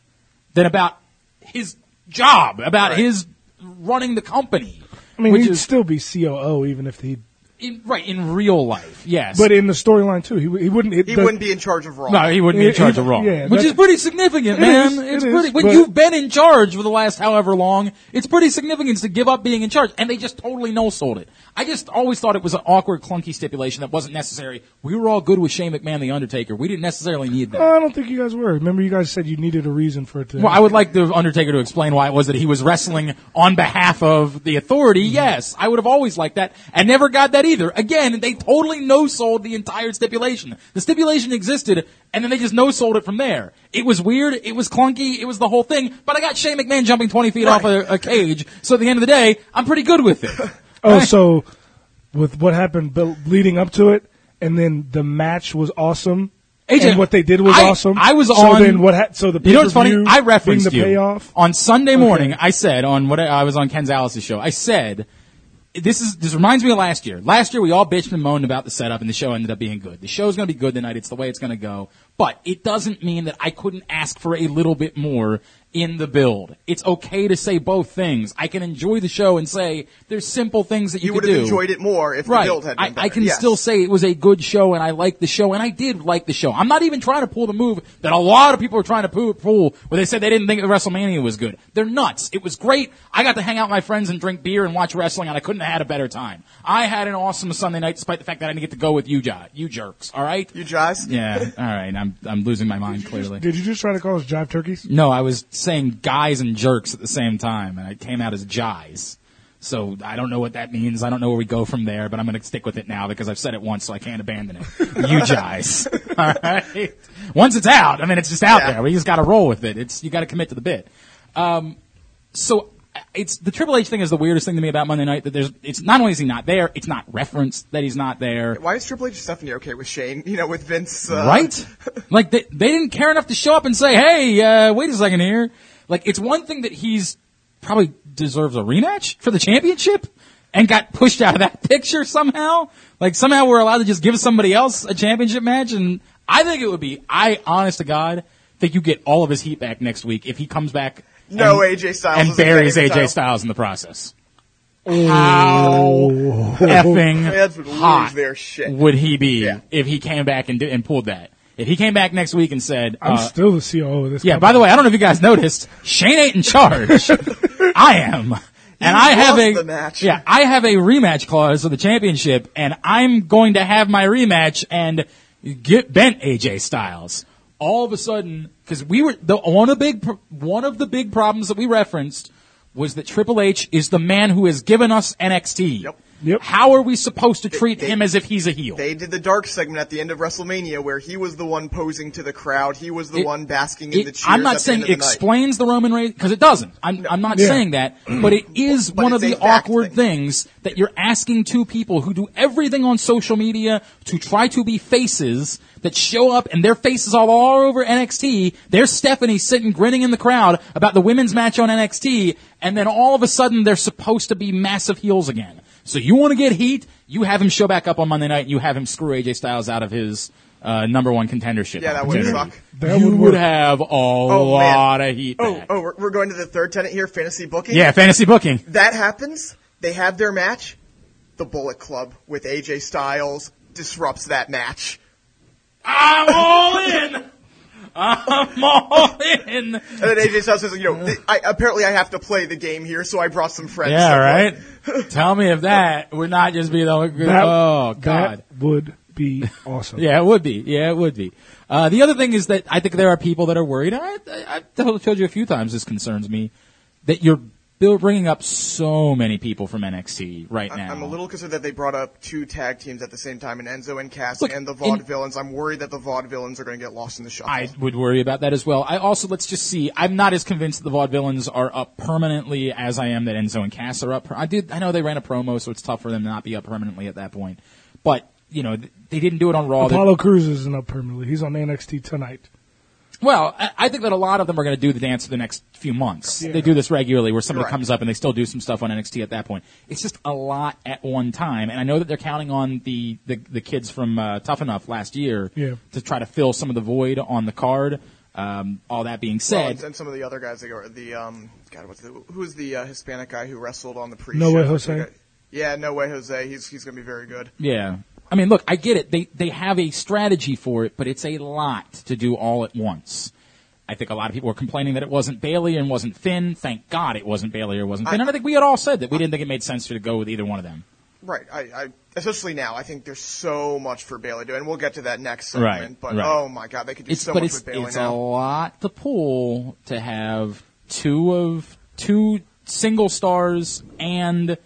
Speaker 1: than about his job, about his running the company.
Speaker 2: I mean,
Speaker 1: which
Speaker 2: he'd
Speaker 1: is
Speaker 2: still be COO even if he.
Speaker 1: in, right in real life. Yes,
Speaker 2: But in the storyline too, he, w- he wouldn't. It,
Speaker 3: he
Speaker 2: the-
Speaker 3: wouldn't be in charge of Raw.
Speaker 1: No, he wouldn't be in
Speaker 2: He-
Speaker 1: charge
Speaker 2: he-
Speaker 1: of Raw,
Speaker 2: yeah,
Speaker 1: which is
Speaker 2: that's-
Speaker 1: pretty significant,
Speaker 2: It
Speaker 1: man.
Speaker 2: is,
Speaker 1: it's
Speaker 2: it is,
Speaker 1: pretty. when
Speaker 2: but-
Speaker 1: you've been in charge for the last however long, it's pretty significant to give up being in charge, and they just totally no sold it. I just always thought it was an awkward, clunky stipulation that wasn't necessary. We were all good with Shane McMahon, the Undertaker. We didn't necessarily need that.
Speaker 2: I don't think you guys were. Remember, you guys said you needed a reason for it to.
Speaker 1: well, I would like the Undertaker to explain why it was that he was wrestling on behalf of the authority. Yes, I would have always liked that, and never got that either. Again, they totally no sold the entire stipulation. The stipulation existed, and then they just no sold it from there. It was weird. It was clunky. It was the whole thing. But I got Shane McMahon jumping twenty feet off a, a cage. So at the end of the day, I'm pretty good with it.
Speaker 2: oh, so with what happened bu- leading up to it, and then the match was awesome.
Speaker 1: AJ,
Speaker 2: and what they did was
Speaker 1: I-
Speaker 2: awesome.
Speaker 1: I was
Speaker 2: so
Speaker 1: on.
Speaker 2: Then what? Ha- so the
Speaker 1: you know what's funny?
Speaker 2: pay-per-view
Speaker 1: I
Speaker 2: being
Speaker 1: referenced
Speaker 2: the
Speaker 1: you
Speaker 2: payoff.
Speaker 1: on Sunday morning. I said on what I, I was on Ken Alice's show. I said this is this reminds me of last year. Last year we all bitched and moaned about the setup, and the show ended up being good. The show's going to be good tonight. It's the way it's going to go. But it doesn't mean that I couldn't ask for a little bit more in the build. It's okay to say both things. I can enjoy the show and say there's simple things that you,
Speaker 3: you
Speaker 1: could
Speaker 3: would
Speaker 1: do
Speaker 3: have enjoyed it more if
Speaker 1: right.
Speaker 3: the build had been
Speaker 1: I,
Speaker 3: better.
Speaker 1: I can
Speaker 3: Yes.
Speaker 1: still say it was a good show and I liked the show and I did like the show. I'm not even trying to pull the move that a lot of people are trying to pull, pull where they said they didn't think the WrestleMania was good. They're nuts. It was great. I got to hang out with my friends and drink beer and watch wrestling and I couldn't have had a better time. I had an awesome Sunday night despite the fact that I didn't get to go with you, jo- you jerks. All right?
Speaker 3: you guys.
Speaker 1: yeah. All right. I'm I'm losing my mind clearly.
Speaker 2: Did you just try to call us jive turkeys?
Speaker 1: No, I was saying guys and jerks at the same time, and it came out as jies. So I don't know what that means. I don't know where we go from there, but I'm going to stick with it now because I've said it once, so I can't abandon it. you jies. All right. Once it's out, I mean, it's just out
Speaker 3: Yeah.
Speaker 1: there. We just got to roll with it. It's you got to commit to the bit. Um, so uh, it's the Triple H thing is the weirdest thing to me about Monday Night. That there's, it's not only is he not there, it's not referenced that he's not there.
Speaker 3: Why is Triple H and Stephanie okay with Shane? You know, with Vince. Uh,
Speaker 1: Right? like they, they didn't care enough to show up and say, "Hey, uh, wait a second here." Like it's one thing that he's probably deserves a rematch for the championship and got pushed out of that picture somehow. Like somehow we're allowed to just give somebody else a championship match and I think it would be I honest to God think you get all of his heat back next week if he comes back
Speaker 3: No,
Speaker 1: and,
Speaker 3: AJ Styles
Speaker 1: and
Speaker 3: isn't getting
Speaker 1: buries
Speaker 3: the
Speaker 1: AJ
Speaker 3: title.
Speaker 1: Styles in the process. How effing
Speaker 3: Fans would lose
Speaker 1: hot
Speaker 3: their shit.
Speaker 1: would he be
Speaker 3: Yeah.
Speaker 1: if he came back and did, and pulled that? If he came back next week and said,
Speaker 2: I'm
Speaker 1: uh,
Speaker 2: still the COO of this.
Speaker 1: "Yeah, by the way, I don't know if you guys noticed, Shane ain't in charge. I am." And I have
Speaker 3: lost
Speaker 1: a
Speaker 3: the match.
Speaker 1: yeah, I have a rematch clause for the championship, and I'm going to have my rematch and get bent AJ Styles. All of a sudden, because we were the one of the big pr- one of the big problems that we referenced was that Triple H is the man who has given us NXT.
Speaker 3: Yep.
Speaker 2: Yep.
Speaker 1: How are we supposed to treat
Speaker 3: they-
Speaker 1: him as if he's a heel?
Speaker 3: They did the dark segment at the end of WrestleMania where he was the one posing to the crowd. He was the
Speaker 1: It-
Speaker 3: one basking in the
Speaker 1: It-
Speaker 3: cheers.
Speaker 1: I'm
Speaker 3: at
Speaker 1: not
Speaker 3: the
Speaker 1: saying
Speaker 3: end of the night.
Speaker 1: explains the Roman Reigns because it doesn't. I'm, I'm not
Speaker 2: Yeah.
Speaker 1: saying that, but it is
Speaker 3: But
Speaker 1: one of
Speaker 3: it's
Speaker 1: the
Speaker 3: a fact
Speaker 1: awkward
Speaker 3: thing.
Speaker 1: things that you're asking two people who do everything on social media to try to be faces that show up and their faces are all over NXT. There's Stephanie sitting grinning in the crowd about the women's match on NXT, and then all of a sudden they're supposed to be massive heels again. So you want to get heat? You have him show back up on Monday night, and you have him screw AJ Styles out of his uh, number one contendership.
Speaker 3: Yeah, that would
Speaker 1: opportunity.
Speaker 3: suck.
Speaker 2: That
Speaker 1: you
Speaker 2: would
Speaker 1: would
Speaker 2: work.
Speaker 1: have a
Speaker 3: Oh, man.
Speaker 1: lot of heat.
Speaker 3: Oh,
Speaker 1: back.
Speaker 3: oh, we're, we're going to the third tenant here, fantasy booking.
Speaker 1: yeah, fantasy booking.
Speaker 3: that happens. They have their match. The Bullet Club with AJ Styles disrupts that match.
Speaker 1: I'm all in. I'm all in.
Speaker 3: And then AJ Styles says, you know, th- I, apparently I have to play the game here, so I brought some friends.
Speaker 1: Yeah,
Speaker 3: So,
Speaker 1: right. Tell me if that would not just be the
Speaker 2: That-
Speaker 1: oh god.
Speaker 2: that would be awesome.
Speaker 1: Yeah, it would be. Yeah, it would be. Uh, the other thing is that I think there are people that are worried. I, I, I've told told you a few times this concerns me that you're bill- bringing up so many people from NXT right
Speaker 3: I-
Speaker 1: now.
Speaker 3: I'm a little concerned that they brought up two tag teams at the same time, and Enzo and Cass
Speaker 1: Look,
Speaker 3: and the
Speaker 1: in-
Speaker 3: Vaudevillains. I'm worried that the Vaudevillains are going to get lost in the shuffle.
Speaker 1: I would worry about that as well. I also let's just see. I'm not as convinced that the vaudevillains are up permanently as I am that Enzo and Cass are up. per- I did. I know they ran a promo, so it's tough for them to not be up permanently at that point. But you know th- they didn't do it on Raw. They-
Speaker 2: Apollo Cruz isn't up permanently. He's on NXT tonight.
Speaker 1: well, I, I think that a lot of them are going to do the dance for the next few months. They do this regularly, where somebody
Speaker 3: Right.
Speaker 1: comes up and they still do some stuff on NXT at that point. It's just a lot at one time, and I know that they're counting on the the, the kids from uh, Tough Enough last year
Speaker 2: Yeah.
Speaker 1: to try to fill some of the void on the card. Um, all that being
Speaker 3: Well,
Speaker 1: said,
Speaker 3: and, and some of the other guys that go the um God what's the who's the uh, Hispanic guy who wrestled on the pre
Speaker 2: No Way Jose?
Speaker 3: Yeah, no way Jose. He's he's gonna be very good.
Speaker 1: Yeah. I mean, look, I get it. They they have a strategy for it, but it's a lot to do all at once. I think a lot of people were complaining that it wasn't Bailey and wasn't Finn. Thank God it wasn't Bailey or wasn't Finn. and I think we had all said that we didn't think it made sense to go with either one of them.
Speaker 3: Right. I, I especially now I think there's so much for Bailey to do, and we'll get to that next
Speaker 1: Right,
Speaker 3: segment. But
Speaker 1: right.
Speaker 3: oh my God, they could do
Speaker 1: It's
Speaker 3: so
Speaker 1: but
Speaker 3: much
Speaker 1: it's
Speaker 3: with Bailey
Speaker 1: it's a
Speaker 3: now.
Speaker 1: lot to pull to have two of two single stars and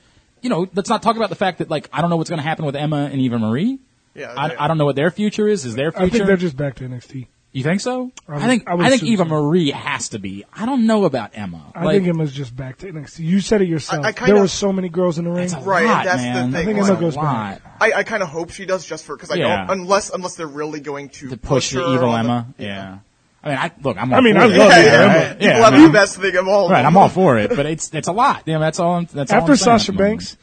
Speaker 1: you know, let's not talk about the fact that like I don't know what's going to happen with Emma and Eva Marie.
Speaker 3: Yeah, they-
Speaker 1: I, I don't know what their future is. Is their future?
Speaker 2: I think they're just back to NXT.
Speaker 1: You think so?
Speaker 2: I would-
Speaker 1: I think
Speaker 2: I
Speaker 1: I,
Speaker 2: would
Speaker 1: think
Speaker 2: assume
Speaker 1: Eva
Speaker 2: so.
Speaker 1: Marie has to be. I don't know about Emma.
Speaker 2: I
Speaker 1: Like,
Speaker 2: think Emma's just back to NXT. You said it yourself.
Speaker 3: I- I kinda-
Speaker 2: there were so many girls in the ring.
Speaker 1: it's a
Speaker 3: Right,
Speaker 1: lot,
Speaker 3: that's the
Speaker 1: man.
Speaker 3: thing. I
Speaker 2: think
Speaker 1: It's
Speaker 2: Emma
Speaker 1: a
Speaker 2: goes
Speaker 1: lot.
Speaker 3: I, I kind of hope she does just for because I
Speaker 1: Yeah.
Speaker 3: don't unless unless they're really going to,
Speaker 1: to push the
Speaker 3: her
Speaker 1: evil
Speaker 3: on
Speaker 1: Emma. yeah. I mean, I look. I'm. All
Speaker 2: I mean,
Speaker 1: for
Speaker 2: I
Speaker 1: it.
Speaker 2: love
Speaker 3: Yeah,
Speaker 2: Eva
Speaker 3: yeah,
Speaker 2: Emma.
Speaker 1: right. Yeah,
Speaker 3: People have
Speaker 1: I mean,
Speaker 3: the best thing of all.
Speaker 1: right. I'm all for it, but it's it's a lot. Yeah, that's all. I'm, that's all
Speaker 2: After
Speaker 1: I'm saying at
Speaker 2: Sasha
Speaker 1: the moment.
Speaker 2: Banks,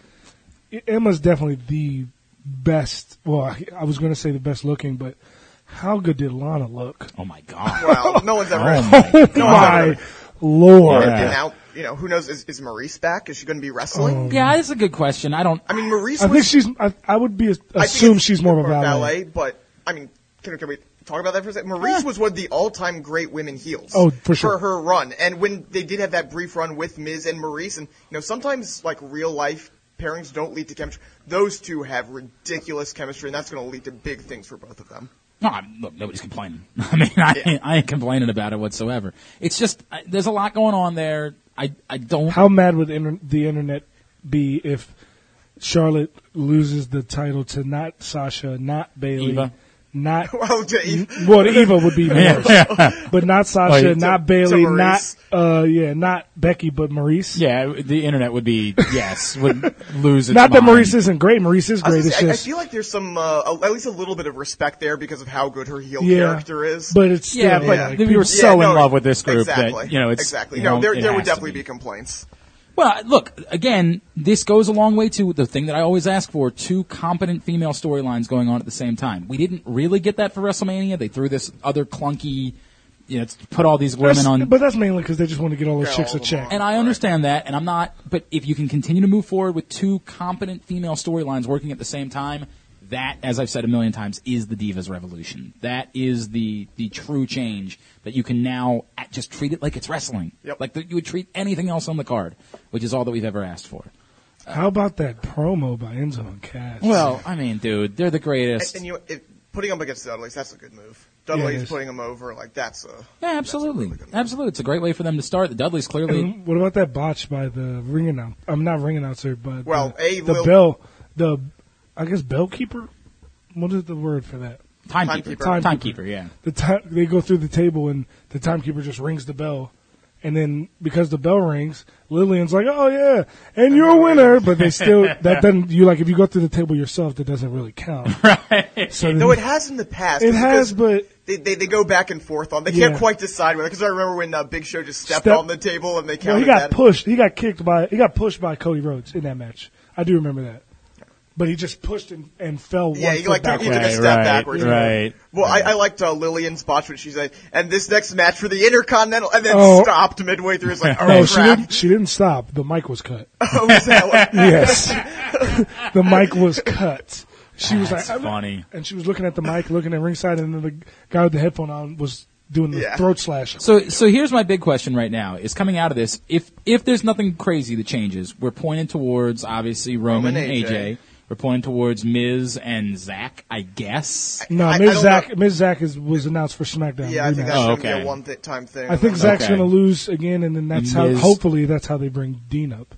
Speaker 2: I- Emma's definitely the best. Well, I- I was going to say the best looking, but how good did Lana look?
Speaker 1: Oh my god.
Speaker 3: Wow, no one's ever.
Speaker 1: Oh my
Speaker 3: No, I
Speaker 2: My
Speaker 3: remember.
Speaker 2: lord.
Speaker 1: Yeah.
Speaker 3: And now you know who knows is, is Maurice back? Is she going to be wrestling?
Speaker 1: yeah, that's a good question. I don't.
Speaker 3: I mean, Maurice.
Speaker 2: Oh. I
Speaker 3: was,
Speaker 2: think she's. I, I would be
Speaker 3: I think
Speaker 2: assume
Speaker 3: it's
Speaker 2: she's more of a valet.
Speaker 3: But I mean, can, can we talk about that for a second? Maurice was one of the all-time great women heels.
Speaker 2: Oh, for sure.
Speaker 3: her run, and when they did have that brief run with Miz and Maurice, and you know, sometimes like real life pairings don't lead to chemistry. Those two have ridiculous chemistry, and that's going to lead to big things for both of them.
Speaker 1: No, I'm, look, nobody's complaining. I mean, I, ain't, I ain't complaining about it whatsoever. It's just I, there's a lot going on there. I I don't.
Speaker 2: How mad would inter- the internet be if Charlotte loses the title to not Sasha, not Bailey,
Speaker 1: Eva.
Speaker 2: not
Speaker 3: Well, Dave.
Speaker 2: well, the Eva would be worse, but not
Speaker 1: Oh,
Speaker 2: Sasha,
Speaker 1: yeah.
Speaker 2: not Bailey,
Speaker 3: to
Speaker 2: not
Speaker 3: Maurice.
Speaker 2: uh, yeah, not Becky, but Maurice.
Speaker 1: Yeah, the internet would be yes, would lose. Its
Speaker 2: Not that
Speaker 1: mind.
Speaker 2: Maurice isn't great. Maurice is
Speaker 3: I, was
Speaker 2: great.
Speaker 3: gonna
Speaker 2: It's
Speaker 3: say, I, I
Speaker 2: just
Speaker 3: feel like there's some, uh, a- at least a little bit of respect there because of how good her heel
Speaker 2: yeah,
Speaker 3: character is.
Speaker 2: but it's still,
Speaker 1: Yeah, but
Speaker 2: like,
Speaker 1: we
Speaker 2: people-
Speaker 1: were so
Speaker 3: Yeah,
Speaker 1: in
Speaker 3: no,
Speaker 1: love with this group
Speaker 3: exactly,
Speaker 1: that you know it's
Speaker 3: exactly.
Speaker 1: you
Speaker 3: No,
Speaker 1: know,
Speaker 3: there,
Speaker 1: it
Speaker 3: there would
Speaker 1: has to
Speaker 3: definitely
Speaker 1: be.
Speaker 3: be. complaints.
Speaker 1: Well, look again. This goes a long way to the thing that I always ask for: two competent female storylines going on at the same time. We didn't really get that for WrestleMania. They threw this other clunky, you know, to put all these women
Speaker 2: that's-
Speaker 1: on.
Speaker 2: but that's mainly because they just want to get all those
Speaker 3: Yeah,
Speaker 2: chicks
Speaker 3: all
Speaker 2: a
Speaker 3: of
Speaker 2: check.
Speaker 3: them
Speaker 1: and I understand that, and I'm not. But if you can continue to move forward with two competent female storylines working at the same time, that, as I've said a million times, is the divas revolution. That is the the true change that you can now at, just treat it like it's wrestling,
Speaker 3: Yep.
Speaker 1: like that you would treat anything else on the card, which is all that we've ever asked for.
Speaker 2: How about that promo by Enzo and Cass?
Speaker 1: Well, I mean, dude, they're the
Speaker 3: And,
Speaker 1: greatest.
Speaker 3: and you, know, it, putting them against Dudley's, that's a good move.
Speaker 2: it
Speaker 3: Dudley's
Speaker 2: is.
Speaker 3: putting them over, like that's a.
Speaker 1: yeah, absolutely,
Speaker 3: That's a really good move.
Speaker 1: absolutely. It's a great way for them to start. The Dudleys clearly.
Speaker 2: And what about that botch by the ring announcer? I'm not ring announcer, but
Speaker 3: Well,
Speaker 2: the,
Speaker 3: a
Speaker 2: the
Speaker 3: Lil-
Speaker 2: bell, the I guess bell keeper. What is the word for that?
Speaker 1: Timekeeper.
Speaker 2: Timekeeper.
Speaker 1: Timekeeper, yeah.
Speaker 2: The time they go through the table and the timekeeper just rings the bell, and then because the bell rings, Lillian's like, "Oh yeah, and you're a winner," but they still that doesn't you like if you go through the table yourself, that doesn't really count. Right. So
Speaker 3: No,
Speaker 2: then,
Speaker 3: it has in the past.
Speaker 2: it
Speaker 3: because-
Speaker 2: has, but
Speaker 3: they, they, they go back and forth on. They
Speaker 2: Yeah.
Speaker 3: can't quite decide whether because I remember when uh, Big Show just stepped
Speaker 2: Step-
Speaker 3: on the table and they
Speaker 2: Well, he
Speaker 3: counted
Speaker 2: got
Speaker 3: that.
Speaker 2: pushed. He got kicked by. He got pushed by Cody Rhodes in that match. I do remember that. But he just pushed and, and fell.
Speaker 3: yeah,
Speaker 2: one
Speaker 3: he
Speaker 2: foot
Speaker 3: like
Speaker 2: backwards.
Speaker 3: he took a
Speaker 1: Right,
Speaker 3: step
Speaker 1: right,
Speaker 3: backwards.
Speaker 1: right.
Speaker 3: Well, I, I liked uh, Lillian's botch when she's like, and this next match for the Intercontinental, and then
Speaker 2: Oh.
Speaker 3: stopped midway through. It's like, oh
Speaker 2: No, she
Speaker 3: crap.
Speaker 2: didn't. She didn't stop. The mic was cut.
Speaker 3: Oh, is that what-
Speaker 2: Yes, the mic was cut. She was like,
Speaker 1: That's
Speaker 2: I'm-
Speaker 1: funny.
Speaker 2: and she was looking at the mic, looking at ringside, and then the guy with the headphone on was doing the
Speaker 3: Yeah.
Speaker 2: throat slash.
Speaker 1: So, so here's my big question right now: is coming out of this, if if there's nothing crazy that changes, we're pointed towards obviously Roman,
Speaker 3: Roman,
Speaker 1: and
Speaker 3: AJ.
Speaker 1: AJ. We're pointing towards Miz and Zach, I guess.
Speaker 2: No,
Speaker 3: I- I
Speaker 2: Ms.
Speaker 3: don't
Speaker 2: Zach.
Speaker 3: know.
Speaker 2: Ms. Zach is was announced for SmackDown.
Speaker 3: yeah, I think
Speaker 2: rematch.
Speaker 3: that's
Speaker 1: Oh,
Speaker 3: gonna be
Speaker 1: okay.
Speaker 3: a one th- time thing.
Speaker 2: I think
Speaker 3: Like,
Speaker 2: Zach's
Speaker 1: Okay.
Speaker 2: going to lose again, and then that's how.
Speaker 1: Miz-
Speaker 2: Hopefully, that's how they bring Dean up.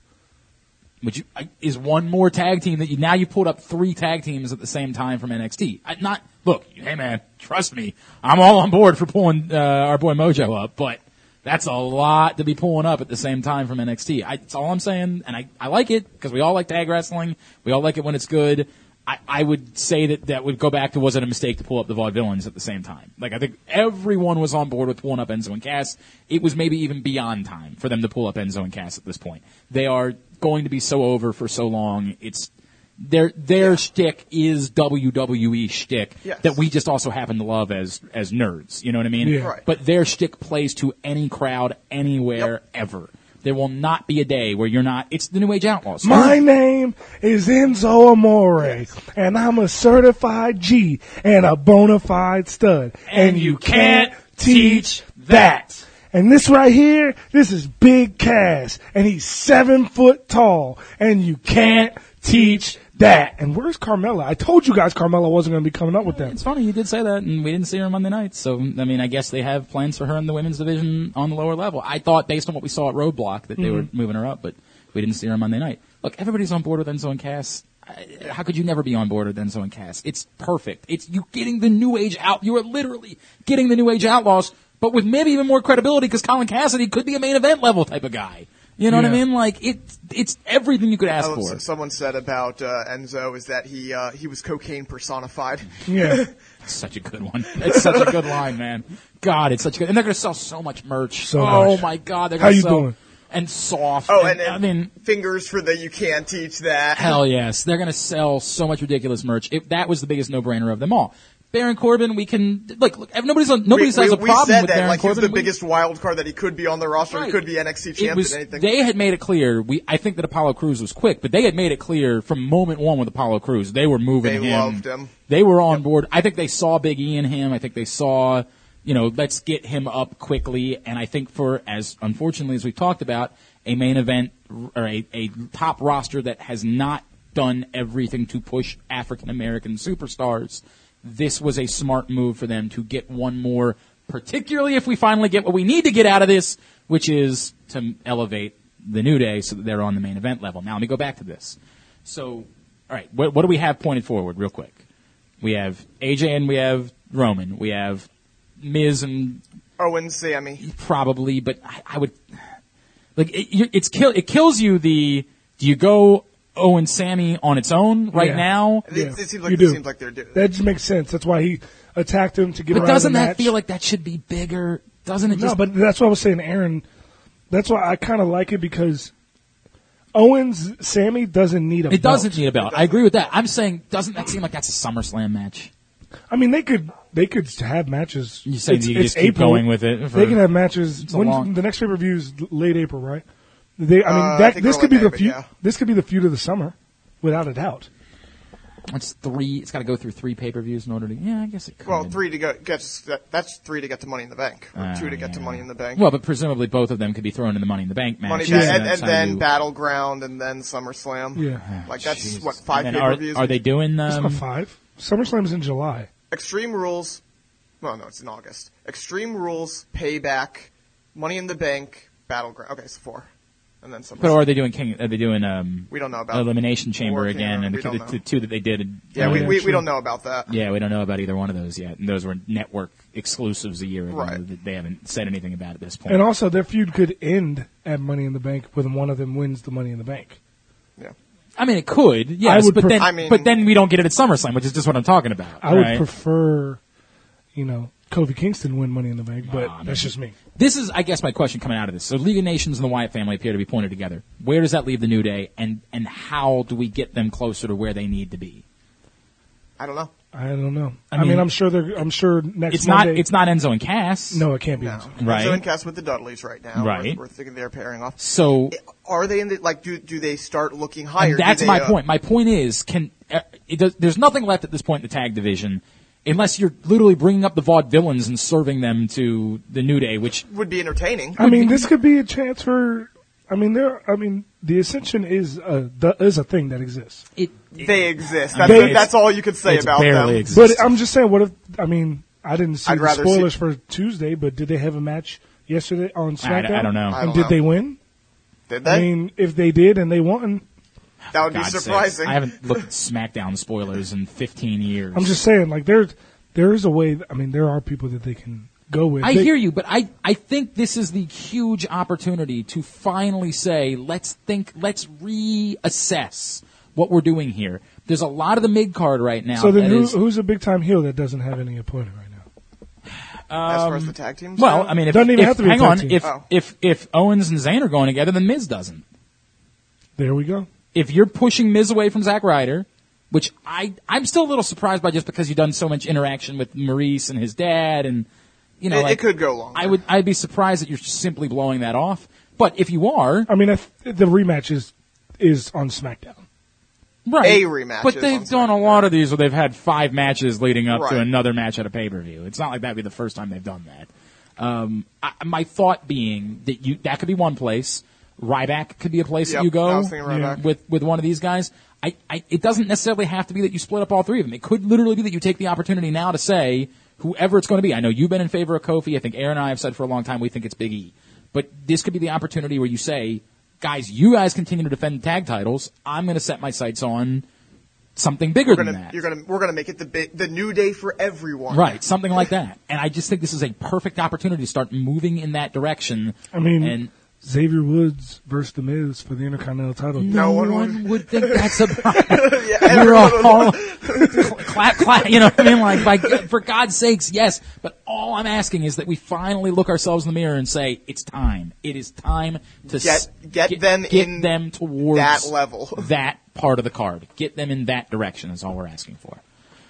Speaker 1: Would you I- is one more tag team that you now you pulled up three tag teams at the same time from NXT? I, not look, hey man, trust me, I'm all on board for pulling uh, our boy Mojo up, but that's a lot to be pulling up at the same time from NXT. I, that's all I'm saying, and I, I like it because we all like tag wrestling, we all like it when it's good. I, I would say that that would go back to was it a mistake to pull up the Vaudevillains at the same time? Like I think everyone was on board with pulling up Enzo and Cass. It was maybe even beyond time for them to pull up Enzo and Cass at this point. They are going to be so over for so long. It's their their shtick is WWE shtick
Speaker 3: Yes.
Speaker 1: that we just also happen to love as as nerds. You know what I mean?
Speaker 2: Yeah.
Speaker 3: Right.
Speaker 1: But their shtick plays to any crowd, anywhere, ever. There will not be a day where you're not. It's the New Age Outlaws.
Speaker 2: My name is Enzo Amore, and I'm a certified G and a bona fide stud.
Speaker 1: And you can't teach that.
Speaker 2: And this right here, this is Big Cass, and he's seven foot tall, and you can't teach that. And where's Carmella? I told you guys Carmella wasn't going to be coming up with that.
Speaker 1: It's funny you did say that, and we didn't see her on Monday night. So I mean, I guess they have plans for her in the women's division on the lower level. I thought based on what we saw at Roadblock that they were moving her up, but we didn't see her on Monday night. Look, everybody's on board with Enzo and Cass. I- How could you never be on board with Enzo and Cass? It's perfect. It's you getting the new age out. You are literally getting the new age outlaws, but with maybe even more credibility because Colin Cassidy could be a main event level type of guy. You know what I
Speaker 2: Yeah.
Speaker 1: mean? Like it's it's everything you could ask
Speaker 3: I don't-
Speaker 1: for.
Speaker 3: Oh, someone said about uh, Enzo is that he uh, he was cocaine personified.
Speaker 2: Yeah.
Speaker 1: Such a good one. It's such a good line, man. God, it's such a good. And they're going to sell so much merch.
Speaker 2: So
Speaker 1: oh
Speaker 2: much.
Speaker 1: my God, they're
Speaker 2: How
Speaker 1: going to
Speaker 2: you
Speaker 1: sell.
Speaker 2: doing?
Speaker 1: And soft.
Speaker 3: Oh, and,
Speaker 1: I mean,
Speaker 3: fingers for the you can't teach that.
Speaker 1: hell yes, they're going to sell so much ridiculous merch. If that was the biggest no-brainer of them all, Baron Corbin, we can like look. Nobody's on.
Speaker 3: we,
Speaker 1: Nobody's
Speaker 3: we,
Speaker 1: has a
Speaker 3: we
Speaker 1: problem
Speaker 3: said
Speaker 1: with
Speaker 3: that
Speaker 1: Baron
Speaker 3: like
Speaker 1: Corbin.
Speaker 3: he was the
Speaker 1: We-
Speaker 3: biggest wild card that he could be on the roster.
Speaker 1: Right.
Speaker 3: He could be NXT
Speaker 1: It
Speaker 3: champion.
Speaker 1: was-
Speaker 3: anything.
Speaker 1: They had made it clear. We I think that Apollo Cruz was quick, but they had made it clear from moment one with Apollo Cruz they were moving
Speaker 3: They
Speaker 1: him.
Speaker 3: loved him.
Speaker 1: They were on board. I think they saw Big E in him. I think they saw, you know, let's get him up quickly. And I think for as unfortunately as we've talked about, a main event or a, a top roster that has not done everything to push African American superstars, this was a smart move for them to get one more. Particularly if we finally get what we need to get out of this, which is to elevate the New Day so that they're on the main event level. Now let me go back to this. So, all right, what, what do we have pointed forward, real quick? We have AJ and we have Roman. We have Miz and
Speaker 3: Owen, Sammy.
Speaker 1: probably, but I, I would like it, you- it's kill it kills you the do you go Owen and Sammy on its own right
Speaker 2: Yeah.
Speaker 1: now?
Speaker 3: It, it seems like
Speaker 2: you
Speaker 3: it
Speaker 2: do.
Speaker 3: seems like they're doing.
Speaker 2: That just makes sense. That's why he attacked him to get
Speaker 1: But
Speaker 2: around
Speaker 1: doesn't
Speaker 2: the
Speaker 1: that
Speaker 2: match.
Speaker 1: feel like that should be bigger? Doesn't it?
Speaker 2: no?
Speaker 1: Just,
Speaker 2: But that's what I was saying, Aaron. That's why I kind of like it because Owens Sammy doesn't need a.
Speaker 1: it
Speaker 2: belt.
Speaker 1: doesn't need a belt. I agree with that. I'm saying doesn't that seem like that's a SummerSlam match?
Speaker 2: I mean, they could they could have matches.
Speaker 1: You said
Speaker 2: It's-
Speaker 1: you could
Speaker 2: it's
Speaker 1: just keep
Speaker 2: April.
Speaker 1: going with it for-
Speaker 2: they could have matches.
Speaker 1: a
Speaker 2: When,
Speaker 1: long-
Speaker 2: The next pay per view is late April, right? They, I mean,
Speaker 3: Uh, I
Speaker 2: that,
Speaker 3: think
Speaker 2: this
Speaker 3: early
Speaker 2: could be
Speaker 3: May,
Speaker 2: the
Speaker 3: but
Speaker 2: feud.
Speaker 3: yeah.
Speaker 2: This could be the feud of the summer, without a doubt.
Speaker 1: It's three. It's got to go through three pay per views in order to. Yeah, I guess it could.
Speaker 3: Well, three to go. Gets, that, that's three to get to Money in the Bank. Or
Speaker 1: Ah,
Speaker 3: two to get to
Speaker 1: yeah.
Speaker 3: Money in the Bank.
Speaker 1: Well, but presumably both of them could be thrown in the Money in the Bank match.
Speaker 3: Money
Speaker 1: so
Speaker 3: Bank, and,
Speaker 1: that's
Speaker 3: and
Speaker 1: how
Speaker 3: then
Speaker 1: you-
Speaker 3: Battleground, and then SummerSlam.
Speaker 2: Yeah.
Speaker 3: like that's
Speaker 1: Oh, Jesus.
Speaker 3: what five
Speaker 1: And
Speaker 3: pay
Speaker 1: then are-
Speaker 3: per views.
Speaker 1: Are, they doing?
Speaker 2: It's
Speaker 1: Um,
Speaker 2: not five. SummerSlam's in July.
Speaker 3: Extreme Rules. Well, no, it's in August. Extreme Rules, Payback, Money in the Bank, Battleground. Okay, so four, and then SummerSlam.
Speaker 1: but are they doing King? Are they doing um,
Speaker 3: we don't know about
Speaker 1: elimination chamber
Speaker 3: Or
Speaker 1: again?
Speaker 3: King-
Speaker 1: And
Speaker 3: we
Speaker 1: the,
Speaker 3: don't
Speaker 1: the,
Speaker 3: know.
Speaker 1: the two that they did.
Speaker 3: Yeah, we,
Speaker 1: uh,
Speaker 3: we, we don't know about that.
Speaker 1: Yeah, we don't know about either one of those yet. And those were network exclusives a year ago.
Speaker 3: Right.
Speaker 1: that They haven't said anything about at this point.
Speaker 2: And also, their feud could end at Money in the Bank when one of them wins the Money in the Bank.
Speaker 3: Yeah.
Speaker 1: I mean, it could, yes,
Speaker 2: would
Speaker 1: but
Speaker 2: pref-
Speaker 1: then
Speaker 3: I mean-
Speaker 1: but then we don't get it at SummerSlam, which is just what I'm talking about.
Speaker 2: I would
Speaker 1: right?
Speaker 2: prefer, you know, Kofi Kingston win Money in the Bank, but
Speaker 1: Nah, man.
Speaker 2: that's just me.
Speaker 1: This is, I guess, my question coming out of this. So, League of Nations and the Wyatt family appear to be pointed together. Where does that leave the New Day, and and how do we get them closer to where they need to be?
Speaker 3: I don't know.
Speaker 2: I don't know. I
Speaker 1: I
Speaker 2: mean, I
Speaker 1: mean-
Speaker 2: am sure they're. I'm sure next.
Speaker 1: It's not
Speaker 2: Monday-
Speaker 1: it's not Enzo and Cass.
Speaker 2: No, it can't be.
Speaker 3: No.
Speaker 1: Right.
Speaker 3: Enzo and Cass with the Dudleys right now. We're-
Speaker 1: Right.
Speaker 3: We're, thinking they're pairing off. Eh,
Speaker 1: So
Speaker 3: Are they in the like? Do do they start looking higher?
Speaker 1: and
Speaker 3: Do
Speaker 1: that's
Speaker 3: they,
Speaker 1: my
Speaker 3: uh,
Speaker 1: point. My point is, can uh, it does, there's nothing left at this point in the tag division, unless you're literally bringing up the vaudevillains and serving them to the New Day, which
Speaker 3: Would be entertaining.
Speaker 2: I mean, this could be a chance for. I mean, there. I mean, the ascension is a the, is a thing that exists.
Speaker 1: it
Speaker 3: They exist. That's,
Speaker 2: They-
Speaker 3: that's, all you can say
Speaker 1: it's
Speaker 3: about
Speaker 1: barely
Speaker 3: them.
Speaker 1: exists.
Speaker 2: But I'm just saying, what if? I mean, I didn't see
Speaker 3: I'd
Speaker 2: the
Speaker 3: rather
Speaker 2: spoilers
Speaker 3: see-
Speaker 2: for Tuesday, but did they have a match yesterday on
Speaker 1: I
Speaker 2: SmackDown?
Speaker 1: don't- I don't know. I
Speaker 2: and
Speaker 3: don't
Speaker 2: did
Speaker 3: know.
Speaker 2: they win?
Speaker 3: Did they?
Speaker 2: I mean, if they did and they won,
Speaker 3: that would be
Speaker 1: God's sakes.
Speaker 3: surprising.
Speaker 1: I haven't looked at SmackDown spoilers in 15 years.
Speaker 2: I'm just saying, like there's there is a way. I mean, there are people that they can go with.
Speaker 1: I
Speaker 2: They-
Speaker 1: hear you, but I, I think this is the huge opportunity to finally say, let's think, let's reassess what we're doing here. There's a lot of the mid card right now.
Speaker 2: So then,
Speaker 1: that
Speaker 2: who,
Speaker 1: is-
Speaker 2: who's a big time heel that doesn't have any opponent right now?
Speaker 3: as far as the tag teams.
Speaker 1: um, well,
Speaker 3: go?
Speaker 1: I mean, if,
Speaker 2: Doesn't even
Speaker 1: if-
Speaker 2: have to be
Speaker 1: hang
Speaker 2: tag
Speaker 1: on,
Speaker 2: team.
Speaker 1: if,
Speaker 3: Oh.
Speaker 1: if, if Owens and Zayn are going together, then Miz doesn't.
Speaker 2: There we go.
Speaker 1: If you're pushing Miz away from Zack Ryder, which I, I'm still a little surprised by just because you've done so much interaction with Maurice and his dad and, you know,
Speaker 3: It- it
Speaker 1: like-
Speaker 3: could go longer.
Speaker 1: I would, I'd be surprised that you're simply blowing that off. But if you are,
Speaker 2: I mean, I th- the rematch is is on SmackDown.
Speaker 1: Right.
Speaker 3: A rematch
Speaker 1: But
Speaker 3: is
Speaker 1: they've
Speaker 3: on
Speaker 1: done a
Speaker 3: SmackDown.
Speaker 1: lot of these where they've had five matches leading up to
Speaker 3: Right.
Speaker 1: another match at a pay per view. It's not like that'd be the first time they've done that. Um, I, my thought being that you that could be one place. Ryback could be a place
Speaker 3: Yep,
Speaker 1: that you go
Speaker 3: I was thinking Ryback.
Speaker 1: with with one of these guys. I, I it doesn't necessarily have to be that you split up all three of them. It could literally be that you take the opportunity now to say whoever it's going to be. I know you've been in favor of Kofi. I think Aaron and I have said for a long time we think it's Big E. But this could be the opportunity where you say, guys, you guys continue to defend the tag titles. I'm going to set my sights on something bigger
Speaker 3: We're
Speaker 1: than
Speaker 3: gonna,
Speaker 1: that.
Speaker 3: you're gonna, we're gonna make it the bi- the new day for everyone.
Speaker 1: Right, something like that. And I just think this is a perfect opportunity to start moving in that direction.
Speaker 2: I mean,
Speaker 1: and
Speaker 2: Xavier Woods versus The Miz for the Intercontinental title.
Speaker 3: No one
Speaker 1: one would think that's a problem.
Speaker 3: Yeah,
Speaker 1: You're
Speaker 3: everyone was-
Speaker 1: all clap, clap. You know what I mean? Like, by, for God's sakes, yes. But all I'm asking is that we finally look ourselves in the mirror and say, it's time. It is time to s-
Speaker 3: Get- get them
Speaker 1: get
Speaker 3: in
Speaker 1: them towards
Speaker 3: that level.
Speaker 1: that part of the card. Get them in that direction is all we're asking for. All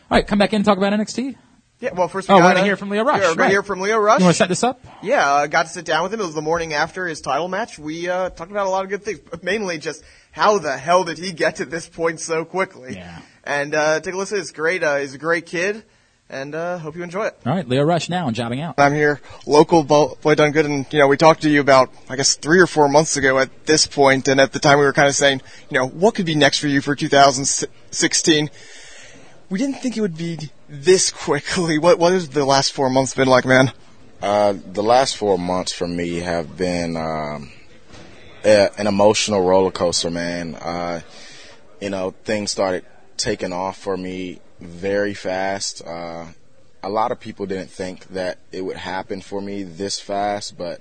Speaker 1: right, come back in and talk about NXT.
Speaker 3: Yeah. Well, first we
Speaker 1: Oh, we're
Speaker 3: gotta
Speaker 1: gonna hear from Leo Rush.
Speaker 3: Yeah, we're gonna
Speaker 1: right.
Speaker 3: hear from Leo Rush.
Speaker 1: You want to set this up?
Speaker 3: Yeah, uh, got to sit down with him. It was the morning after his title match. We uh, talked about a lot of good things, but mainly just how the hell did he get to this point so quickly?
Speaker 1: Yeah.
Speaker 3: And uh, take a listen. It's great. Uh, he's a great kid, and uh, hope you enjoy it.
Speaker 1: All right, Leo Rush now and jobbing out.
Speaker 3: I'm here, local bo- boy done good, and you know we talked to you about I guess three or four months ago at this point, and at the time we were kind of saying, you know, what could be next for you for 2016. We didn't think it would be this quickly. What what has the last four months been like, man?
Speaker 7: Uh, the last four months for me have been um, a, an emotional roller coaster, man. Uh, you know, things started taken off for me very fast. Uh, a lot of people didn't think that it would happen for me this fast, but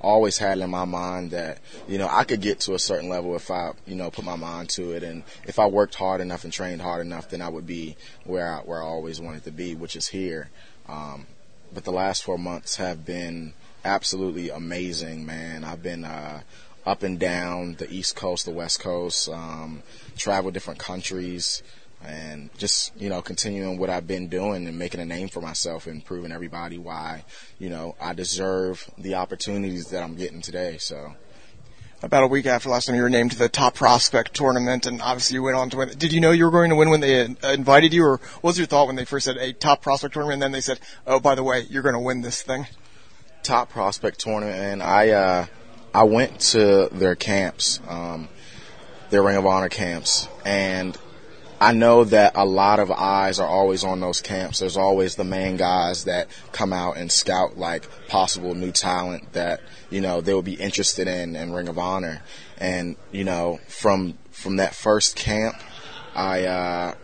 Speaker 7: I always had in my mind that you know I could get to a certain level if I you know put my mind to it, and if I worked hard enough and trained hard enough, then I would be where I, where I always wanted to be, which is here. Um, but the last four months have been absolutely amazing, man. I've been uh, up and down the East Coast, the West Coast, um, traveled different countries, and just you know continuing what I've been doing and making a name for myself and proving everybody why you know I deserve the opportunities that I'm getting today. So
Speaker 3: About a week after last time, you were named to the top prospect tournament, and obviously you went on to win. Did you know you were going to win when they uh, invited you, or what was your thought when they first said a top prospect tournament, and then they said, oh, by the way, you're going to win this thing?
Speaker 7: top prospect tournament, and I uh, I went to their camps, um, their Ring of Honor camps, and I know that a lot of eyes are always on those camps. There's always the main guys that come out and scout like possible new talent that you know they would be interested in in Ring of Honor, and you know from from that first camp, I. Uh,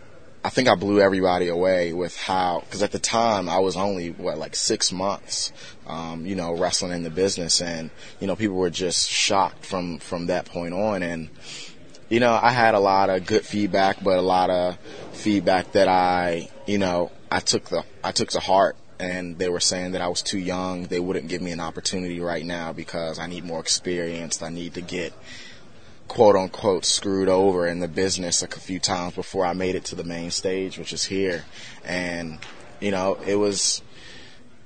Speaker 7: I think I blew everybody away with how, because at the time I was only what like six months, um, you know, wrestling in the business, and you know people were just shocked from from that point on, and you know I had a lot of good feedback, but a lot of feedback that I, you know, I took the I took to heart, and they were saying that I was too young, they wouldn't give me an opportunity right now because I need more experience, I need to get quote unquote screwed over in the business a few times before I made it to the main stage, which is here. And, you know, it was,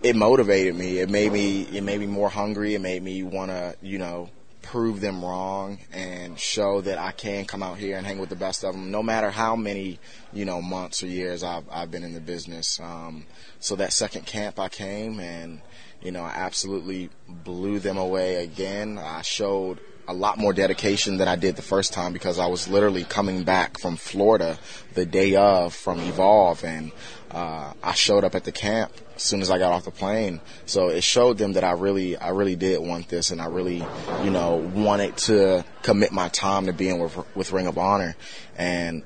Speaker 7: it motivated me. It made me, it made me more hungry. It made me want to, you know, prove them wrong and show that I can come out here and hang with the best of them, no matter how many, you know, months or years I've, I've been in the business. Um, so that second camp I came and, you know, I absolutely blew them away again. I showed a lot more dedication than I did the first time because I was literally coming back from Florida the day of from Evolve and uh, I showed up at the camp as soon as I got off the plane. So it showed them that I really, I really did want this and I really, you know, wanted to commit my time to being with, with Ring of Honor. And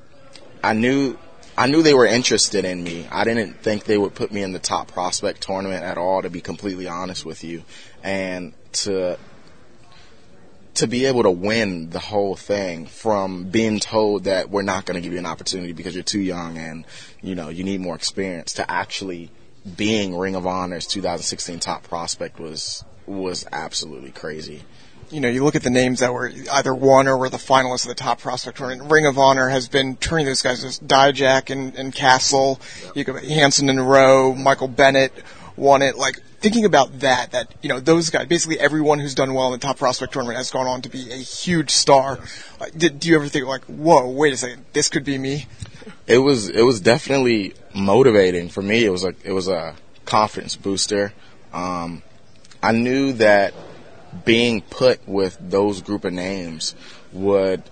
Speaker 7: I knew I knew they were interested in me. I didn't think they would put me in the top prospect tournament at all to be completely honest with you. And to to be able to win the whole thing from being told that we're not going to give you an opportunity because you're too young and you know you need more experience to actually being Ring of Honor's 2016 top prospect was was absolutely crazy.
Speaker 3: you know, you look at the names that were either won or were the finalists of the top prospect tournament. Ring of Honor has been turning those guys, there's Dijak and, and Castle, you go Hanson and Rowe, Michael Bennett won it. Like, thinking about that, that, you know, those guys, basically everyone who's done well in the top prospect tournament has gone on to be a huge star. Like, did, do you ever think, like, whoa, wait a second, this could be me?
Speaker 7: it was it was definitely motivating for me. It was a it was a confidence booster. Um, I knew that being put with those group of names would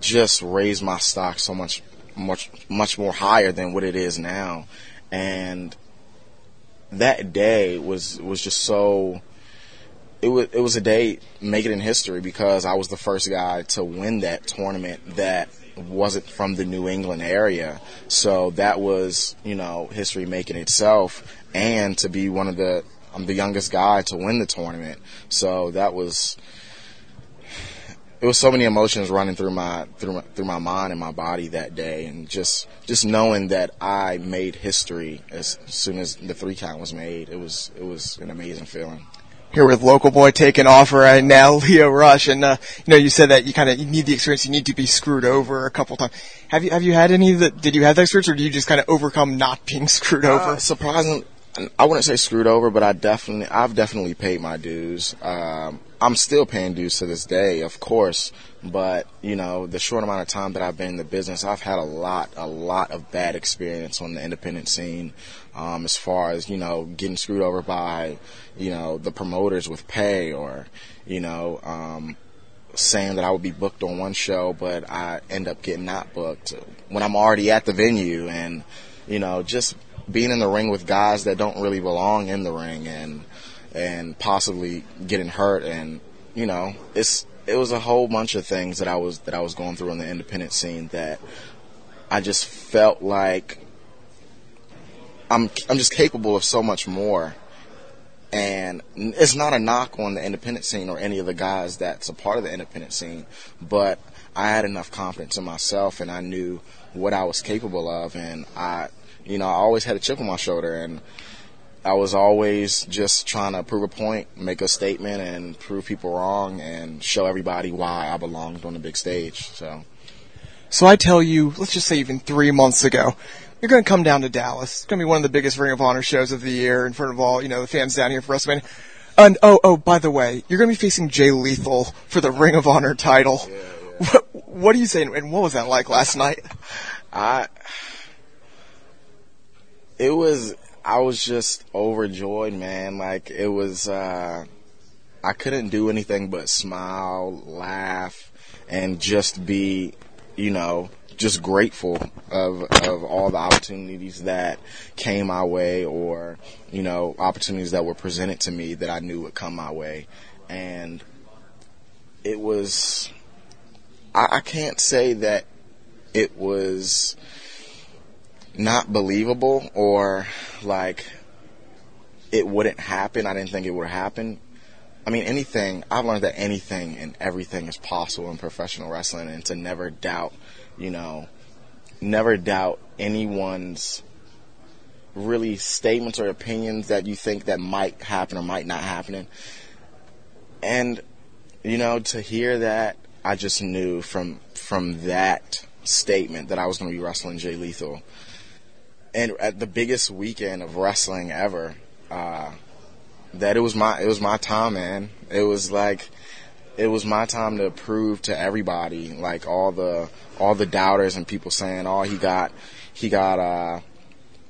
Speaker 7: just raise my stock so much much much more higher than what it is now, and that day was was just so it was it was a day making in history because I was the first guy to win that tournament that wasn't from the New England area. So that was you know history making itself, and to be one of the I'm the youngest guy to win the tournament. So that was it was so many emotions running through my through my, through my mind and my body that day, and just just knowing that I made history as soon as the three count was made, it was it was an amazing feeling.
Speaker 3: here with local boy taking off right now, Leo Rush. And uh, you know, you said that you kind of you need the experience. You need to be screwed over a couple times. Have you have you had any of the? Did you have that experience, or do you just kind of overcome not being screwed over?
Speaker 7: Uh, surprising. I wouldn't say screwed over, but I definitely, I've definitely paid my dues. Um, I'm still paying dues to this day, of course, but you know, the short amount of time that I've been in the business, I've had a lot, a lot of bad experience on the independent scene. Um, as far as you know, getting screwed over by, you know, the promoters with pay, or you know, um, saying that I would be booked on one show, but I end up getting not booked when I'm already at the venue and, you know, just being in the ring with guys that don't really belong in the ring and, and possibly getting hurt and, you know, it's, it was a whole bunch of things that I was, that I was going through in the independent scene that I just felt like I'm I'm just capable of so much more. And n- it's not a knock on the independent scene or any of the guys that's a part of the independent scene, but I had enough confidence in myself and I knew what I was capable of and I you know, I always had a chip on my shoulder and I was always just trying to prove a point, make a statement and prove people wrong and show everybody why I belonged on the big stage. So
Speaker 3: So I tell you, let's just say even three months ago, you're going to come down to Dallas. It's going to be one of the biggest Ring of Honor shows of the year in front of all, you know, the fans down here for WrestleMania. And oh, oh, by the way, you're going to be facing Jay Lethal for the Ring of Honor title. What, what do you say? And what was that like last night?
Speaker 7: I it was I was just overjoyed, man. Like it was uh I couldn't do anything but smile, laugh and just be, you know, just grateful of of all the opportunities that came my way or, you know, opportunities that were presented to me that I knew would come my way. And it was I, I can't say that it was not believable or like it wouldn't happen. I didn't think it would happen. I mean, anything, I've learned that anything and everything is possible in professional wrestling and to never doubt, you know, never doubt anyone's really statements or opinions that you think that might happen or might not happen. And, you know, to hear that, I just knew from, from that statement that I was going to be wrestling Jay Lethal and at the biggest weekend of wrestling ever, uh, that it was my it was my time, man. It was like it was my time to prove to everybody, like all the all the doubters and people saying, "Oh, he got he got uh,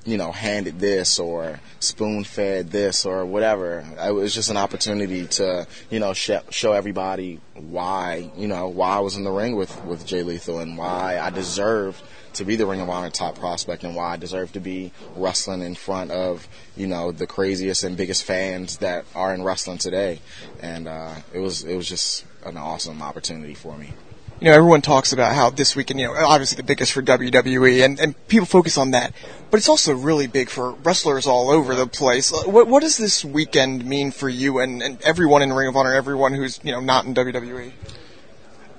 Speaker 7: you know handed this or spoon fed this or whatever." It was just an opportunity to you know sh- show everybody why you know why I was in the ring with with Jay Lethal and why I deserved to be the Ring of Honor top prospect and why I deserve to be wrestling in front of, you know, the craziest and biggest fans that are in wrestling today. And uh, it was it was just an awesome opportunity for me.
Speaker 3: you know, everyone talks about how this weekend, you know, obviously the biggest for WWE, and, and people focus on that. But it's also really big for wrestlers all over the place. Uh, What, what does this weekend mean for you and, and everyone in Ring of Honor, everyone who's, you know, not in E? WWE?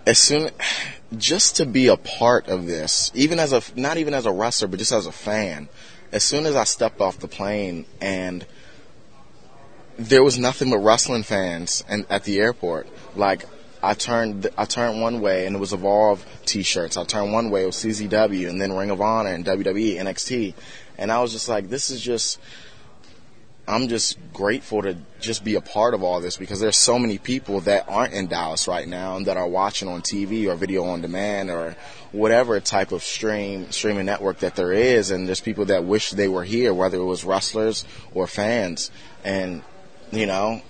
Speaker 7: as soon just to be a part of this, even as a not even as a wrestler, but just as a fan, as soon as I stepped off the plane and there was nothing but wrestling fans and at the airport, like I turned I turned one way and it was Evolve T-shirts. I turned one way it was CZW and then Ring of Honor and E, WWE NXT, and I was just like, this is just I'm just grateful to just be a part of all this because there's so many people that aren't in Dallas right now and that are watching on TV or video on demand or whatever type of stream streaming network that there is and there's people that wish they were here whether it was wrestlers or fans and you know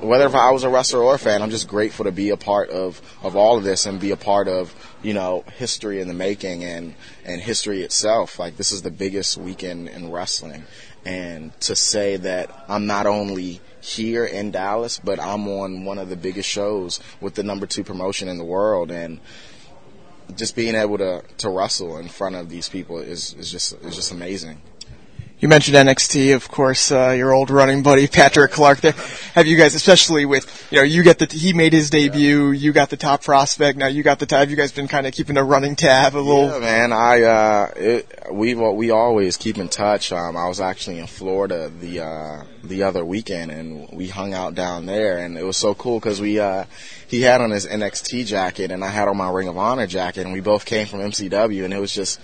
Speaker 7: whether if I was a wrestler or a fan, I'm just grateful to be a part of, of all of this and be a part of, you know, history in the making and, and history itself. Like this is the biggest weekend in wrestling. And to say that I'm not only here in Dallas, but I'm on one of the biggest shows with the number two promotion in the world and just being able to, to wrestle in front of these people is, is just is just amazing.
Speaker 3: You mentioned NXT, of course, uh, your old running buddy Patrick Clark. There, have you guys, especially with you know, you got the he made his debut, you got the top prospect, now you got the top. Have you guys been kind of keeping a running tab a little?
Speaker 7: Yeah, man. I uh, it, we've al- we always keep in touch. Um, I was actually in Florida the uh, the other weekend, and we hung out down there, and it was so cool because we uh, he had on his NXT jacket, and I had on my Ring of Honor jacket, and we both came from MCW, and it was just.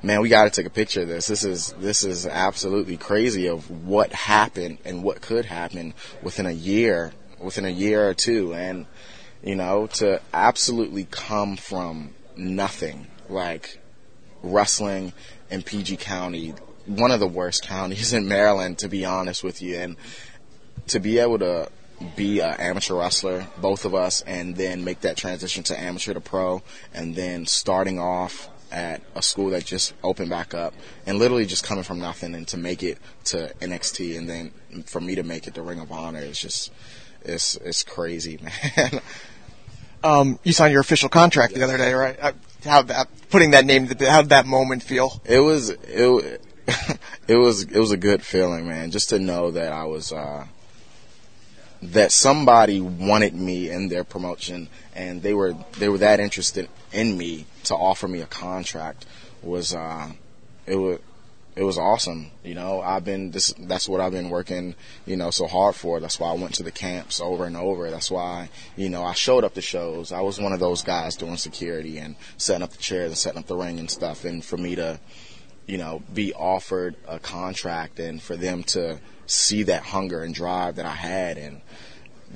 Speaker 7: Man, we gotta take a picture of this. This is, this is absolutely crazy of what happened and what could happen within a year, within a year or two. And, you know, to absolutely come from nothing, like wrestling in PG County, one of the worst counties in Maryland, to be honest with you, and to be able to be an amateur wrestler, both of us, and then make that transition to amateur to pro, and then starting off at a school that just opened back up, and literally just coming from nothing, and to make it to NXT, and then for me to make it to Ring of Honor is just, it's it's crazy, man.
Speaker 3: Um, you signed your official contract the other day, right? Uh, how that putting that name, how did that moment feel?
Speaker 7: It was it wa- it was it was a good feeling, man. Just to know that I was uh, that somebody wanted me in their promotion, and they were they were that interested in me to offer me a contract was uh, it was. It was awesome, you know. I've been this. That's what I've been working, you know, so hard for. That's why I went to the camps over and over. That's why, you know, I showed up to shows. I was one of those guys doing security and setting up the chairs and setting up the ring and stuff. And for me to, you know, be offered a contract and for them to see that hunger and drive that I had and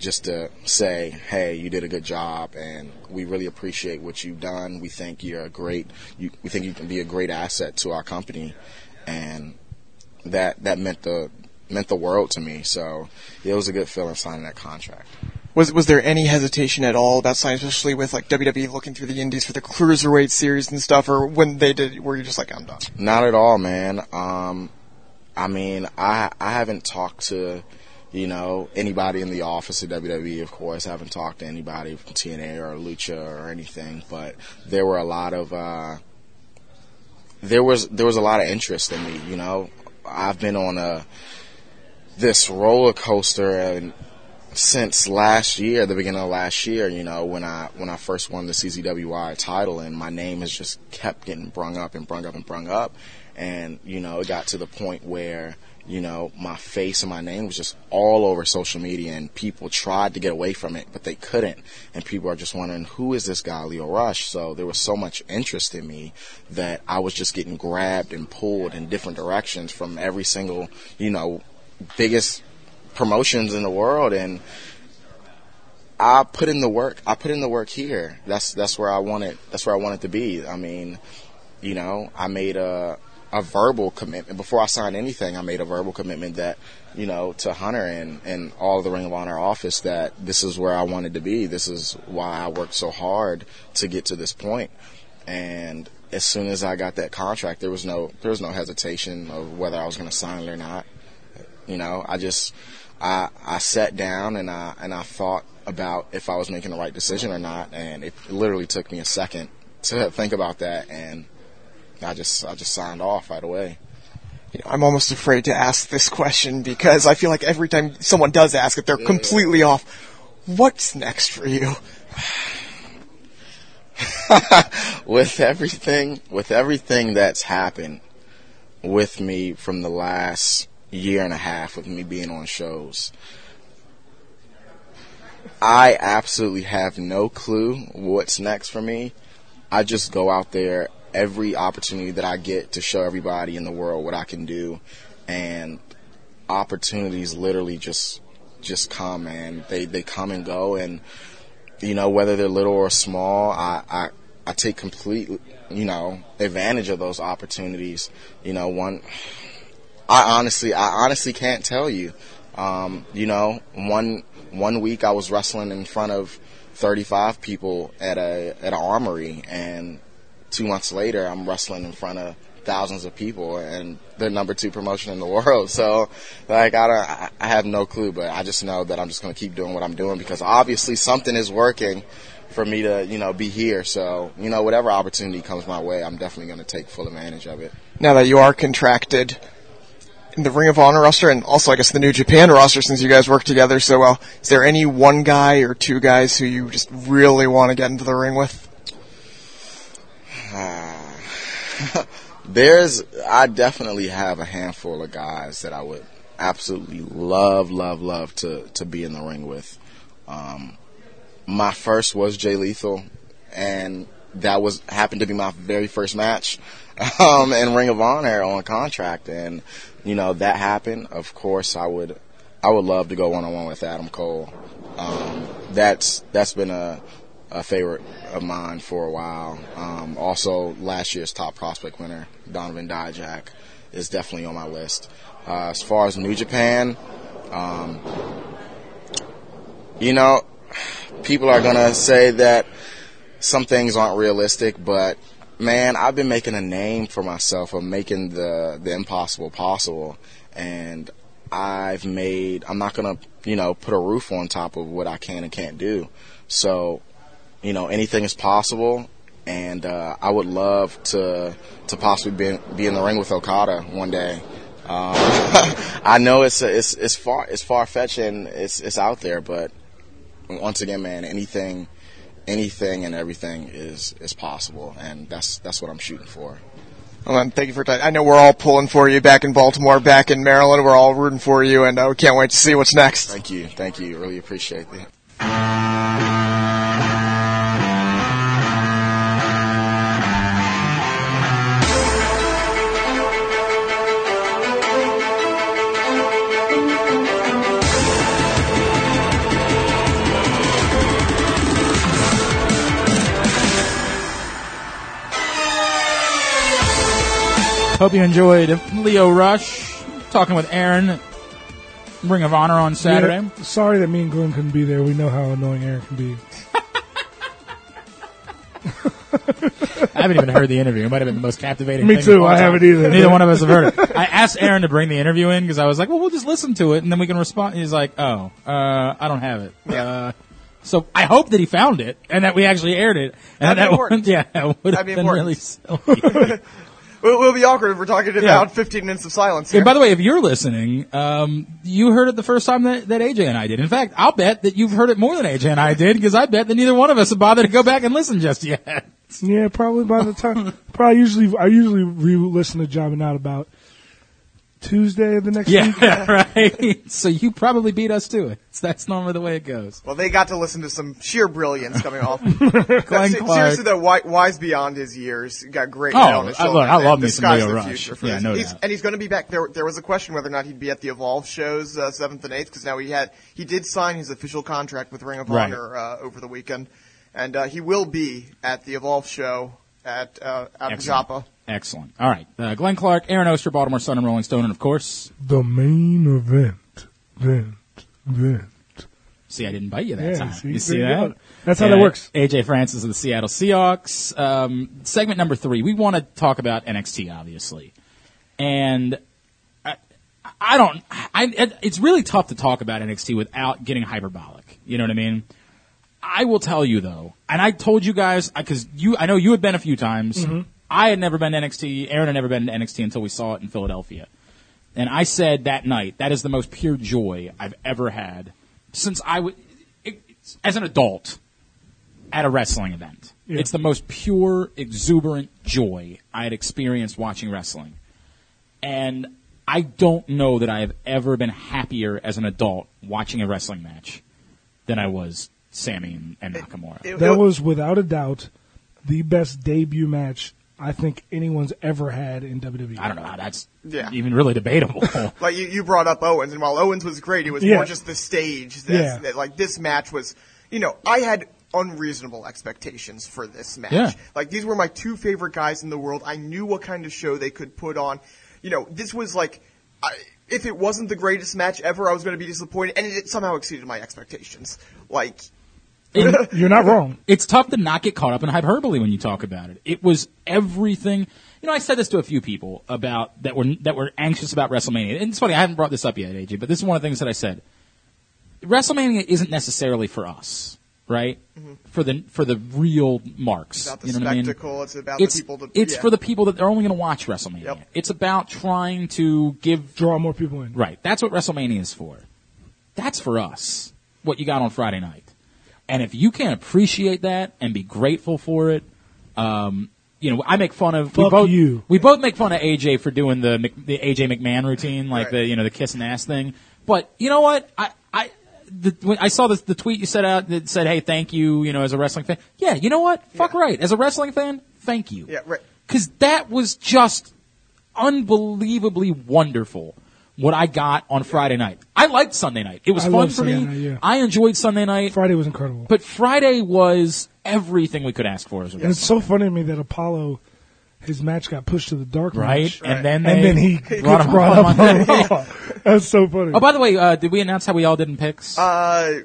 Speaker 7: just to say, hey, you did a good job and we really appreciate what you've done. We think you're a great, you, we think you can be a great asset to our company. And that, that meant the, meant the world to me. So it was a good feeling signing that contract.
Speaker 3: Was was there any hesitation at all about signing, especially with like WWE looking through the Indies for the cruiserweight series and stuff, or when they did? Were you just like, I'm done?
Speaker 7: Not at all, man. Um, I mean, I I haven't talked to, you know, anybody in the office at WWE. Of course, I haven't talked to anybody from TNA or Lucha or anything. But there were a lot of uh, there was there was a lot of interest in me. You know, I've been on a this roller coaster and since last year, the beginning of last year, you know, when I when I first won the CZWI title, and my name has just kept getting brung up and brung up and brung up, and you know, it got to the point where you know my face and my name was just all over social media, and people tried to get away from it, but they couldn't, and people are just wondering who is this guy Leo Rush. So there was so much interest in me that I was just getting grabbed and pulled in different directions from every single you know biggest promotions in the world and I put in the work. I put in the work here. That's that's where I wanted that's where I wanted to be. I mean, you know, I made a a verbal commitment before I signed anything. I made a verbal commitment that, you know, to Hunter and and all the Ring of Honor office that this is where I wanted to be. This is why I worked so hard to get to this point. And as soon as I got that contract, there was no there was no hesitation of whether I was going to sign it or not. You know, I just I I sat down and I and I thought about if I was making the right decision or not, and it literally took me a second to think about that, and I just I just signed off right away.
Speaker 3: You know, I'm almost afraid to ask this question because I feel like every time someone does ask it, they're completely off. What's next for you?
Speaker 7: with everything with everything that's happened with me from the last year and a half of me being on shows I absolutely have no clue what's next for me. I just go out there every opportunity that I get to show everybody in the world what I can do and opportunities literally just just come and they they come and go and you know, whether they're little or small, I, I, I take complete, you know, advantage of those opportunities. You know, one, I honestly, I honestly can't tell you. Um, you know, one, one week I was wrestling in front of 35 people at a, at an armory and two months later I'm wrestling in front of thousands of people and the number two promotion in the world. So like I don't I- I have no clue, but I just know that I'm just gonna keep doing what I'm doing because obviously something is working for me to, you know, be here. So, you know, whatever opportunity comes my way, I'm definitely gonna take full advantage of it.
Speaker 3: Now that you are contracted in the Ring of Honor roster and also I guess the New Japan roster since you guys work together so well, is there any one guy or two guys who you just really want to get into the ring with?
Speaker 7: There's, I definitely have a handful of guys that I would absolutely love, love, love to, to be in the ring with. Um, my first was Jay Lethal, and that was happened to be my very first match um, in Ring of Honor on contract, and you know that happened. Of course, I would, I would love to go one on one with Adam Cole. Um, that's that's been a a favorite of mine for a while. Um, also, last year's top prospect winner, Donovan Dijak, is definitely on my list. Uh, as far as New Japan, um, you know, people are gonna say that some things aren't realistic, but man, I've been making a name for myself of making the the impossible possible, and I've made. I'm not gonna, you know, put a roof on top of what I can and can't do. So, you know, anything is possible. and uh, I would love to to possibly be in, be in the ring with Okada one day. Um, I know it's it's it's far it's far fetched and it's it's out there, but once again, man, anything anything and everything is is possible, and that's that's what I'm shooting for.
Speaker 3: Well, then, thank you for time. I know we're all pulling for you back in Baltimore, back in Maryland. We're all rooting for you, and uh, we can't wait to see what's next.
Speaker 7: Thank you, thank you, really appreciate it.
Speaker 1: Hope you enjoyed Leo Rush talking with Aaron, Ring of Honor on Saturday.
Speaker 2: Yeah, sorry that me and Glenn couldn't be there. We know how annoying Aaron can be.
Speaker 1: I haven't even heard the interview. It might have been the most captivating.
Speaker 2: Me
Speaker 1: thing
Speaker 2: too.
Speaker 1: of all
Speaker 2: I
Speaker 1: time.
Speaker 2: haven't either.
Speaker 1: Neither one of us have heard it. I asked Aaron to bring the interview in because I was like, "Well, we'll just listen to it and then we can respond." He's like, "Oh, uh, I don't have it." Uh, so I hope that he found it and that we actually aired it. And
Speaker 3: That'd be
Speaker 1: that
Speaker 3: important.
Speaker 1: would, yeah, that would have
Speaker 3: That'd be
Speaker 1: been
Speaker 3: important.
Speaker 1: really silly.
Speaker 3: We'll, we'll be awkward if we're talking about 15 minutes of silence here.
Speaker 1: And by the way, if you're listening, um, you heard it the first time that, that AJ and I did. In fact, I'll bet that you've heard it more than AJ and I did because I bet that neither one of us have bothered to go back and listen just yet.
Speaker 2: Yeah, probably by the time. probably usually I usually re-listen to Jobbing Out about Tuesday of the next week.
Speaker 1: Yeah, right. so you probably beat us to it. So that's normally the way it goes.
Speaker 3: well, they got to listen to some sheer brilliance coming off.
Speaker 1: Glenn
Speaker 3: Se-
Speaker 1: Clark.
Speaker 3: Seriously, though, wi- wise beyond his years. He Got great.
Speaker 1: Oh,
Speaker 3: head on his
Speaker 1: I- look,
Speaker 3: shoulders
Speaker 1: I
Speaker 3: and
Speaker 1: love me
Speaker 3: the
Speaker 1: some Leo
Speaker 3: sky's the
Speaker 1: Rush.
Speaker 3: future for
Speaker 1: Yeah,
Speaker 3: this.
Speaker 1: no
Speaker 3: He's-
Speaker 1: doubt.
Speaker 3: And he's going to be back. There, there was a question whether or not he'd be at the Evolve shows, uh, seventh and eighth, because now he had he did sign his official contract with Ring of
Speaker 1: Right.
Speaker 3: Honor uh, over the weekend, and uh, he will be at the Evolve show at uh, out in
Speaker 1: Excellent.
Speaker 3: Joppa.
Speaker 1: Excellent. All right. Uh, Glenn Clark, Aaron Oster, Baltimore Sun, and Rolling Stone, and of course,
Speaker 2: The main event. Event. Event.
Speaker 1: see, I didn't bite you that
Speaker 2: Yeah,
Speaker 1: time.
Speaker 2: see,
Speaker 1: you
Speaker 2: there
Speaker 1: see
Speaker 2: you
Speaker 1: that?
Speaker 2: go. That's how that
Speaker 1: Uh,
Speaker 2: works.
Speaker 1: AJ Francis of the Seattle Seahawks. Um, segment number three. We want to talk about NXT, obviously, and I, I don't. I, it- it's really tough to talk about NXT without getting hyperbolic. You know what I mean? I will tell you though, and I told you guys because you, I know you had been a few times. I had never been to NXT. Aaron had never been to NXT until we saw it in Philadelphia, and I said that night that is the most pure joy I've ever had since I would, as an adult, at a wrestling event.
Speaker 2: Yeah.
Speaker 1: It's the most pure, exuberant joy I had experienced watching wrestling, and I don't know that I have ever been happier as an adult watching a wrestling match than I was Sammy and, and Nakamura.
Speaker 3: It-
Speaker 2: That
Speaker 3: it-
Speaker 2: was without a doubt the best debut match I think anyone's ever had in E. WWE.
Speaker 1: I don't know how that's
Speaker 3: Yeah.
Speaker 1: even really debatable.
Speaker 3: Like you, you brought up Owens, and while Owens was great, it was
Speaker 2: Yeah.
Speaker 3: more just the stage. That,
Speaker 2: Yeah.
Speaker 3: that, like this match was, you know, I had unreasonable expectations for this match.
Speaker 1: Yeah.
Speaker 3: Like these were my two favorite guys in the world. I knew what kind of show they could put on. You know, this was like, I, if it wasn't the greatest match ever, I was going to be disappointed, and it somehow exceeded my expectations. Like,
Speaker 1: And
Speaker 2: You're not wrong.
Speaker 1: it's tough to not get caught up in hyperbole when you talk about it. It was everything. You know, I said this to a few people about that were that were anxious about WrestleMania, and it's funny I haven't brought this up yet, AJ, but this is one of the things that I said. WrestleMania isn't necessarily for us, right? For the for the real marks,
Speaker 3: about Mm-hmm. the
Speaker 1: you know what I mean?
Speaker 3: spectacle, it's about
Speaker 1: it's,
Speaker 3: the people. To,
Speaker 1: it's
Speaker 3: yeah.
Speaker 1: for the people that they're only going to watch WrestleMania.
Speaker 3: Yep.
Speaker 1: It's about trying to give
Speaker 2: Draw more people in.
Speaker 1: Right. That's what WrestleMania is for. That's for us. What you got on Friday night. And if you can't appreciate that and be grateful for it, um, you know, I make fun of we
Speaker 2: Fuck
Speaker 1: both
Speaker 2: you.
Speaker 1: we both make fun of AJ for doing the Mc- the AJ McMahon routine, like
Speaker 3: Right.
Speaker 1: the you know the kiss and ass thing. But you know what? I I the, when I saw this, the tweet you set out that said, "Hey, thank you," you know, as a wrestling fan. Yeah, you know what? Fuck right. As a wrestling fan, thank you.
Speaker 3: Yeah, right.
Speaker 1: Because that was just unbelievably wonderful what I got on Friday night. I liked Sunday night. It was
Speaker 2: I
Speaker 1: fun
Speaker 2: love
Speaker 1: for me.
Speaker 2: Sunday night, yeah.
Speaker 1: I enjoyed Sunday night,
Speaker 2: Friday was incredible.
Speaker 1: but Friday was everything we could ask for as a
Speaker 2: and it's
Speaker 1: wrestler.
Speaker 2: so funny to me that Apollo, his match got pushed to the dark
Speaker 1: Right?
Speaker 2: match.
Speaker 1: And then
Speaker 2: and
Speaker 1: they
Speaker 2: then he
Speaker 1: brought
Speaker 2: gets
Speaker 1: him
Speaker 2: brought,
Speaker 1: up
Speaker 2: up
Speaker 1: on
Speaker 2: on Raw. That's so funny.
Speaker 1: Oh, by the way, uh, did we announce how we all did in picks?
Speaker 3: Uh,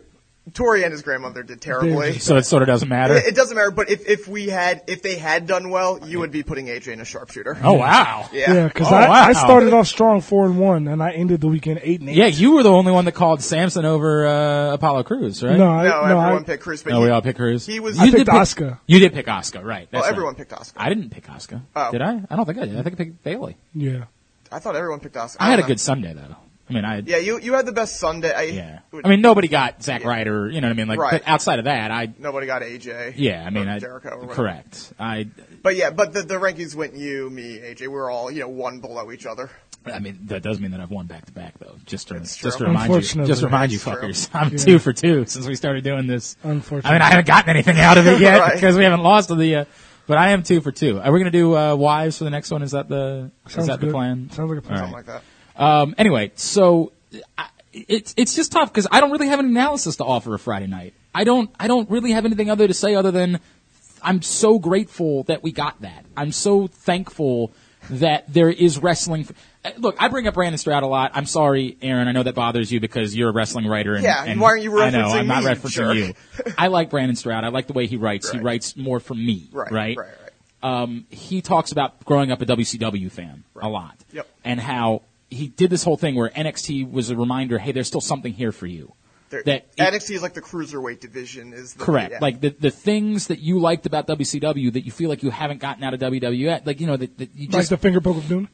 Speaker 3: Tori and his grandmother did terribly.
Speaker 1: So it sort of doesn't matter.
Speaker 3: It, it doesn't matter, but if, if we had if they had done well, you would be putting AJ in a sharpshooter.
Speaker 1: Oh wow.
Speaker 3: yeah.
Speaker 2: Yeah, because
Speaker 1: Oh,
Speaker 2: I,
Speaker 1: wow.
Speaker 2: I started off strong four and one, and I ended the weekend eight and eight.
Speaker 1: Yeah, you were the only one that called Samson over uh, Apollo Cruz, right?
Speaker 2: no, I,
Speaker 3: no,
Speaker 2: no, I,
Speaker 3: everyone picked Cruz, but
Speaker 1: No,
Speaker 3: he-
Speaker 1: we all picked Cruz.
Speaker 3: he was-
Speaker 1: You
Speaker 3: I
Speaker 1: did
Speaker 2: picked
Speaker 1: pick-
Speaker 2: Oscar.
Speaker 1: You did pick Oscar, right?
Speaker 3: well,
Speaker 1: That's
Speaker 3: Oh, everyone
Speaker 1: right.
Speaker 3: picked Oscar.
Speaker 1: I didn't pick Oscar.
Speaker 3: Oh.
Speaker 1: Did I? I don't think I did. I think I picked Bailey.
Speaker 2: yeah.
Speaker 3: I thought everyone picked Oscar.
Speaker 1: I had a
Speaker 3: don't know.
Speaker 1: good Sunday though. I mean, I
Speaker 3: Uh-huh. Yeah, you you had the best Sunday. I,
Speaker 1: yeah. I mean, nobody got Zach Ryder. You know what I mean? Like,
Speaker 3: Right.
Speaker 1: but outside of that, I
Speaker 3: nobody got AJ.
Speaker 1: yeah. I mean,
Speaker 3: or
Speaker 1: I
Speaker 3: Jericho. Or whatever.
Speaker 1: correct. I
Speaker 3: But yeah, but the, the rankings went you, me, AJ. We were all you know one below each other.
Speaker 1: I mean, that does mean that I've won back to back though. Just to,
Speaker 3: That's true.
Speaker 1: just to remind you,
Speaker 2: Unfortunately.
Speaker 1: just to remind you,
Speaker 3: That's true.
Speaker 1: fuckers. I'm two for two since we started doing this.
Speaker 2: Unfortunately.
Speaker 1: I mean, I haven't gotten anything out of it yet
Speaker 3: Right.
Speaker 1: because we haven't lost to the. Uh, but I am two for two. Are we going to do uh, wives for the next one? Is that the is
Speaker 2: Sounds
Speaker 1: that
Speaker 2: good.
Speaker 1: the plan?
Speaker 2: Sounds like a plan.
Speaker 1: All
Speaker 3: Something like that.
Speaker 1: Um, anyway, so I, it's it's just tough because I don't really have an analysis to offer a Friday night. I don't I don't really have anything other to say other than I'm so grateful that we got that. I'm so thankful that there is wrestling. For, uh, look, I bring up Brandon Stroud a lot. I'm sorry, Aaron. I know that bothers you because you're a wrestling writer. And,
Speaker 3: Yeah,
Speaker 1: and
Speaker 3: why aren't you
Speaker 1: I know
Speaker 3: referencing
Speaker 1: I'm not
Speaker 3: me,
Speaker 1: referencing
Speaker 3: jerk?
Speaker 1: you. I like Brandon Stroud. I like the way he writes. He
Speaker 3: Right.
Speaker 1: writes more for me.
Speaker 3: Right,
Speaker 1: Right.
Speaker 3: right, right.
Speaker 1: Um, he talks about growing up a WCW fan a lot
Speaker 3: Yep.
Speaker 1: and how he did this whole thing where NXT was a reminder, hey, there's still something here for you.
Speaker 3: There-
Speaker 1: that it-
Speaker 3: NXT is like the cruiserweight division. Is the,
Speaker 1: correct,
Speaker 3: yeah.
Speaker 1: like the the things that you liked about WCW that you feel like you haven't gotten out of WWE, like you know that, that you
Speaker 2: Like
Speaker 1: just
Speaker 2: the finger poke of doom.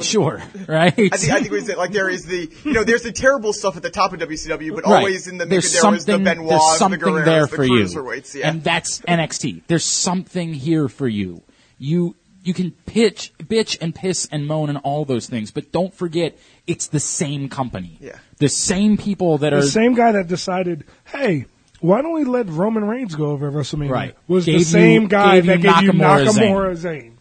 Speaker 1: sure, right?
Speaker 3: I think, I think we said like there is the you know there's the terrible stuff at the top of WCW, but
Speaker 1: Right.
Speaker 3: always in the there
Speaker 1: there's
Speaker 3: was the
Speaker 1: something-
Speaker 3: Benoit,
Speaker 1: there's
Speaker 3: the
Speaker 1: something
Speaker 3: Guerreros,
Speaker 1: there
Speaker 3: the
Speaker 1: for you,
Speaker 3: cruiserweights. Yeah,
Speaker 1: and that's NXT. There's something here for you. You you can pitch, bitch, and piss and moan and all those things, but don't forget it's the same company,
Speaker 3: Yeah.
Speaker 1: the same people that are
Speaker 2: The same guy that decided, hey, why don't we let Roman Reigns go over at WrestleMania?
Speaker 1: Right.
Speaker 2: Was
Speaker 1: Gave
Speaker 2: the
Speaker 1: you-
Speaker 2: same guy
Speaker 1: gave you
Speaker 2: that gave you
Speaker 1: Nakamura
Speaker 2: Nakamura Zane.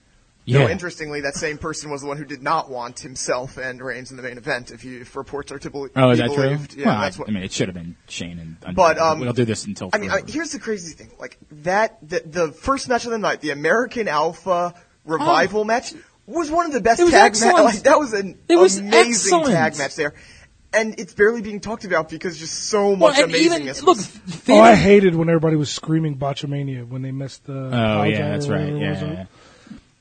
Speaker 1: yeah.
Speaker 3: So interestingly, that same person was the one who did not want himself and Reigns in the main event. If you if reports are to belie-
Speaker 1: Oh, is
Speaker 3: be
Speaker 1: that true?
Speaker 3: believed, yeah,
Speaker 1: well, I-
Speaker 3: that's what.
Speaker 1: I, mean, it should have been Shane and. and-
Speaker 3: But, um,
Speaker 1: we'll do this until.
Speaker 3: I mean, I,
Speaker 1: forever.
Speaker 3: here's the crazy thing: like that, the, the first match of the night, the American Alpha Revival match, was one of the best
Speaker 1: Oh. It was
Speaker 3: tag matches.
Speaker 1: excellent.
Speaker 3: Like, that was an
Speaker 1: It was
Speaker 3: amazing
Speaker 1: excellent.
Speaker 3: tag match there, and it's barely being talked about because just so
Speaker 1: well,
Speaker 3: much
Speaker 1: and even
Speaker 3: amazingness.
Speaker 1: look,
Speaker 3: was-
Speaker 2: Oh, I
Speaker 1: Finn-
Speaker 2: hated when everybody was screaming Botchamania when they missed the.
Speaker 1: Oh yeah, that's right. Yeah, yeah, yeah.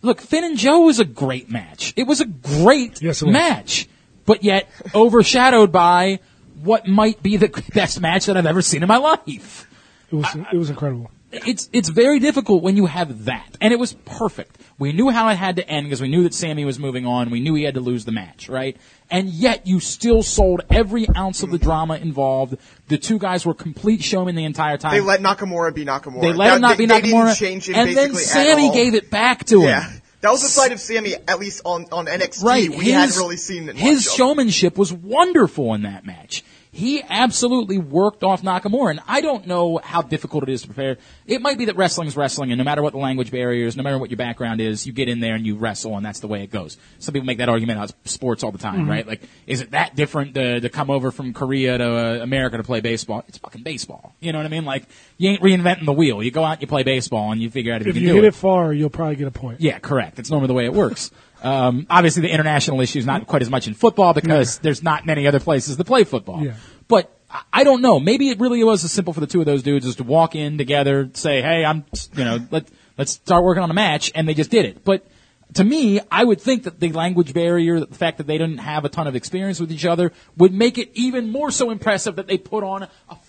Speaker 1: Look, Finn and Joe was a great match. It was a great
Speaker 2: Yes, it was.
Speaker 1: match, but yet overshadowed by what might be the best match that I've ever seen in my life.
Speaker 2: It was it was incredible.
Speaker 1: It's it's very difficult when you have that, and it was perfect. We knew how it had to end because we knew that Sammy was moving on. We knew he had to lose the match, right? And yet you still sold every ounce of the drama involved. The two guys were complete showmen the entire time.
Speaker 3: they let Nakamura be Nakamura.
Speaker 1: They let
Speaker 3: That-
Speaker 1: him not be
Speaker 3: they, they
Speaker 1: Nakamura,
Speaker 3: didn't change him
Speaker 1: and then
Speaker 3: basically at
Speaker 1: Sammy
Speaker 3: all.
Speaker 1: gave it back to him.
Speaker 3: Yeah, that was the side of Sammy, at least on on NXT.
Speaker 1: Right.
Speaker 3: we
Speaker 1: his,
Speaker 3: hadn't really seen much
Speaker 1: his
Speaker 3: of.
Speaker 1: showmanship was wonderful in that match. He absolutely worked off Nakamura, and I don't know how difficult it is to prepare. It might be that wrestling's wrestling, and no matter what the language barriers, no matter what your background is, you get in there and you wrestle, and that's the way it goes. Some people make that argument about sports all the time, right? Like, is it that different to, to come over from Korea to uh, America to play baseball? It's fucking baseball. You know what I mean? Like, you ain't reinventing the wheel. You go out and you play baseball, and you figure out if,
Speaker 2: If
Speaker 1: you
Speaker 2: you
Speaker 1: can
Speaker 2: hit
Speaker 1: do
Speaker 2: it far, you'll probably get a point.
Speaker 1: yeah, correct. That's normally the way it works. Um, obviously, the international issue is not quite as much in football because there's not many other places to play football.
Speaker 2: Yeah.
Speaker 1: But I- I don't know. Maybe it really was as simple for the two of those dudes as to walk in together, say, "Hey, I'm," you know, let let's start working on a match, and they just did it. But to me, I would think that the language barrier, the fact that they didn't have a ton of experience with each other, would make it even more so impressive that they put on a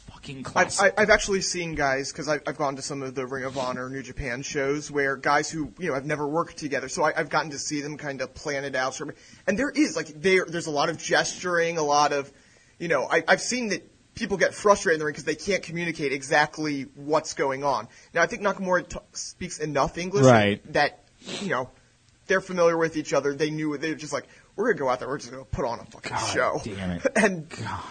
Speaker 1: fucking
Speaker 3: I've,
Speaker 1: classic.
Speaker 3: I- I've actually seen guys because I've gone to some of the Ring of Honor, New Japan shows where guys who you know have never worked together, so I, I've gotten to see them kind of plan it out. sort of- And there is like there there's a lot of gesturing, a lot of you know I, I've seen that people get frustrated in the ring because they can't communicate exactly what's going on. Now I think Nakamura t- speaks enough English
Speaker 1: Right.
Speaker 3: that you know they're familiar with each other. They knew they're just like we're gonna go out there, we're just gonna put on a fucking
Speaker 1: God
Speaker 3: show.
Speaker 1: damn it. Mm-hmm.
Speaker 3: and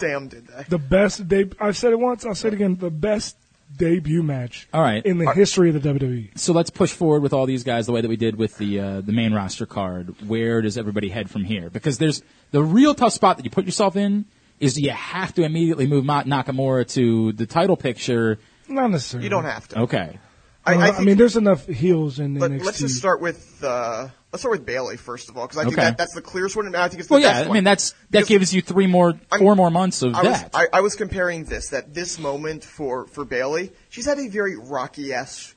Speaker 3: damn did they.
Speaker 2: The best de- I've said it once. I'll say it again. The best debut match.
Speaker 1: All right.
Speaker 2: In the history of the E. WWE.
Speaker 1: so let's push forward with all these guys the way that we did with the uh, the main roster card. Where does everybody head from here? Because there's the real tough spot that you put yourself in is you have to immediately move Ma- Nakamura to the title picture.
Speaker 2: Not necessarily.
Speaker 3: You don't have to.
Speaker 1: Okay,
Speaker 3: I,
Speaker 2: Uh,
Speaker 3: I
Speaker 2: I,
Speaker 3: think
Speaker 2: mean, there's enough heels in
Speaker 3: Let,
Speaker 2: NXT.
Speaker 3: us just start with uh, let's start with Bailey first of all because I think
Speaker 1: Okay.
Speaker 3: that, that's the clearest one, and I think it's the
Speaker 1: Well,
Speaker 3: best
Speaker 1: yeah. I
Speaker 3: one.
Speaker 1: mean, that's that
Speaker 3: Because
Speaker 1: gives you three more,
Speaker 3: I'm-
Speaker 1: four more months of
Speaker 3: I was,
Speaker 1: that.
Speaker 3: I, I was comparing this that this moment for for Bailey, she's had a very Rocky esque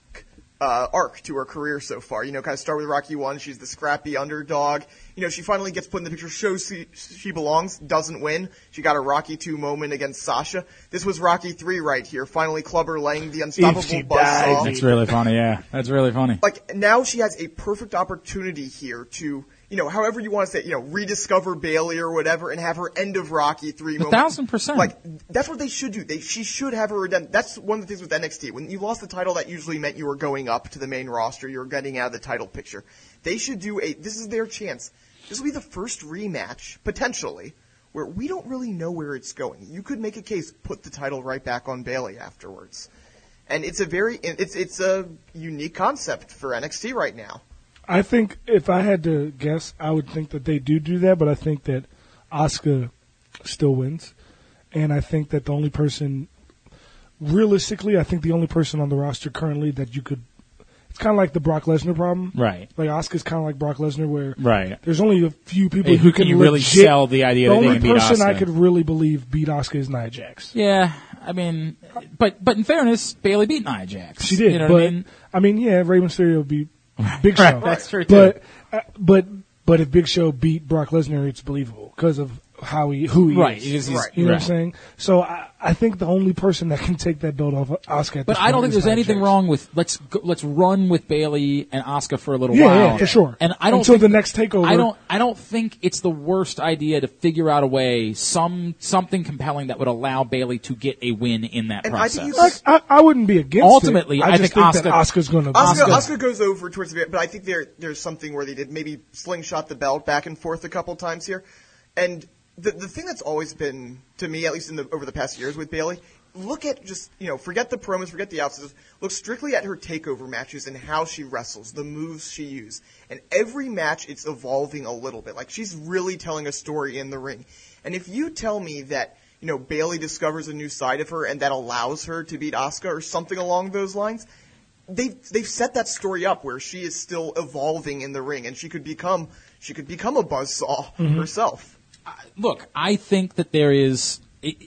Speaker 3: uh, arc to her career so far. You know, kind of start with Rocky one, she's the scrappy underdog. You know, she finally gets put in the picture, shows she, she belongs, doesn't win. She got a Rocky two moment against Sasha. This was Rocky three right here. Finally, Clubber laying the unstoppable
Speaker 2: she
Speaker 3: buzzsaw.
Speaker 2: dies,
Speaker 1: that's really funny. Yeah, that's really funny.
Speaker 3: like now she has a perfect opportunity here to you know however you want to say it, you know rediscover Bailey or whatever and have her end of Rocky three moment.
Speaker 1: thousand percent.
Speaker 3: like that's what they should do they she should have her redemption that's one of the things with NXT when you lost the title that usually meant you were going up to the main roster you were getting out of the title picture they should do a this is their chance this will be the first rematch potentially where we don't really know where it's going you could make a case put the title right back on Bailey afterwards and it's a very it's it's a unique concept for NXT right now.
Speaker 2: I think if I had to guess, I would think that they do do that, but I think that Oscar still wins, and I think that the only person, realistically, I think the only person on the roster currently that you could, it's kind of like the Brock Lesnar problem,
Speaker 1: Right.
Speaker 2: Like Oscar's kind of like Brock Lesnar, where
Speaker 1: Right.
Speaker 2: There's only a few people
Speaker 1: Hey, who
Speaker 2: who
Speaker 1: can
Speaker 2: can,
Speaker 1: you really
Speaker 2: legit-
Speaker 1: sell the idea that they
Speaker 2: only
Speaker 1: can beat
Speaker 2: person I
Speaker 1: Asuka?
Speaker 2: could really believe beat Oscar is Nia Jax.
Speaker 1: Yeah, I mean, but but in fairness, Bailey beat Nia Jax.
Speaker 2: She did,
Speaker 1: You know
Speaker 2: but
Speaker 1: what I mean?
Speaker 2: yeah, Rey Mysterio would be Big Show.
Speaker 1: Right, that's true, too.
Speaker 2: But uh, but but if Big Show beat Brock Lesnar, it's believable because of how he who he
Speaker 1: Right,
Speaker 2: is.
Speaker 1: because he's-
Speaker 2: You know what
Speaker 1: right.
Speaker 2: I'm saying? So I, I think the only person that can take that belt off of Oscar. At
Speaker 1: But
Speaker 2: this
Speaker 1: I don't
Speaker 2: point
Speaker 1: think
Speaker 2: is
Speaker 1: there's
Speaker 2: Nia
Speaker 1: anything
Speaker 2: Jax.
Speaker 1: wrong with let's go, let's run with Bailey and Oscar for a little
Speaker 2: Yeah,
Speaker 1: while.
Speaker 2: yeah, for sure.
Speaker 1: And I don't
Speaker 2: Until
Speaker 1: think-
Speaker 2: the next takeover.
Speaker 1: I don't I don't think it's the worst idea to figure out a way some something compelling that would allow Bailey to get a win in that
Speaker 3: And I
Speaker 1: process.
Speaker 3: think you
Speaker 2: Like, I, I wouldn't be against.
Speaker 1: Ultimately,
Speaker 2: it.
Speaker 1: I
Speaker 2: I, just
Speaker 1: think
Speaker 2: that
Speaker 1: Asuka-
Speaker 2: Oscar's going to.
Speaker 3: Oscar Oscar goes over towards the but I think there there's something where they did maybe slingshot the belt back and forth a couple times here, and the the thing that's always been to me at least in the over the past years with Bailey. Look at just you know forget the promos, forget the outfits. Look strictly at her takeover matches and how she wrestles, the moves she uses, and every match it's evolving a little bit. Like she's really telling a story in the ring. And if you tell me that you know Bailey discovers a new side of her and that allows her to beat Asuka or something along those lines, they've they've set that story up where she is still evolving in the ring and she could become she could become a buzzsaw
Speaker 1: Mm-hmm.
Speaker 3: herself.
Speaker 1: look, I think that there is it,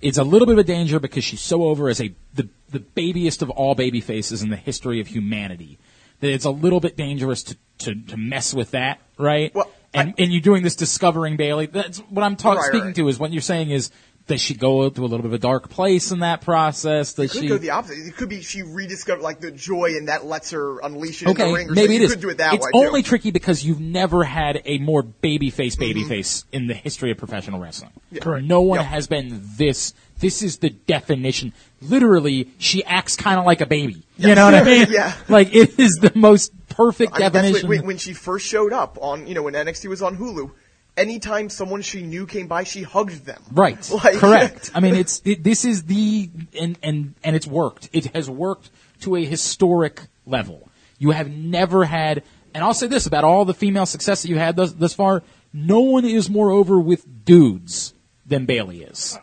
Speaker 1: it's a little bit of a danger because she's so over as a the the babiest of all baby faces in the history of humanity that it's a little bit dangerous to to, to mess with that, right?
Speaker 3: Well,
Speaker 1: and and you're doing this discovering Bailey. That's what I'm talking
Speaker 3: Right,
Speaker 1: speaking
Speaker 3: right.
Speaker 1: to is what you're saying is does she go to a little bit of a dark place in that process? Does
Speaker 3: It could
Speaker 1: she
Speaker 3: go the opposite. It could be she rediscovered like the joy and that lets her unleash it
Speaker 1: Okay,
Speaker 3: in the ring. Or
Speaker 1: maybe
Speaker 3: something.
Speaker 1: it
Speaker 3: you
Speaker 1: is.
Speaker 3: could do it that
Speaker 1: it's
Speaker 3: way. too.
Speaker 1: only tricky because you've never had a more babyface babyface in the history of professional wrestling.
Speaker 2: Correct.
Speaker 1: No one
Speaker 3: Mm-hmm. Yep.
Speaker 1: has been this. This is the definition. Literally, she acts kind of like a baby. You know what I mean?
Speaker 3: Yeah.
Speaker 1: Like it is the most perfect
Speaker 3: I mean, that's
Speaker 1: definition.
Speaker 3: when, when- when she first showed up on you know when NXT was on Hulu. Anytime someone she knew came by, she hugged them.
Speaker 1: Right.
Speaker 3: Like-
Speaker 1: Correct. I mean, it's it, this is the and and and it's worked. It has worked to a historic level. You have never had, and I'll say this about all the female success that you had thus, thus far: no one is more over with dudes than Bailey is. I,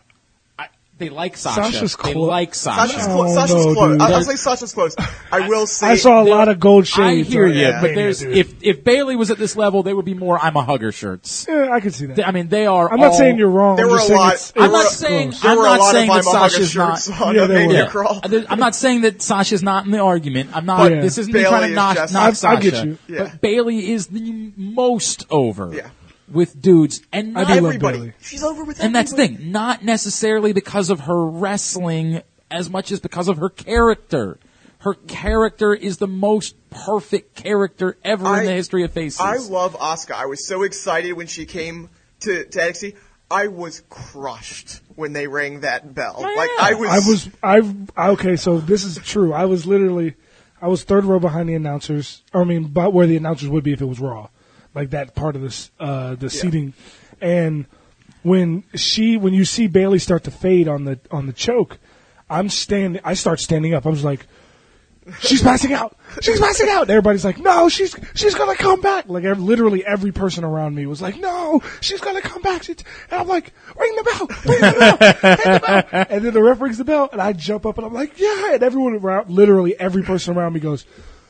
Speaker 1: they like Sasha.
Speaker 2: Sasha's
Speaker 1: they
Speaker 2: cool.
Speaker 1: like Sasha.
Speaker 3: Sasha's,
Speaker 2: I
Speaker 3: clo-
Speaker 2: don't
Speaker 3: Sasha's
Speaker 2: know,
Speaker 3: close.
Speaker 2: dude.
Speaker 3: I, I'll say Sasha's close. I will say.
Speaker 2: I saw a lot of gold
Speaker 1: I
Speaker 2: shades.
Speaker 1: hear
Speaker 2: on
Speaker 1: you,
Speaker 2: that
Speaker 1: but
Speaker 2: mania,
Speaker 1: there's
Speaker 2: dude.
Speaker 1: if if Bailey was at this level, there would be more "I'm a hugger" shirts.
Speaker 2: Yeah, I can see that.
Speaker 1: They- I mean, they are.
Speaker 2: I'm not
Speaker 1: all-
Speaker 2: saying you're wrong.
Speaker 3: There
Speaker 2: I'm
Speaker 3: were
Speaker 2: just
Speaker 3: a
Speaker 2: saying
Speaker 3: lot-
Speaker 2: it's-
Speaker 1: I'm
Speaker 3: There
Speaker 1: not
Speaker 3: were-
Speaker 1: saying
Speaker 3: there
Speaker 1: I'm
Speaker 3: were a
Speaker 1: not
Speaker 3: lot of
Speaker 1: saying that
Speaker 3: I'm a hugger
Speaker 1: Sasha's not.
Speaker 3: shirts on
Speaker 2: Yeah,
Speaker 3: a
Speaker 2: there were.
Speaker 3: mania
Speaker 1: Yeah.
Speaker 3: crawl.
Speaker 1: I- I'm not saying that Sasha's not in the argument. I'm not.
Speaker 2: Oh, Yeah.
Speaker 1: This isn't me
Speaker 3: Bailey
Speaker 1: trying to
Speaker 3: is
Speaker 1: knock,
Speaker 3: just-
Speaker 1: knock
Speaker 2: I-
Speaker 1: Sasha.
Speaker 2: I get you.
Speaker 1: But
Speaker 3: Yeah.
Speaker 1: Bailey is the most over
Speaker 3: Yeah.
Speaker 1: with dudes, and
Speaker 2: I
Speaker 1: not
Speaker 2: do love
Speaker 3: Everybody.
Speaker 2: Bailey.
Speaker 3: She's over with.
Speaker 1: and that's the
Speaker 3: everybody.
Speaker 1: thing. Not necessarily because of her wrestling as much as because of her character. Her character is the most perfect character ever in the history of faces.
Speaker 3: I love Asuka. I was so excited when she came to, to NXT. I was crushed when they rang that bell.
Speaker 1: Yeah.
Speaker 3: Like I was,
Speaker 2: I was I've I- okay. So this is true. I was literally I was third row behind the announcers. Or I mean, but where the announcers would be if it was Raw, like that part of this uh, the seating. And when she when you see Bailey start to fade on the on the choke, I'm standing. I start standing up. I was like. She's passing out. She's passing out. And everybody's like, no, she's she's gonna come back. Like ev- literally every person around me was like, no, she's gonna come back. She's, and I'm like, ring the bell, ring the bell, ring the bell. And then the ref rings the bell, and I jump up and I'm like, yeah. And everyone around, literally every person around me goes,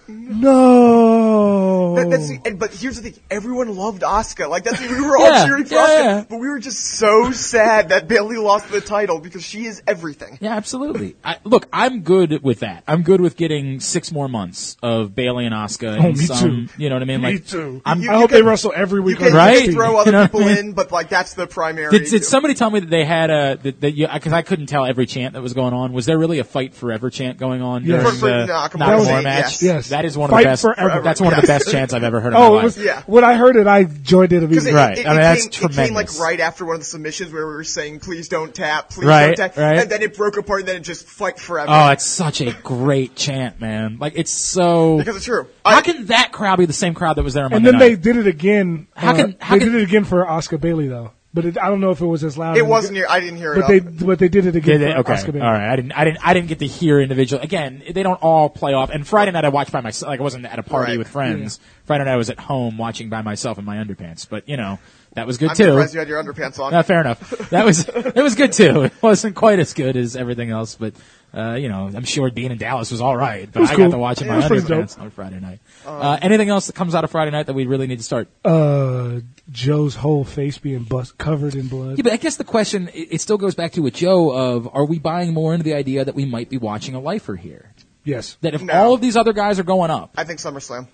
Speaker 2: no.
Speaker 3: That, that's the, and, but here's the thing: everyone loved Asuka. Like that's we were all
Speaker 1: Yeah,
Speaker 3: cheering for
Speaker 1: yeah,
Speaker 3: Asuka,
Speaker 1: yeah.
Speaker 3: but we were just so sad that Bailey lost the title because she is everything.
Speaker 1: Yeah, absolutely. I, look, I'm good with that. I'm good with getting six more months of Bailey and Oscar.
Speaker 2: Oh,
Speaker 1: and
Speaker 2: me
Speaker 1: some,
Speaker 2: too.
Speaker 1: You know what I mean?
Speaker 2: me
Speaker 1: like,
Speaker 2: too.
Speaker 1: I'm,
Speaker 2: I hope
Speaker 3: you
Speaker 2: they
Speaker 3: can-
Speaker 2: wrestle every
Speaker 3: You
Speaker 2: week.
Speaker 3: can,
Speaker 2: on
Speaker 3: you
Speaker 1: Right.
Speaker 3: can throw
Speaker 1: You
Speaker 3: other
Speaker 1: know what
Speaker 3: people
Speaker 1: I mean?
Speaker 3: in, but like that's the primary.
Speaker 1: did, did somebody tell me that they had a that, that you because I couldn't tell every chant that was going on? Was there really a fight forever chant going on
Speaker 2: Yes.
Speaker 1: during
Speaker 3: For- for
Speaker 1: the
Speaker 3: Nakamura,
Speaker 1: Nakamura match?
Speaker 3: yes.
Speaker 2: Yes.
Speaker 1: that is one of
Speaker 2: Fight
Speaker 1: the best.
Speaker 2: forever.
Speaker 1: That's one of the best chants I've ever heard. In
Speaker 2: Oh,
Speaker 1: my
Speaker 2: it was,
Speaker 1: life.
Speaker 3: Yeah.
Speaker 2: when I heard it, I joined it
Speaker 3: Because
Speaker 2: immediately.
Speaker 3: it,
Speaker 1: Right.
Speaker 3: it,
Speaker 1: I mean,
Speaker 3: it
Speaker 1: that's
Speaker 3: came, it came like
Speaker 1: tremendous.
Speaker 3: right after one of the submissions where we were saying, "Please don't tap, please
Speaker 1: Right,
Speaker 3: don't tap,"
Speaker 1: right.
Speaker 3: and then it broke apart, and then it just fight forever.
Speaker 1: Oh, it's such a great chant, man! Like it's so.
Speaker 3: because it's true.
Speaker 1: how
Speaker 3: I-
Speaker 1: can that crowd be the same crowd that was there on
Speaker 2: And
Speaker 1: Monday
Speaker 2: then
Speaker 1: night?
Speaker 2: they did it again.
Speaker 1: How
Speaker 2: uh,
Speaker 1: can- how
Speaker 2: they
Speaker 1: can-
Speaker 2: did it again for Oscar Bailey though? But it, I don't know if it was as loud.
Speaker 3: it
Speaker 2: as-
Speaker 3: wasn't. here. I didn't hear it.
Speaker 2: But
Speaker 3: up.
Speaker 2: they but they did it again.
Speaker 1: Did they?
Speaker 2: for
Speaker 1: Okay.
Speaker 2: Oscar Bailey.
Speaker 1: All right. I didn't. I didn't. I didn't get to hear individual. Again, they don't all play off. And Friday night I watched by myself. Like I wasn't at a party
Speaker 3: Right.
Speaker 1: with friends. Friday night I was at home watching by myself in my underpants. But you know that was good
Speaker 3: I'm
Speaker 1: too.
Speaker 3: surprised you had your underpants on.
Speaker 1: No, fair enough. That was it was good too. It wasn't quite as good as everything else, but uh, you know, I'm sure being in Dallas was all right. But
Speaker 2: was
Speaker 1: I
Speaker 2: cool.
Speaker 1: got to watch it in
Speaker 2: It
Speaker 1: my
Speaker 2: was pretty
Speaker 1: underpants on Friday night. uh, anything else that comes out of Friday night that we really need to start?
Speaker 2: Uh, Joe's whole face being bust, covered in blood.
Speaker 1: Yeah, but I guess the question it, it still goes back to with Joe of are we buying more into the idea that we might be watching a lifer here?
Speaker 2: yes.
Speaker 1: That if
Speaker 3: No.
Speaker 1: all of these other guys are going up,
Speaker 3: I think SummerSlam.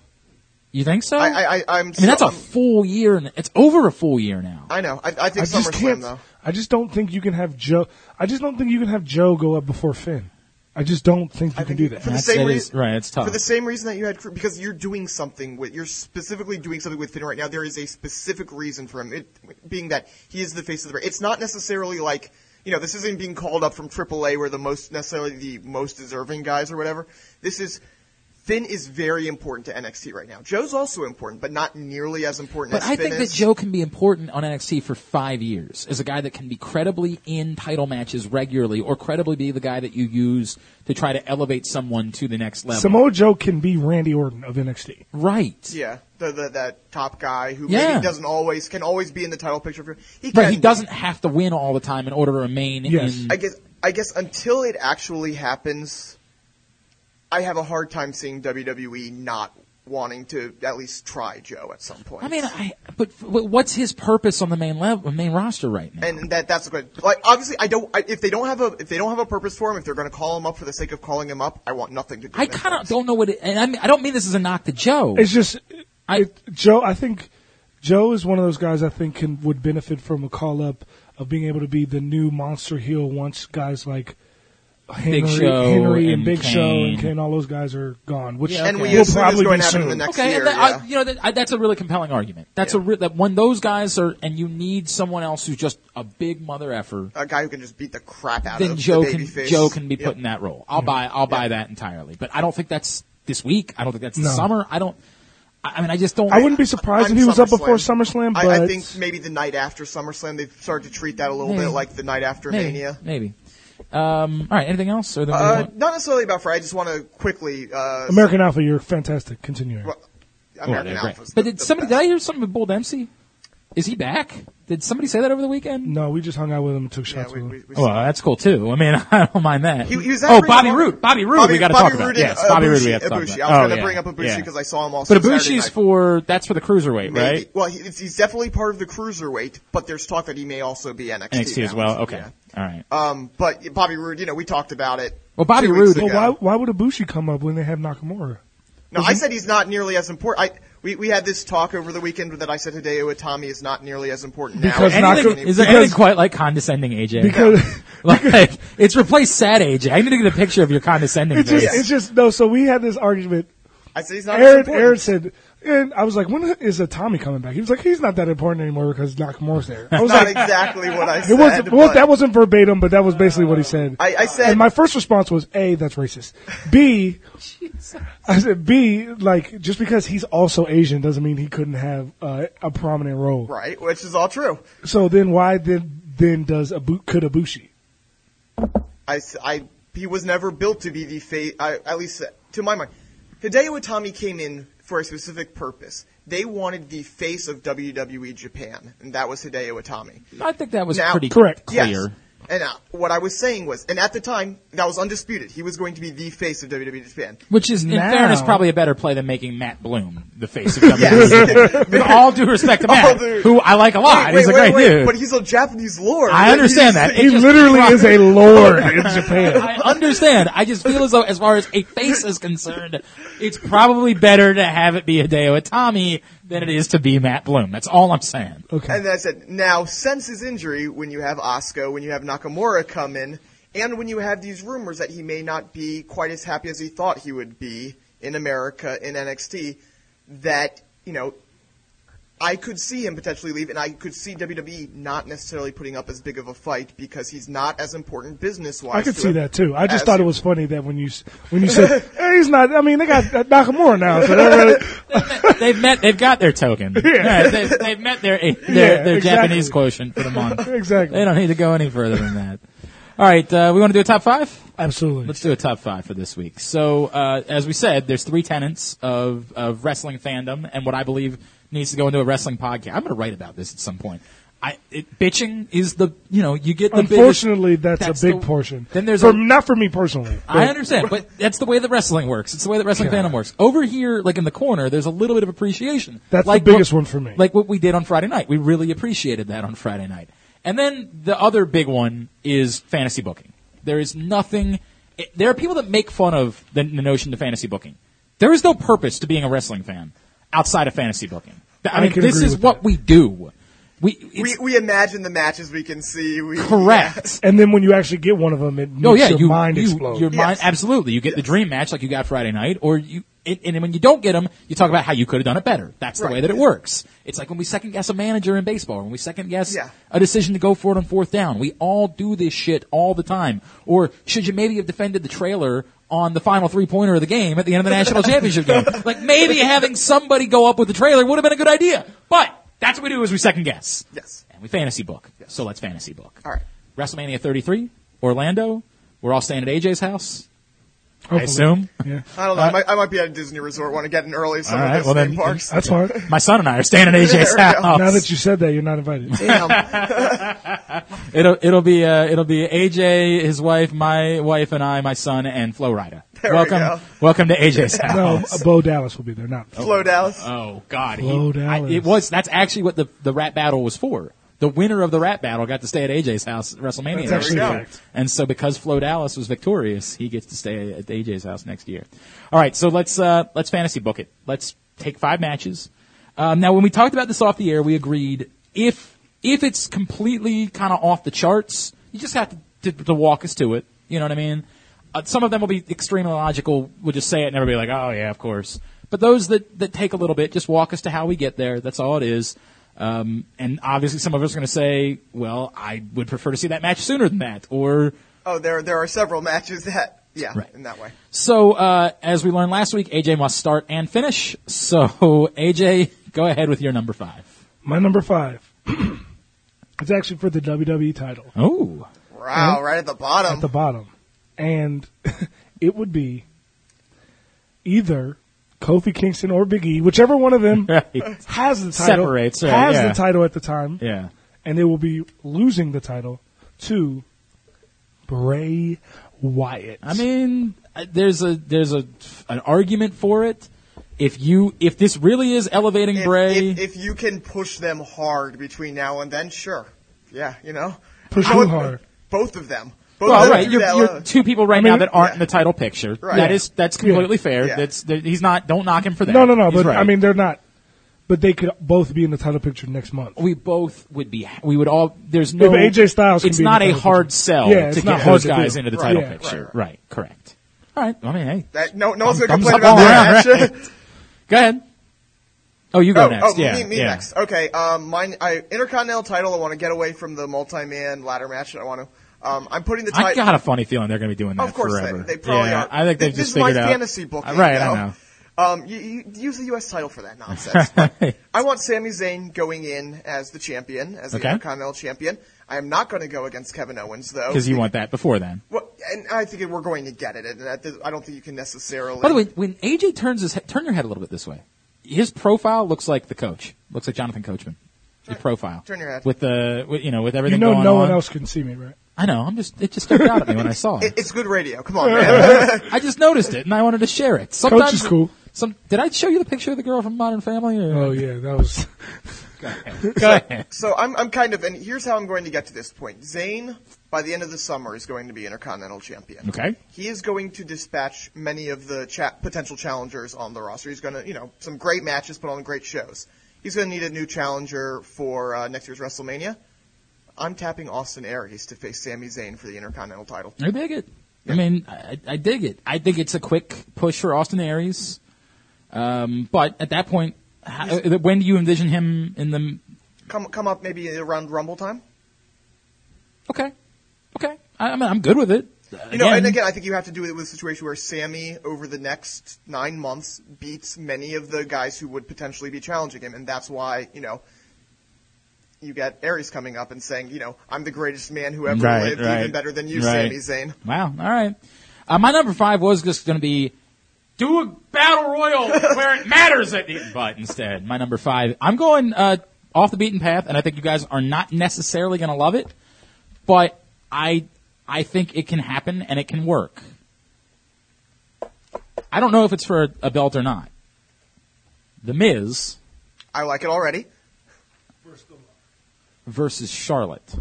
Speaker 1: you think so?
Speaker 3: I, I, I, I'm.
Speaker 1: I mean, that's a full year. and It's over a full year now.
Speaker 3: I know. I, I think
Speaker 2: I just
Speaker 3: SummerSlam
Speaker 2: can't.
Speaker 3: though.
Speaker 2: I just don't think you can have Joe. I just don't think you can have Joe go up before Finn. I just don't think you can do that.
Speaker 3: For the
Speaker 1: That's-
Speaker 3: same
Speaker 1: that is-
Speaker 3: reason,
Speaker 1: right, it's tough.
Speaker 3: For the same reason that you had, because you're doing something with, you're specifically doing something with Finn right now. There is a specific reason for him, it, being that he is the face of the. brand. It's not necessarily like, you know, this isn't being called up from AAA where the most necessarily the most deserving guys or whatever. This is. Finn is very important to NXT right now. Joe's also important, but not nearly as important
Speaker 1: But
Speaker 3: as
Speaker 1: I
Speaker 3: Finn
Speaker 1: think
Speaker 3: is.
Speaker 1: that Joe can be important on NXT for five years as a guy that can be credibly in title matches regularly, or credibly be the guy that you use to try to elevate someone to the next level.
Speaker 2: Samoa Joe can be Randy Orton of NXT.
Speaker 1: right.
Speaker 3: Yeah, the, the that top guy who
Speaker 1: Yeah.
Speaker 3: maybe doesn't always can always be in the title picture. For, he
Speaker 1: But
Speaker 3: can
Speaker 1: he
Speaker 3: be.
Speaker 1: doesn't have to win all the time in order to remain
Speaker 2: Yes.
Speaker 1: in.
Speaker 3: I guess I guess until it actually happens, I have a hard time seeing WWE not wanting to at least try Joe at some point.
Speaker 1: I mean, I, but f- what's his purpose on the main level, main roster right now?
Speaker 3: and that that's good. Like obviously, I don't. I, if they don't have a if they don't have a purpose for him, if they're going to call him up for the sake of calling him up, I want nothing to do.
Speaker 1: I
Speaker 3: with that
Speaker 1: kind of
Speaker 3: purpose.
Speaker 1: don't know what. It, and I, mean, I don't mean this as a knock to Joe.
Speaker 2: It's just
Speaker 1: I-
Speaker 2: it, Joe. I think Joe is one of those guys I think can would benefit from a call up of being able to be the new monster heel once guys like Henry,
Speaker 1: Show
Speaker 2: Henry
Speaker 1: and
Speaker 2: and Big Show and
Speaker 1: Kane.
Speaker 2: Kane, all those guys are gone, which
Speaker 1: Yeah,
Speaker 3: And we
Speaker 2: will
Speaker 3: assume it's
Speaker 2: probably
Speaker 3: going
Speaker 2: be
Speaker 3: to happen in
Speaker 2: soon.
Speaker 3: the next
Speaker 1: okay,
Speaker 3: year.
Speaker 1: and that,
Speaker 3: yeah.
Speaker 1: I, you know that, I, that's a really compelling argument. That's a
Speaker 3: Yeah.
Speaker 1: re- that when those guys are and you need someone else who's just a big mother effer.
Speaker 3: a guy who can just beat the crap out
Speaker 1: then
Speaker 3: of
Speaker 1: Joe
Speaker 3: the
Speaker 1: can
Speaker 3: babyface.
Speaker 1: Joe can be
Speaker 3: Yeah.
Speaker 1: put in that role. I'll buy I'll buy that entirely. But I don't think that's this week. I don't think that's the
Speaker 2: No.
Speaker 1: summer. I don't. I I mean, I just don't.
Speaker 2: I wouldn't be surprised
Speaker 3: on
Speaker 2: if he was up before SummerSlam,
Speaker 3: SummerSlam.
Speaker 2: but
Speaker 3: I, I think maybe the night after SummerSlam, they've started to treat that a little
Speaker 1: Maybe.
Speaker 3: bit like the night after
Speaker 1: Maybe.
Speaker 3: Mania.
Speaker 1: Maybe. Um, all right. Anything else? Or then we
Speaker 3: Uh,
Speaker 1: want-
Speaker 3: not necessarily about Friday. I just want to quickly. Uh,
Speaker 2: American Alpha, you're fantastic. Continue. Aaron.
Speaker 3: well,
Speaker 1: Oh,
Speaker 3: American
Speaker 1: they're
Speaker 3: Alpha's
Speaker 1: great. But
Speaker 3: the-
Speaker 1: did
Speaker 3: the
Speaker 1: somebody?
Speaker 3: best.
Speaker 1: Did I hear something with Bull Dempsey? Is he back? Did somebody say that over the weekend?
Speaker 2: no, we just hung out with him and took shots
Speaker 3: Yeah, we,
Speaker 2: with him.
Speaker 3: we, we
Speaker 1: Well, that's cool too. I mean, I don't mind that.
Speaker 3: He- he was
Speaker 1: uh, oh,
Speaker 3: actually
Speaker 1: Bobby
Speaker 3: on-
Speaker 1: Root. Bobby Root.
Speaker 3: Bobby-
Speaker 1: we got to
Speaker 3: Bobby
Speaker 1: talk about.
Speaker 3: Root and,
Speaker 1: yes,
Speaker 3: uh,
Speaker 1: Bobby Root.
Speaker 3: Ibushi,
Speaker 1: We have to talk
Speaker 3: Ibushi.
Speaker 1: about.
Speaker 3: I was
Speaker 1: oh,
Speaker 3: gonna
Speaker 1: yeah,
Speaker 3: bring up Ibushi
Speaker 1: yeah.
Speaker 3: 'cause I saw him also
Speaker 1: But
Speaker 3: Saturday
Speaker 1: Ibushi is
Speaker 3: night.
Speaker 1: for that's for the cruiserweight,
Speaker 3: Maybe.
Speaker 1: right?
Speaker 3: Well, he, he's definitely part of the cruiserweight, but there's talk that he may also be NXT,
Speaker 1: NXT as
Speaker 3: now.
Speaker 1: well. Okay.
Speaker 3: Yeah.
Speaker 1: All right.
Speaker 3: Um, but Bobby Roode, you know, we talked about it.
Speaker 1: Well, Bobby
Speaker 3: two
Speaker 1: Roode-
Speaker 3: weeks ago.
Speaker 2: But why why would Ibushi come up when they have Nakamura?
Speaker 3: No,
Speaker 2: Mm-hmm.
Speaker 3: I said he's not nearly as important. I we, we had this talk over the weekend that I said Hideo Itami is not nearly as important now.
Speaker 2: Because
Speaker 3: as
Speaker 2: Naka-
Speaker 3: he
Speaker 1: Anything-
Speaker 3: was.
Speaker 1: is there
Speaker 2: because-
Speaker 1: anything quite like condescending AJ?
Speaker 2: Because
Speaker 1: like it's replaced sad AJ. I need to get a picture of your condescending
Speaker 2: it's just
Speaker 1: face.
Speaker 2: it's just no. So we had this argument.
Speaker 3: I said he's not as
Speaker 2: Aaron
Speaker 3: important.
Speaker 2: Aaron said. And I was like, when is Tommy coming back? He was like, he's not that important anymore because Nakamura's there. I was
Speaker 3: not
Speaker 2: like,
Speaker 3: exactly what I said.
Speaker 2: It wasn't. Well,
Speaker 3: but Uh,
Speaker 2: that wasn't verbatim, but that was basically what he said.
Speaker 3: I, I said
Speaker 2: and my first response was, A, that's racist. B, I said, B, like, just because he's also Asian doesn't mean he couldn't have uh, a prominent role.
Speaker 3: right, which is all true.
Speaker 2: So then why then, then does Abu, could Abushi?
Speaker 3: I, s- I- he was never built to be the face. At least to my mind, Hideo Itami came in for a specific purpose. They wanted the face of WWE Japan, and that was Hideo Itami.
Speaker 1: I think that was
Speaker 3: Now-
Speaker 1: pretty
Speaker 2: Correct.
Speaker 1: clear.
Speaker 3: Yes. And uh, what I was saying was, and at the time, that was undisputed. He was going to be the face of WWE Japan.
Speaker 1: Which is, in
Speaker 2: Now-
Speaker 1: fairness, probably a better play than making Matt Bloom the face of WWE. With all due respect to Matt,
Speaker 3: dude.
Speaker 1: who I like a lot. he's a great dude.
Speaker 3: But he's a Japanese lord.
Speaker 1: I understand that.
Speaker 2: He
Speaker 1: It just-
Speaker 2: literally is a lord in Japan.
Speaker 1: I understand. I just feel as though, as far as a face is concerned, it's probably better to have it be Hideo Itami than it is to be Matt Bloom. That's all I'm saying.
Speaker 2: Okay.
Speaker 3: And then I said, now since his injury, when you have Asuka, when you have Nakamura come in, and when you have these rumors that he may not be quite as happy as he thought he would be in America in NXT, that you know, I could see him potentially leave, and I could see WWE not necessarily putting up as big of a fight because he's not as important business wise.
Speaker 2: I could see that too. I just thought it was funny that when you s- when you said hey, he's not. I mean, they got Nakamura now, so that really,
Speaker 1: They've met. They've got their token. Yeah, they've, they've met their their,
Speaker 2: Yeah,
Speaker 1: their
Speaker 2: exactly.
Speaker 1: Japanese quotient for the month.
Speaker 2: Exactly.
Speaker 1: They don't need to go any further than that. All right, uh, we want to do a top five.
Speaker 2: absolutely.
Speaker 1: Let's do a top five for this week. So, uh, as we said, there's three tenets of, of wrestling fandom and what I believe needs to go into a wrestling podcast. I'm going to write about this at some point. I, it, bitching is the, you know, you get the biggest-
Speaker 2: Unfortunately, that's, a big
Speaker 1: the-
Speaker 2: portion.
Speaker 1: Then there's
Speaker 2: for,
Speaker 1: a,
Speaker 2: not for me personally.
Speaker 1: I understand, but that's the way that wrestling works. It's the way that wrestling fandom works. Over here, like in the corner, there's a little bit of appreciation.
Speaker 2: That's the
Speaker 1: like
Speaker 2: biggest
Speaker 1: what-
Speaker 2: one for me.
Speaker 1: Like what we did on Friday night. We really appreciated that on Friday night. And then the other big one is fantasy booking. There is nothing, it, there are people that make fun of the, the notion of fantasy booking. There is no purpose to being a wrestling fan outside of fantasy booking. I
Speaker 2: I
Speaker 1: mean,
Speaker 2: can
Speaker 1: this
Speaker 2: agree
Speaker 1: is
Speaker 2: with
Speaker 1: what
Speaker 2: that.
Speaker 1: we do. We, it's
Speaker 3: We, we imagine the matches we can see. We,
Speaker 1: correct.
Speaker 2: And then when you actually get one of them, it makes
Speaker 1: No, Oh, yeah,
Speaker 2: your
Speaker 1: you,
Speaker 2: mind
Speaker 1: you-
Speaker 2: explode.
Speaker 1: Your mind,
Speaker 3: Yes.
Speaker 1: absolutely. You get the dream match like you got Friday night, or you, and, and when you don't get them, you talk about how you could have done it better. That's the
Speaker 3: Right.
Speaker 1: way that it works. It's like when we second guess a manager in baseball, when we second guess
Speaker 3: Yeah.
Speaker 1: a decision to go for it on fourth down. We all do this shit all the time. Or should you maybe have defended the trailer on the final three pointer of the game at the end of the national championship game? Like maybe having somebody go up with the trailer would have been a good idea. But that's what we do is we second guess.
Speaker 3: Yes.
Speaker 1: And we fantasy book. So let's fantasy book.
Speaker 3: All right.
Speaker 1: WrestleMania 33, Orlando. We're all staying at AJ's house.
Speaker 2: Hopefully.
Speaker 1: I assume.
Speaker 2: Yeah,
Speaker 3: I don't know. I, might, I might be at a Disney resort. Want to get in early.
Speaker 1: Uh,
Speaker 3: Some
Speaker 1: All
Speaker 3: of
Speaker 1: right,
Speaker 3: those
Speaker 1: well
Speaker 3: theme
Speaker 1: then-
Speaker 3: parks.
Speaker 2: that's hard.
Speaker 1: My son and I are staying at AJ's
Speaker 3: There we go.
Speaker 1: house.
Speaker 2: Now that you said that, you're not invited.
Speaker 3: Damn.
Speaker 1: it'll it'll be uh, it'll be AJ, his wife, my wife, and I, my son, and Flo Rida.
Speaker 3: There we
Speaker 1: welcome,
Speaker 3: go.
Speaker 1: welcome to AJ's
Speaker 2: No, uh,
Speaker 1: house.
Speaker 2: Bo Dallas will be there. Not
Speaker 3: Flow Dallas.
Speaker 1: Oh God,
Speaker 2: Flo
Speaker 1: he- I-
Speaker 2: Dallas.
Speaker 1: it was. That's actually what the the rap battle was for. The winner of the rap battle got to stay at AJ's house at WrestleMania.
Speaker 2: That's actually
Speaker 3: go.
Speaker 2: a fact.
Speaker 1: And so because Flo Dallas was victorious, he gets to stay at AJ's house next year. All right, so let's uh, let's fantasy book it. Let's take five matches. Um, now, when we talked about this off the air, we agreed if if it's completely kind of off the charts, you just have to, to, to walk us to it. You know what I mean? Uh, some of them will be extremely logical. We'll just say it and everybody will be like, oh yeah, of course. But those that that take a little bit, just walk us to how we get there. That's all it is. Um, and obviously, some of us are going to say, "Well, I would prefer to see that match sooner than that," or
Speaker 3: Oh, there there are several matches that yeah
Speaker 1: Right.
Speaker 3: in that way.
Speaker 1: so. Uh, as we learned last week, AJ must start and finish. So, AJ, go ahead with your number five.
Speaker 2: My number five. it's actually for the WWE title
Speaker 1: Oh,
Speaker 3: Wow, right at the bottom.
Speaker 2: at the bottom, and it would be either Kofi Kingston or Big E, whichever one of them
Speaker 1: Right.
Speaker 2: has the title,
Speaker 1: Separates, right,
Speaker 2: has
Speaker 1: yeah.
Speaker 2: the title at the time,
Speaker 1: yeah.
Speaker 2: and they will be losing the title to Bray Wyatt.
Speaker 1: I mean, uh, there's a there's a an argument for it. If you if this really is elevating
Speaker 3: if,
Speaker 1: Bray,
Speaker 3: If, if you can push them hard between now and then, sure. Yeah, you know.
Speaker 2: Push
Speaker 3: I
Speaker 2: who
Speaker 3: would-
Speaker 2: hard?
Speaker 3: Both of them. Both of
Speaker 1: well,
Speaker 3: them
Speaker 1: right,
Speaker 3: do
Speaker 1: you're,
Speaker 3: that uh,
Speaker 1: you're
Speaker 3: alone.
Speaker 1: two people right
Speaker 2: I mean-
Speaker 1: now that aren't in
Speaker 3: Yeah.
Speaker 1: the title picture.
Speaker 3: Right.
Speaker 1: That
Speaker 3: Yeah.
Speaker 1: is that's completely fair.
Speaker 3: Yeah.
Speaker 1: That's that- he's not. Don't knock him for that.
Speaker 2: no, no, no.
Speaker 1: He's
Speaker 2: But
Speaker 1: right.
Speaker 2: I mean, they're not. But they could both be in the title picture next month.
Speaker 1: we both would be. We would all. There's no.
Speaker 2: Yeah, but AJ Styles can
Speaker 1: It's
Speaker 2: be in
Speaker 1: not
Speaker 2: the
Speaker 1: a
Speaker 2: title
Speaker 1: hard
Speaker 2: picture.
Speaker 1: sell
Speaker 2: Yeah, it's
Speaker 1: to
Speaker 2: not
Speaker 1: get
Speaker 2: hard
Speaker 1: those
Speaker 2: to
Speaker 1: guys
Speaker 2: do.
Speaker 1: into the
Speaker 2: Right.
Speaker 1: title
Speaker 2: Yeah,
Speaker 1: picture.
Speaker 3: right,
Speaker 1: Right. Correct. All right. I mean, hey.
Speaker 3: That- no, no one's going to
Speaker 1: thumbs
Speaker 3: complain
Speaker 1: up
Speaker 3: about
Speaker 1: all
Speaker 3: that.
Speaker 1: around,
Speaker 3: match.
Speaker 1: right? Go ahead. Oh, you go
Speaker 3: Oh,
Speaker 1: next.
Speaker 3: oh,
Speaker 1: yeah.
Speaker 3: me, me
Speaker 1: yeah.
Speaker 3: next. Okay, um, mine. I, Intercontinental title. I want to get away from the multi-man ladder match. I want to. Um, I'm putting the
Speaker 1: I
Speaker 3: title.
Speaker 1: got a funny feeling they're going to be doing that
Speaker 3: Of course, they,
Speaker 1: forever.
Speaker 3: they probably
Speaker 1: yeah,
Speaker 3: are.
Speaker 1: I think they've
Speaker 3: this
Speaker 1: just
Speaker 3: is my
Speaker 1: figured out.
Speaker 3: fantasy booking.
Speaker 1: Right,
Speaker 3: you
Speaker 1: I
Speaker 3: know?
Speaker 1: know.
Speaker 3: Um, you, you use the U.S. title for that nonsense. I want Sami Zayn going in as the champion, as the
Speaker 1: Okay.
Speaker 3: Intercontinental champion. I am not going to go against Kevin Owens though,
Speaker 1: Because you want that before then.
Speaker 3: Well, and I think we're going to get it. And that does- I don't think you can necessarily.
Speaker 1: By the way, when AJ turns his he- turn your head a little bit this way, his profile looks like the coach. Looks like Jonathan Coachman. Your profile.
Speaker 3: turn your head.
Speaker 1: with the with, you know with
Speaker 2: You
Speaker 1: everything
Speaker 2: know,
Speaker 1: going
Speaker 2: no
Speaker 1: on.
Speaker 2: one else can see me, right?
Speaker 1: I know. I'm just it just stuck out at me when I saw
Speaker 3: It-
Speaker 1: it.
Speaker 3: it's good radio. Come on, man.
Speaker 1: I just noticed it and I wanted to share it. Sometimes
Speaker 2: is cool.
Speaker 1: Some did I show you the picture of the girl from Modern Family? Or,
Speaker 2: Oh yeah, that was.
Speaker 1: Go ahead.
Speaker 3: so I'm, I'm kind of, and here's how I'm going to get to this point. Zane, by the end of the summer, is going to be Intercontinental Champion.
Speaker 1: Okay.
Speaker 3: He is going to dispatch many of the cha- potential challengers on the roster. He's going to, you know, some great matches, put on great shows. He's going to need a new challenger for uh, next year's WrestleMania. I'm tapping Austin Aries to face Sami Zayn for the Intercontinental title.
Speaker 1: I dig it. I mean, I, I dig it. I think it's a quick push for Austin Aries. Um, but at that point, how, when do you envision him in the?
Speaker 3: Come, come up maybe around Rumble time.
Speaker 1: Okay, okay. I, I mean, I'm good with it.
Speaker 3: You know, and again, I think you have to do it with a situation where Sammy, over the next nine months, beats many of the guys who would potentially be challenging him, and that's why you know you get Aries coming up and saying, you know, I'm the greatest man who ever
Speaker 1: Right,
Speaker 3: lived,
Speaker 1: right.
Speaker 3: even better than you,
Speaker 1: Right.
Speaker 3: Sammy Zayn.
Speaker 1: Wow. All right. Uh, my number five was just going to be do a battle royal where it matters at the but instead my number five. I'm going uh, off the beaten path, and I think you guys are not necessarily going to love it, but I I think it can happen and it can work. I don't know if it's for a, a belt or not. The Miz
Speaker 3: I like it already.
Speaker 1: versus Charlotte.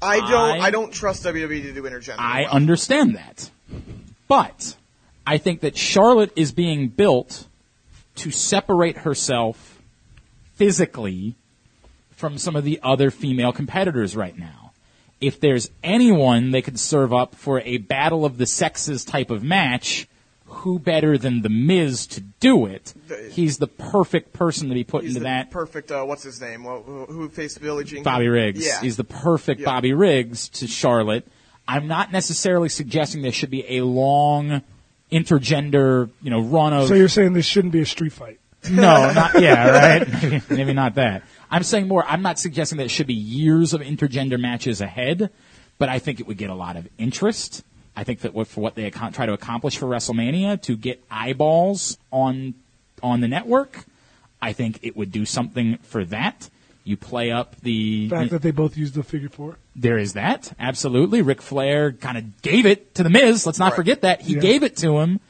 Speaker 3: I
Speaker 1: I-
Speaker 3: don't. I, don't trust WWE to do intergender.
Speaker 1: I
Speaker 3: well.
Speaker 1: understand that. But I think that Charlotte is being built to separate herself physically from some of the other female competitors right now. If there's anyone they could serve up for a battle of the sexes type of match, who better than The Miz to do it?
Speaker 3: The-
Speaker 1: He's the perfect person to be put
Speaker 3: He's
Speaker 1: into
Speaker 3: the
Speaker 1: that
Speaker 3: perfect. Uh, what's his name? Who, who- who faced Billy Jean?
Speaker 1: Bobby Riggs.
Speaker 3: Yeah.
Speaker 1: He's the perfect
Speaker 3: Yeah.
Speaker 1: Bobby Riggs to Charlotte. I'm not necessarily suggesting there should be a long intergender, you know, run of
Speaker 2: So you're saying this shouldn't be a street fight?
Speaker 1: no, not yeah, right? Maybe, maybe not that. I'm saying more. I'm not suggesting that it should be years of intergender matches ahead, but I think it would get a lot of interest. I think that what- for what they accom- try to accomplish for WrestleMania to get eyeballs on on the network, I think it would do something for that. You play up the
Speaker 2: The fact that they both used the figure four.
Speaker 1: there is that. Absolutely. Ric Flair kind of gave it to The Miz. Let's not forget that. He
Speaker 2: Yeah.
Speaker 1: gave it to him.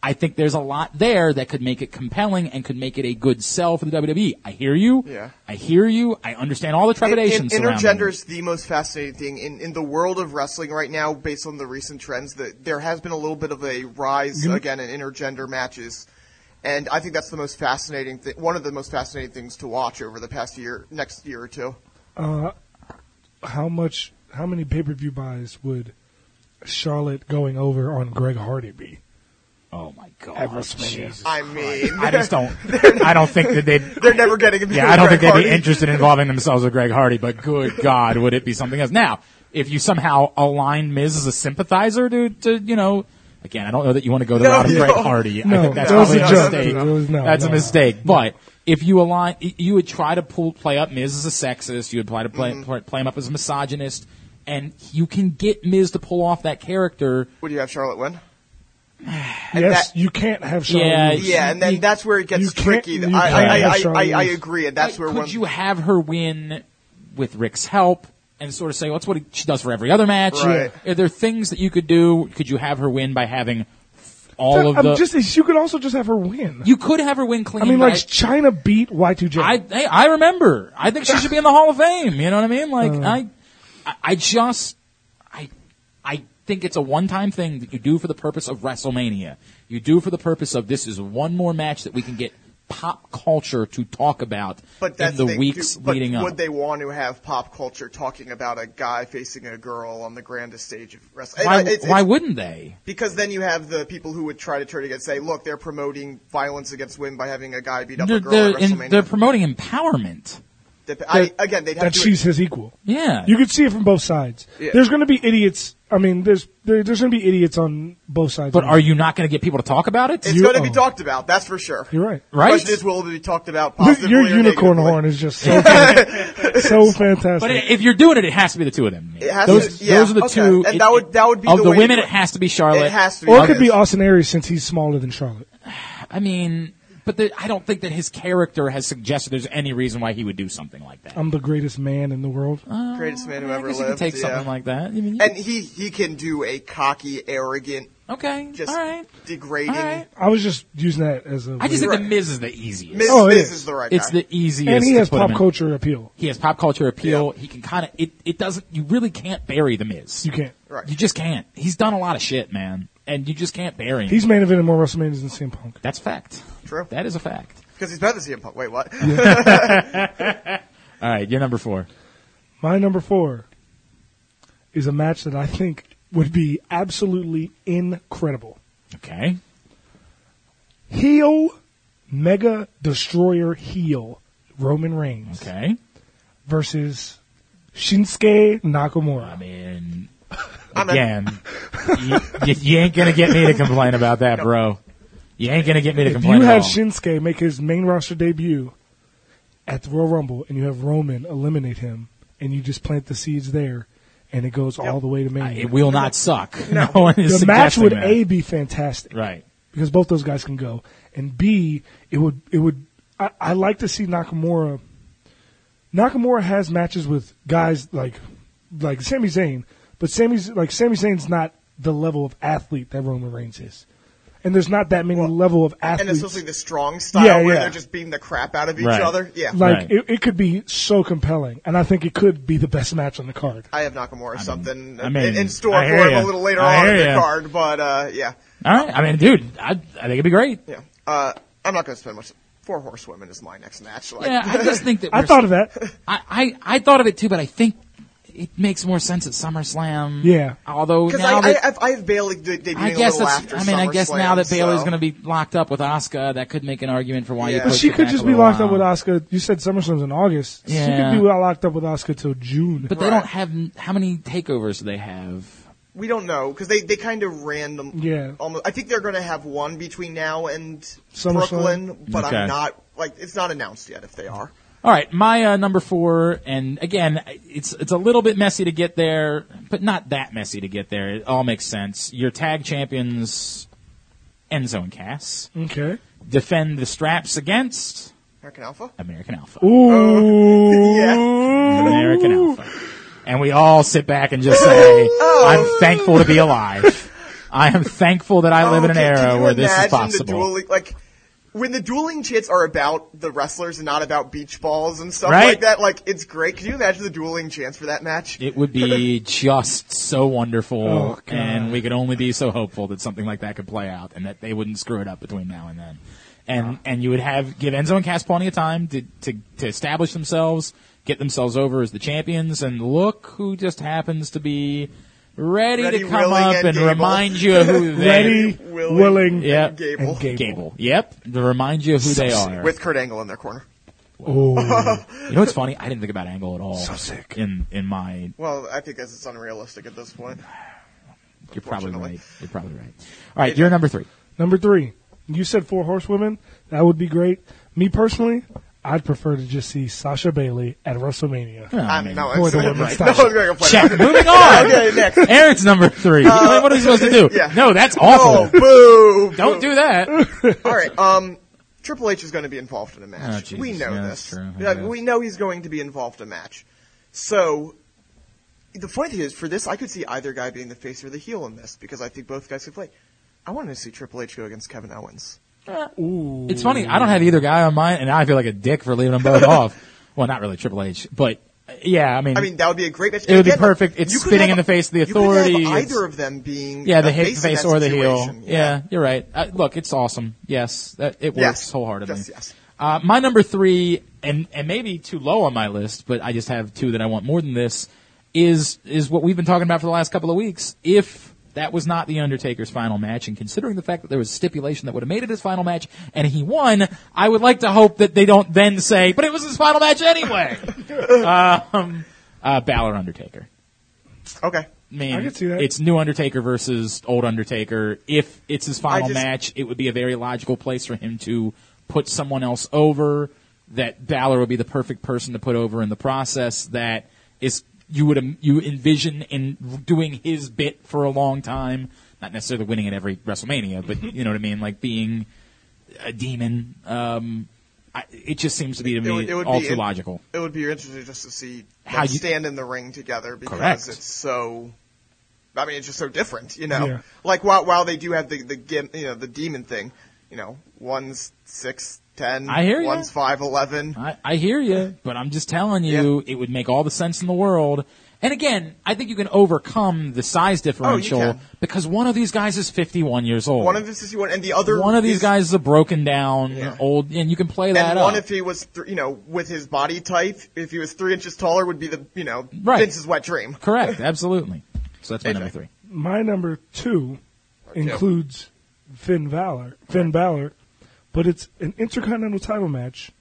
Speaker 1: I think there's a lot there that could make it compelling and could make it a good sell for the WWE. I hear you.
Speaker 3: Yeah.
Speaker 1: I hear you. I understand all the
Speaker 3: In- in-
Speaker 1: trepidations surrounding
Speaker 3: intergender
Speaker 1: it.
Speaker 3: is the most fascinating thing in, in the world of wrestling right now, based on the recent trends. That there has been a little bit of a rise again in intergender matches, and I think that's the most fascinating thing. One of the most fascinating things to watch over the past year, next year or two.
Speaker 2: How much? How many pay per view buys would Charlotte going over on Greg Hardy be?
Speaker 1: Oh my god. Jesus.
Speaker 3: I mean,
Speaker 1: I just don't. I don't think that they.
Speaker 3: they're never getting. a
Speaker 1: Yeah, I don't think
Speaker 3: Greg
Speaker 1: they'd
Speaker 3: Hardy.
Speaker 1: be interested in involving themselves with Greg Hardy. But good God, would it be something else? Now, if you somehow align Miz as a sympathizer to, to you know, again, I don't know that you want to go the
Speaker 3: No,
Speaker 1: route of
Speaker 3: you
Speaker 1: Greg
Speaker 3: don't.
Speaker 1: Hardy. I
Speaker 2: No,
Speaker 1: think that's
Speaker 2: that was
Speaker 1: probably
Speaker 2: a
Speaker 1: a
Speaker 2: joke.
Speaker 1: mistake.
Speaker 2: That was- no,
Speaker 1: that's
Speaker 2: no,
Speaker 1: a
Speaker 2: no.
Speaker 1: mistake. But if you align, you would try to pull play up Miz as a sexist. You would try to play
Speaker 3: Mm-hmm.
Speaker 1: play, play him up as a misogynist, and you can get Miz to pull off that character.
Speaker 3: Would you have Charlotte win?
Speaker 2: yes,
Speaker 3: that-
Speaker 2: you can't have Charlotte.
Speaker 1: Yeah,
Speaker 2: lose.
Speaker 3: Yeah, and then
Speaker 1: You-
Speaker 3: that's where it
Speaker 2: you
Speaker 3: gets
Speaker 2: can't-
Speaker 3: tricky.
Speaker 2: you
Speaker 3: I,
Speaker 2: can't
Speaker 3: I,
Speaker 2: have
Speaker 3: I, I,
Speaker 2: Charlotte
Speaker 3: I
Speaker 2: lose.
Speaker 3: agree, and that's
Speaker 1: Like,
Speaker 3: where
Speaker 1: could
Speaker 3: one.
Speaker 1: you have her win with Rick's help and sort of say, well, that's what it- she does for every other match?
Speaker 3: Right.
Speaker 1: Are there things that you could do? Could you have her win by having all of
Speaker 2: I'm
Speaker 1: the?
Speaker 2: just. You could also just have her win.
Speaker 1: you could have her win clean.
Speaker 2: I mean,
Speaker 1: but
Speaker 2: like China beat Y2J.
Speaker 1: I, hey, I remember. I think she should be in the Hall of Fame. You know what I mean? Like
Speaker 3: Uh.
Speaker 1: I, I, I just, I, I think it's a one-time thing that you do for the purpose of WrestleMania. You do for the purpose of this is one more match that we can get pop culture to talk about
Speaker 3: But
Speaker 1: in
Speaker 3: that's
Speaker 1: the
Speaker 3: thing,
Speaker 1: weeks
Speaker 3: too. But
Speaker 1: leading
Speaker 3: would
Speaker 1: up.
Speaker 3: they want to have pop culture talking about a guy facing a girl on the grandest stage of wrestling?
Speaker 1: why,
Speaker 3: It's- it's-
Speaker 1: why wouldn't they?
Speaker 3: Because then you have the people who would try to turn against, say, look, they're promoting violence against women by having a guy beat up
Speaker 1: They're,
Speaker 3: a girl
Speaker 1: they're,
Speaker 3: at
Speaker 1: in-
Speaker 3: WrestleMania.
Speaker 1: they're promoting empowerment.
Speaker 3: That, I, again, they'd have
Speaker 2: that
Speaker 3: to.
Speaker 2: she's his equal.
Speaker 1: Yeah.
Speaker 2: You could see it from both sides.
Speaker 3: Yeah.
Speaker 2: There's going to be idiots. I mean, there's there, there's going to be idiots on both sides.
Speaker 1: but
Speaker 2: of
Speaker 1: are
Speaker 2: it.
Speaker 1: you not going to get people to talk about it?
Speaker 3: it's
Speaker 2: you-
Speaker 3: going to be
Speaker 2: oh.
Speaker 3: talked about. That's for sure.
Speaker 2: You're right.
Speaker 1: Right?
Speaker 3: Question is, will it be talked about positively
Speaker 2: Your
Speaker 3: or
Speaker 2: unicorn
Speaker 3: negatively?
Speaker 2: horn is just so fan- so fantastic.
Speaker 1: But if you're doing it, it has to be the two of them.
Speaker 3: It has
Speaker 1: those,
Speaker 3: to- yeah,
Speaker 1: those are the
Speaker 3: okay.
Speaker 1: two.
Speaker 3: And
Speaker 1: it-
Speaker 3: that would- that would be
Speaker 1: of
Speaker 3: the
Speaker 1: the,
Speaker 3: way to
Speaker 1: women.
Speaker 3: do
Speaker 1: It
Speaker 3: it.
Speaker 1: has to be Charlotte.
Speaker 3: It has to be.
Speaker 2: or it could be
Speaker 3: August.
Speaker 2: Austin Aries since he's smaller than Charlotte.
Speaker 1: I mean, but the, I don't think that his character has suggested there's any reason why he would do something like that.
Speaker 2: I'm the greatest man in the world.
Speaker 3: greatest man who
Speaker 1: I
Speaker 3: ever
Speaker 1: guess you
Speaker 3: lived.
Speaker 1: can take
Speaker 3: yeah.
Speaker 1: something like that. I mean,
Speaker 3: and he he can do a cocky, arrogant,
Speaker 1: okay,
Speaker 3: just
Speaker 1: all right,
Speaker 3: degrading.
Speaker 1: all right.
Speaker 2: I was just using that as a.
Speaker 1: I just think
Speaker 3: Right.
Speaker 1: the Miz is the easiest.
Speaker 3: Miz,
Speaker 2: Oh, it
Speaker 3: Miz
Speaker 2: is.
Speaker 3: is the right
Speaker 1: it's
Speaker 3: guy.
Speaker 1: the easiest.
Speaker 2: and he
Speaker 1: to
Speaker 2: has
Speaker 1: put him
Speaker 2: pop
Speaker 1: in.
Speaker 2: culture appeal.
Speaker 1: He has pop culture appeal. He can kind of it. It doesn't. You really can't bury the Miz.
Speaker 2: You can't.
Speaker 3: Right.
Speaker 1: You just can't. He's done a lot of shit, man, and you just can't bury him.
Speaker 2: He's main evented more WrestleManias than CM Punk.
Speaker 1: That's fact.
Speaker 3: True.
Speaker 1: That is a fact.
Speaker 3: Because he's better than CM Punk. Wait, what?
Speaker 1: All right, you're number four.
Speaker 2: My number four is a match that I think would be absolutely incredible.
Speaker 1: Okay.
Speaker 2: Heel, mega destroyer heel, Roman Reigns
Speaker 1: Okay.
Speaker 2: versus Shinsuke Nakamura.
Speaker 1: I mean,
Speaker 3: I'm in.
Speaker 1: again, you, you, you ain't gonna get me to complain about that, bro. You ain't gonna get me to
Speaker 2: if
Speaker 1: complain.
Speaker 2: you
Speaker 1: at
Speaker 2: have
Speaker 1: all.
Speaker 2: Shinsuke make his main roster debut at the Royal Rumble and you have Roman eliminate him and you just plant the seeds there and it goes all the way to Mania.
Speaker 1: it will not suck. No, one is
Speaker 2: the match
Speaker 1: suggesting that.
Speaker 2: would A be fantastic.
Speaker 1: Right.
Speaker 2: because both those guys can go. And B, it would it would I, I like to see Nakamura. Nakamura has matches with guys like like Sami Zayn, but Sami's like Sami Zayn's not the level of athlete that Roman Reigns is, and there's not that many level of
Speaker 3: and
Speaker 2: athletes.
Speaker 3: especially the strong style
Speaker 2: Yeah,
Speaker 3: where
Speaker 2: yeah.
Speaker 3: they're just beating the crap out of each
Speaker 1: Right.
Speaker 3: other. Yeah.
Speaker 2: like
Speaker 1: Right.
Speaker 2: it, it could be so compelling, and I think it could be the best match on the card.
Speaker 3: I have Nakamura or something
Speaker 1: I mean,
Speaker 3: in, in store
Speaker 1: I
Speaker 3: for
Speaker 1: hear
Speaker 3: him
Speaker 1: ya.
Speaker 3: a little later
Speaker 1: I
Speaker 3: on in
Speaker 1: hear
Speaker 3: the
Speaker 1: ya.
Speaker 3: card, but uh, yeah,
Speaker 1: All right. I mean, dude, I, I think it'd be great.
Speaker 3: yeah. Uh, I'm not going to spend much. Four horsewomen is my next match. Like,
Speaker 1: Yeah, I just think that
Speaker 2: I
Speaker 1: we're-
Speaker 2: thought of that.
Speaker 1: I, I I thought of it too, but I think it makes more sense at SummerSlam.
Speaker 2: Yeah.
Speaker 1: Although
Speaker 3: because
Speaker 1: now
Speaker 3: I, I,
Speaker 1: that,
Speaker 3: have, I have Bailey de- debuting
Speaker 1: I
Speaker 3: a
Speaker 1: guess
Speaker 3: little
Speaker 1: that's.
Speaker 3: after.
Speaker 1: I mean, I guess now that Bailey's
Speaker 3: Bailey's
Speaker 1: going to be locked up with Oscar, that could make an argument for why
Speaker 3: Yeah.
Speaker 1: you.
Speaker 3: But
Speaker 2: But
Speaker 1: push
Speaker 2: she
Speaker 1: it
Speaker 2: could
Speaker 1: back
Speaker 2: just
Speaker 1: a
Speaker 2: be
Speaker 1: little
Speaker 2: locked up
Speaker 1: while.
Speaker 2: with Oscar. You said SummerSlam's in August. She
Speaker 1: Yeah.
Speaker 2: could be locked up with Oscar till June.
Speaker 1: But they don't have how many takeovers do they have?
Speaker 3: we don't know because they, they kind of random.
Speaker 2: Yeah.
Speaker 3: Almost. I think they're going to have one between now and
Speaker 2: SummerSlam?
Speaker 3: Brooklyn, but
Speaker 1: Okay.
Speaker 3: I'm not like it's not announced yet if they are.
Speaker 1: All right, my uh, number four, and again, it's it's a little bit messy to get there, but not that messy to get there. It all makes sense. Your tag champions, Enzo and Cass,
Speaker 2: okay.
Speaker 1: defend the straps against
Speaker 3: American Alpha.
Speaker 1: American Alpha.
Speaker 2: Ooh.
Speaker 1: American Alpha. And we all sit back and just say,
Speaker 3: Oh.
Speaker 1: I'm thankful to be alive. I am thankful that I live in an
Speaker 3: Okay, Oh, can
Speaker 1: era
Speaker 3: you
Speaker 1: where this is
Speaker 3: imagine The
Speaker 1: possible.
Speaker 3: dueling, like when the dueling chits are about the wrestlers and not about beach balls and stuff
Speaker 1: Right.
Speaker 3: like that. Like it's great. Can you imagine the dueling chants for that match?
Speaker 1: It would be just so wonderful,
Speaker 2: Oh, God.
Speaker 1: and we could only be so hopeful that something like that could play out, and that they wouldn't screw it up between now and then. And and you would have give Enzo and Cass plenty of time to, to to establish themselves, get themselves over as the champions, and look who just happens to be ready,
Speaker 3: Ready,
Speaker 1: to come
Speaker 3: willing,
Speaker 1: up
Speaker 3: and
Speaker 1: and
Speaker 3: able.
Speaker 1: remind you of who they
Speaker 2: Ready,
Speaker 3: Willing,
Speaker 2: willing,
Speaker 1: Yeah.
Speaker 3: and Gable.
Speaker 2: and Gable.
Speaker 1: Gable. Yep, to remind you of who they are.
Speaker 3: With Kurt Angle in their corner.
Speaker 2: Oh,
Speaker 1: you know what's funny? I didn't think about Angle at all. So
Speaker 2: sick.
Speaker 1: In in my,
Speaker 3: Well, I think that's it's unrealistic at this point.
Speaker 1: you're probably
Speaker 3: Unfortunately.
Speaker 1: right. You're probably right. All right, you're number three.
Speaker 2: number three. You said four horsewomen. That would be great. Me personally, I'd prefer to just see Sasha Bailey at WrestleMania.
Speaker 1: Oh,
Speaker 3: I mean, no,
Speaker 2: Boy,
Speaker 3: it's,
Speaker 2: the
Speaker 3: no
Speaker 2: women's
Speaker 3: one's
Speaker 2: style.
Speaker 3: going to complain.
Speaker 1: Check. Moving on.
Speaker 3: Okay, next.
Speaker 1: Eric's number three. what are we supposed to do?
Speaker 3: yeah.
Speaker 1: No, that's
Speaker 3: Oh,
Speaker 1: awful.
Speaker 3: boo!
Speaker 1: Don't do that.
Speaker 3: All right. Um, Triple H is going to be involved in a
Speaker 1: Oh,
Speaker 3: match.
Speaker 1: Jesus.
Speaker 3: we know
Speaker 1: Yeah, that's
Speaker 3: this.
Speaker 1: true.
Speaker 3: Yeah,
Speaker 1: Yeah.
Speaker 3: We know he's going to be involved in a match. So the funny thing is, for this, I could see either guy being the face or the heel in this because I think both guys could play. I want to see Triple H go against Kevin Owens.
Speaker 1: It's funny. I don't have either guy on mine, and I feel like a dick for leaving them both off. Well, not really Triple H, but uh, yeah, I mean,
Speaker 3: I mean, that would be a great match.
Speaker 1: It would be
Speaker 3: Again,
Speaker 1: perfect. It's
Speaker 3: you could
Speaker 1: spitting in
Speaker 3: have-
Speaker 1: the face of the
Speaker 3: you could have
Speaker 1: authority.
Speaker 3: either
Speaker 1: It's-
Speaker 3: of them being
Speaker 1: yeah,
Speaker 3: a
Speaker 1: the hit
Speaker 3: face, in
Speaker 1: face
Speaker 3: that
Speaker 1: or the heel.
Speaker 3: situation.
Speaker 1: Yeah, you're right. Uh, look, it's awesome. Yes, that, it works
Speaker 3: Yes.
Speaker 1: wholeheartedly.
Speaker 3: Yes, yes.
Speaker 1: Uh, my number three, and and maybe too low on my list, but I just have two that I want more than this. Is is what we've been talking about for the last couple of weeks. If That was not The Undertaker's final match, and considering the fact that there was stipulation that would have made it his final match, and he won, I would like to hope that they don't then say, but it was his final match anyway! um, uh, Balor Undertaker.
Speaker 3: Okay.
Speaker 1: I mean,
Speaker 2: I can see that.
Speaker 1: it's new Undertaker versus old Undertaker. If it's his final
Speaker 3: I just-
Speaker 1: match, it would be a very logical place for him to put someone else over. That Balor would be the perfect person to put over in the process. That is, you would em- you envision in doing his bit for a long time, not necessarily winning at every WrestleMania, but you know what I mean, like being a demon. Um, I, it just seems to be to me all too
Speaker 3: in-
Speaker 1: logical.
Speaker 3: It would be interesting just to see
Speaker 1: How
Speaker 3: how
Speaker 1: you-
Speaker 3: stand in the ring together because
Speaker 1: Correct.
Speaker 3: it's so. I mean, it's just so different, you know.
Speaker 2: Yeah.
Speaker 3: Like while while they do have the the gim, you know the demon thing, you know, one's six ten,
Speaker 1: I hear ya.
Speaker 3: one's five eleven.
Speaker 1: I, I hear you, but I'm just telling you, it would make all the sense in the world. And again, I think you can overcome the size differential
Speaker 3: Oh, can.
Speaker 1: because one of these guys is 51 years old.
Speaker 3: One of this is one, and the other
Speaker 1: One of these
Speaker 3: is-
Speaker 1: guys is a broken down
Speaker 3: Yeah.
Speaker 1: old, and you can play that
Speaker 3: And one,
Speaker 1: up.
Speaker 3: if he was, th- you know, with his body type, if he was three inches taller, would be the, you know,
Speaker 1: Right.
Speaker 3: Vince's wet dream.
Speaker 1: Correct, absolutely. So that's my number three.
Speaker 2: My number two includes Finn Balor, Finn Balor, but it's an intercontinental title match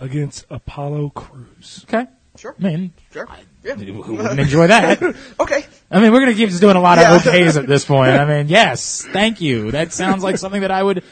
Speaker 2: against Apollo Crews.
Speaker 1: Okay.
Speaker 3: Sure.
Speaker 1: I mean,
Speaker 3: Sure. Yeah.
Speaker 1: who wouldn't enjoy that?
Speaker 3: Okay.
Speaker 1: I mean, we're going to keep just doing a lot of
Speaker 3: Yeah.
Speaker 1: okays at this point. I mean, yes, thank you. That sounds like something that I would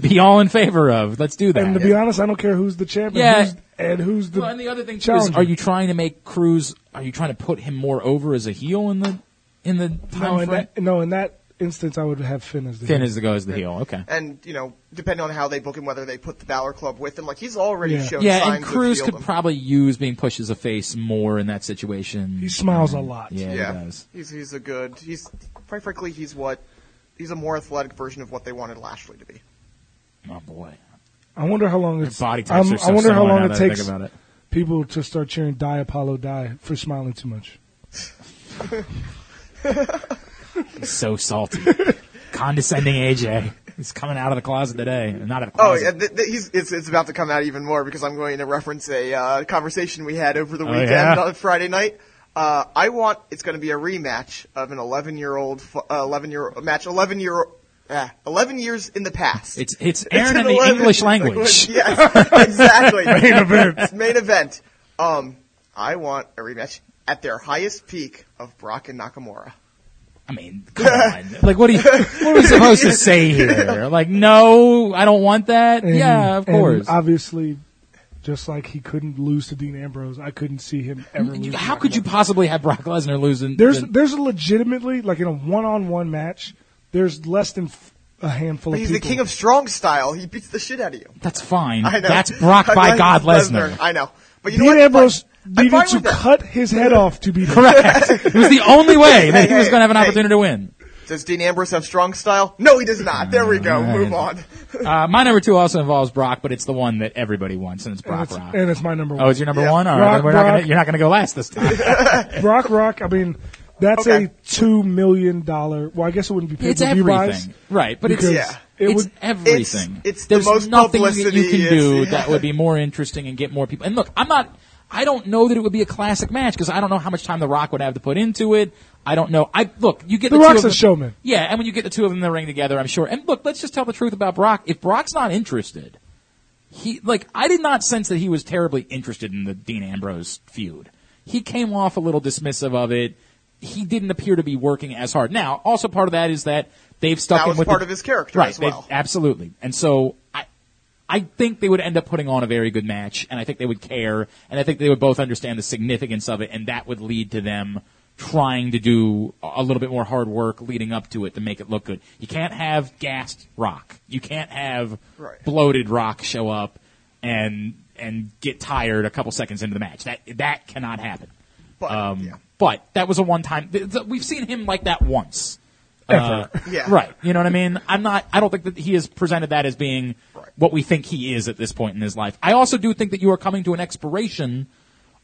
Speaker 1: be all in favor of. Let's do that.
Speaker 2: And to be honest, I don't care who's the champion
Speaker 1: Yeah.
Speaker 2: who's, and who's the.
Speaker 1: well, and the other thing too is,
Speaker 2: challenger.
Speaker 1: are you trying to make Cruz? Are you trying to put him more over as a heel in the in the time
Speaker 2: no, in
Speaker 1: frame?
Speaker 2: that, no, in that instance, I would have Finn as the.
Speaker 1: Finn
Speaker 2: heel.
Speaker 1: is the go as the heel. Okay.
Speaker 3: And, you know, depending on how they book him, whether they put the Balor Club with him, like, he's already
Speaker 2: Yeah.
Speaker 3: shown
Speaker 1: Yeah,
Speaker 3: signs
Speaker 1: and Cruz
Speaker 3: of
Speaker 1: could
Speaker 3: heeldom.
Speaker 1: probably use being pushed as a face more in that situation. Um,
Speaker 2: He smiles a lot.
Speaker 1: Yeah,
Speaker 3: Yeah.
Speaker 1: he does.
Speaker 3: He's, he's a good, he's, quite frankly, he's what, he's a more athletic version of what they wanted Lashley to be.
Speaker 1: Oh boy,
Speaker 2: I wonder how long it's.
Speaker 1: body types
Speaker 2: I'm-
Speaker 1: are so
Speaker 2: I wonder how
Speaker 1: similar now
Speaker 2: long it
Speaker 1: that I think
Speaker 2: takes
Speaker 1: about it.
Speaker 2: people to start cheering "Die Apollo, Die" for smiling too much.
Speaker 1: he's so salty, condescending AJ. He's coming out of the closet today. Not out of the
Speaker 3: Oh,
Speaker 1: closet.
Speaker 3: yeah, th- th- he's, it's, it's about to come out even more because I'm going to reference a uh, conversation we had over the
Speaker 1: Oh,
Speaker 3: weekend
Speaker 1: yeah?
Speaker 3: on Friday night. Uh, I want it's going to be a rematch of an 11 year old, 11 year match, 11 year, uh, 11 years in the past.
Speaker 1: It's it's Aaron in
Speaker 3: an
Speaker 1: the
Speaker 3: 11
Speaker 1: English language.
Speaker 3: Yes, exactly. main
Speaker 2: event.
Speaker 3: main event. Um, I want a rematch at their highest peak of Brock and Nakamura.
Speaker 1: I mean, come on. Like, what are you? What are we supposed to say here? Like, no, I don't want that.
Speaker 2: And-
Speaker 1: yeah, of
Speaker 2: and
Speaker 1: course.
Speaker 2: Obviously, just like he couldn't lose to Dean Ambrose, I couldn't see him ever.
Speaker 1: You-
Speaker 2: lose
Speaker 1: how
Speaker 2: to
Speaker 1: could you
Speaker 2: Nakamura.
Speaker 1: possibly have Brock Lesnar losing?
Speaker 2: There's
Speaker 1: the-
Speaker 2: there's a legitimately like in a one-on-one match. There's less than f- a handful
Speaker 3: But
Speaker 2: of
Speaker 3: he's
Speaker 2: people.
Speaker 3: the king of strong style. He beats the shit out of you.
Speaker 1: that's fine.
Speaker 3: I know.
Speaker 1: That's Brock
Speaker 3: I'm
Speaker 1: by
Speaker 3: glad
Speaker 1: God
Speaker 3: it's
Speaker 1: Lesnar.
Speaker 3: I know. But you know
Speaker 2: Dean
Speaker 3: what?
Speaker 2: Ambrose
Speaker 3: I'm fine
Speaker 2: needed to
Speaker 3: with that.
Speaker 2: cut his head off to beat him.
Speaker 1: Correct. it was the only way that he
Speaker 3: Hey,
Speaker 1: was
Speaker 3: hey,
Speaker 1: going to have an
Speaker 3: hey.
Speaker 1: opportunity to win.
Speaker 3: Does Dean Ambrose have strong style? No, he does not. There we go.
Speaker 1: Alright.
Speaker 3: Move on.
Speaker 1: Uh, my number two also involves Brock, but it's the one that everybody wants, and it's
Speaker 2: And
Speaker 1: Brock
Speaker 2: it's,
Speaker 1: Rock.
Speaker 2: and it's my number one.
Speaker 1: Oh, it's your number
Speaker 3: Yeah.
Speaker 1: one? All right,
Speaker 2: Rock,
Speaker 1: we're not gonna,
Speaker 2: Rock.
Speaker 1: you're not going to go last this time.
Speaker 2: Brock Rock. I mean, that's
Speaker 3: Okay.
Speaker 2: a two million dollar. Well, I guess it wouldn't be.
Speaker 1: it's
Speaker 2: pay-per-view
Speaker 1: everything,
Speaker 2: buys.
Speaker 1: right? But it's
Speaker 2: Because
Speaker 3: Yeah.
Speaker 2: it
Speaker 1: it's
Speaker 2: would-
Speaker 1: everything.
Speaker 3: It's- it's the
Speaker 1: There's
Speaker 3: most
Speaker 1: nothing that you
Speaker 3: publicity,
Speaker 1: can
Speaker 3: it's-
Speaker 1: do
Speaker 3: yeah.
Speaker 1: that would be more interesting and get more people. And look, I'm not. I don't know that it would be a classic match because I don't know how much time The Rock would have to put into it. I don't know. I look, you get
Speaker 2: The
Speaker 1: the two
Speaker 2: Rock's
Speaker 1: of them-
Speaker 2: a showman.
Speaker 1: Yeah, and when you get the two of them in the ring together, I'm sure. And look, let's just tell the truth about Brock. If Brock's not interested, he like I did not sense that he was terribly interested in the Dean Ambrose feud. He came off a little dismissive of it. He didn't appear to be working as hard. Now, also part of that is that they've stuck
Speaker 3: That
Speaker 1: him
Speaker 3: was
Speaker 1: with
Speaker 3: part
Speaker 1: the-
Speaker 3: of his character
Speaker 1: right?
Speaker 3: as
Speaker 1: they've-
Speaker 3: well.
Speaker 1: Absolutely. And so I, I think they would end up putting on a very good match, and I think they would care, and I think they would both understand the significance of it, and that would lead to them trying to do a a little bit more hard work leading up to it to make it look good. You can't have gassed rock. You can't have
Speaker 3: Right.
Speaker 1: bloated rock show up and and get tired a couple seconds into the match. That that cannot happen.
Speaker 3: But,
Speaker 1: Um,
Speaker 3: yeah.
Speaker 1: but that was a one time. Th- th- we've seen him like that once. Uh,
Speaker 3: Yeah.
Speaker 1: Right. You know what I mean? I'm not, I don't think that he has presented that as being what we think he is at this point in his life. I also do think that you are coming to an expiration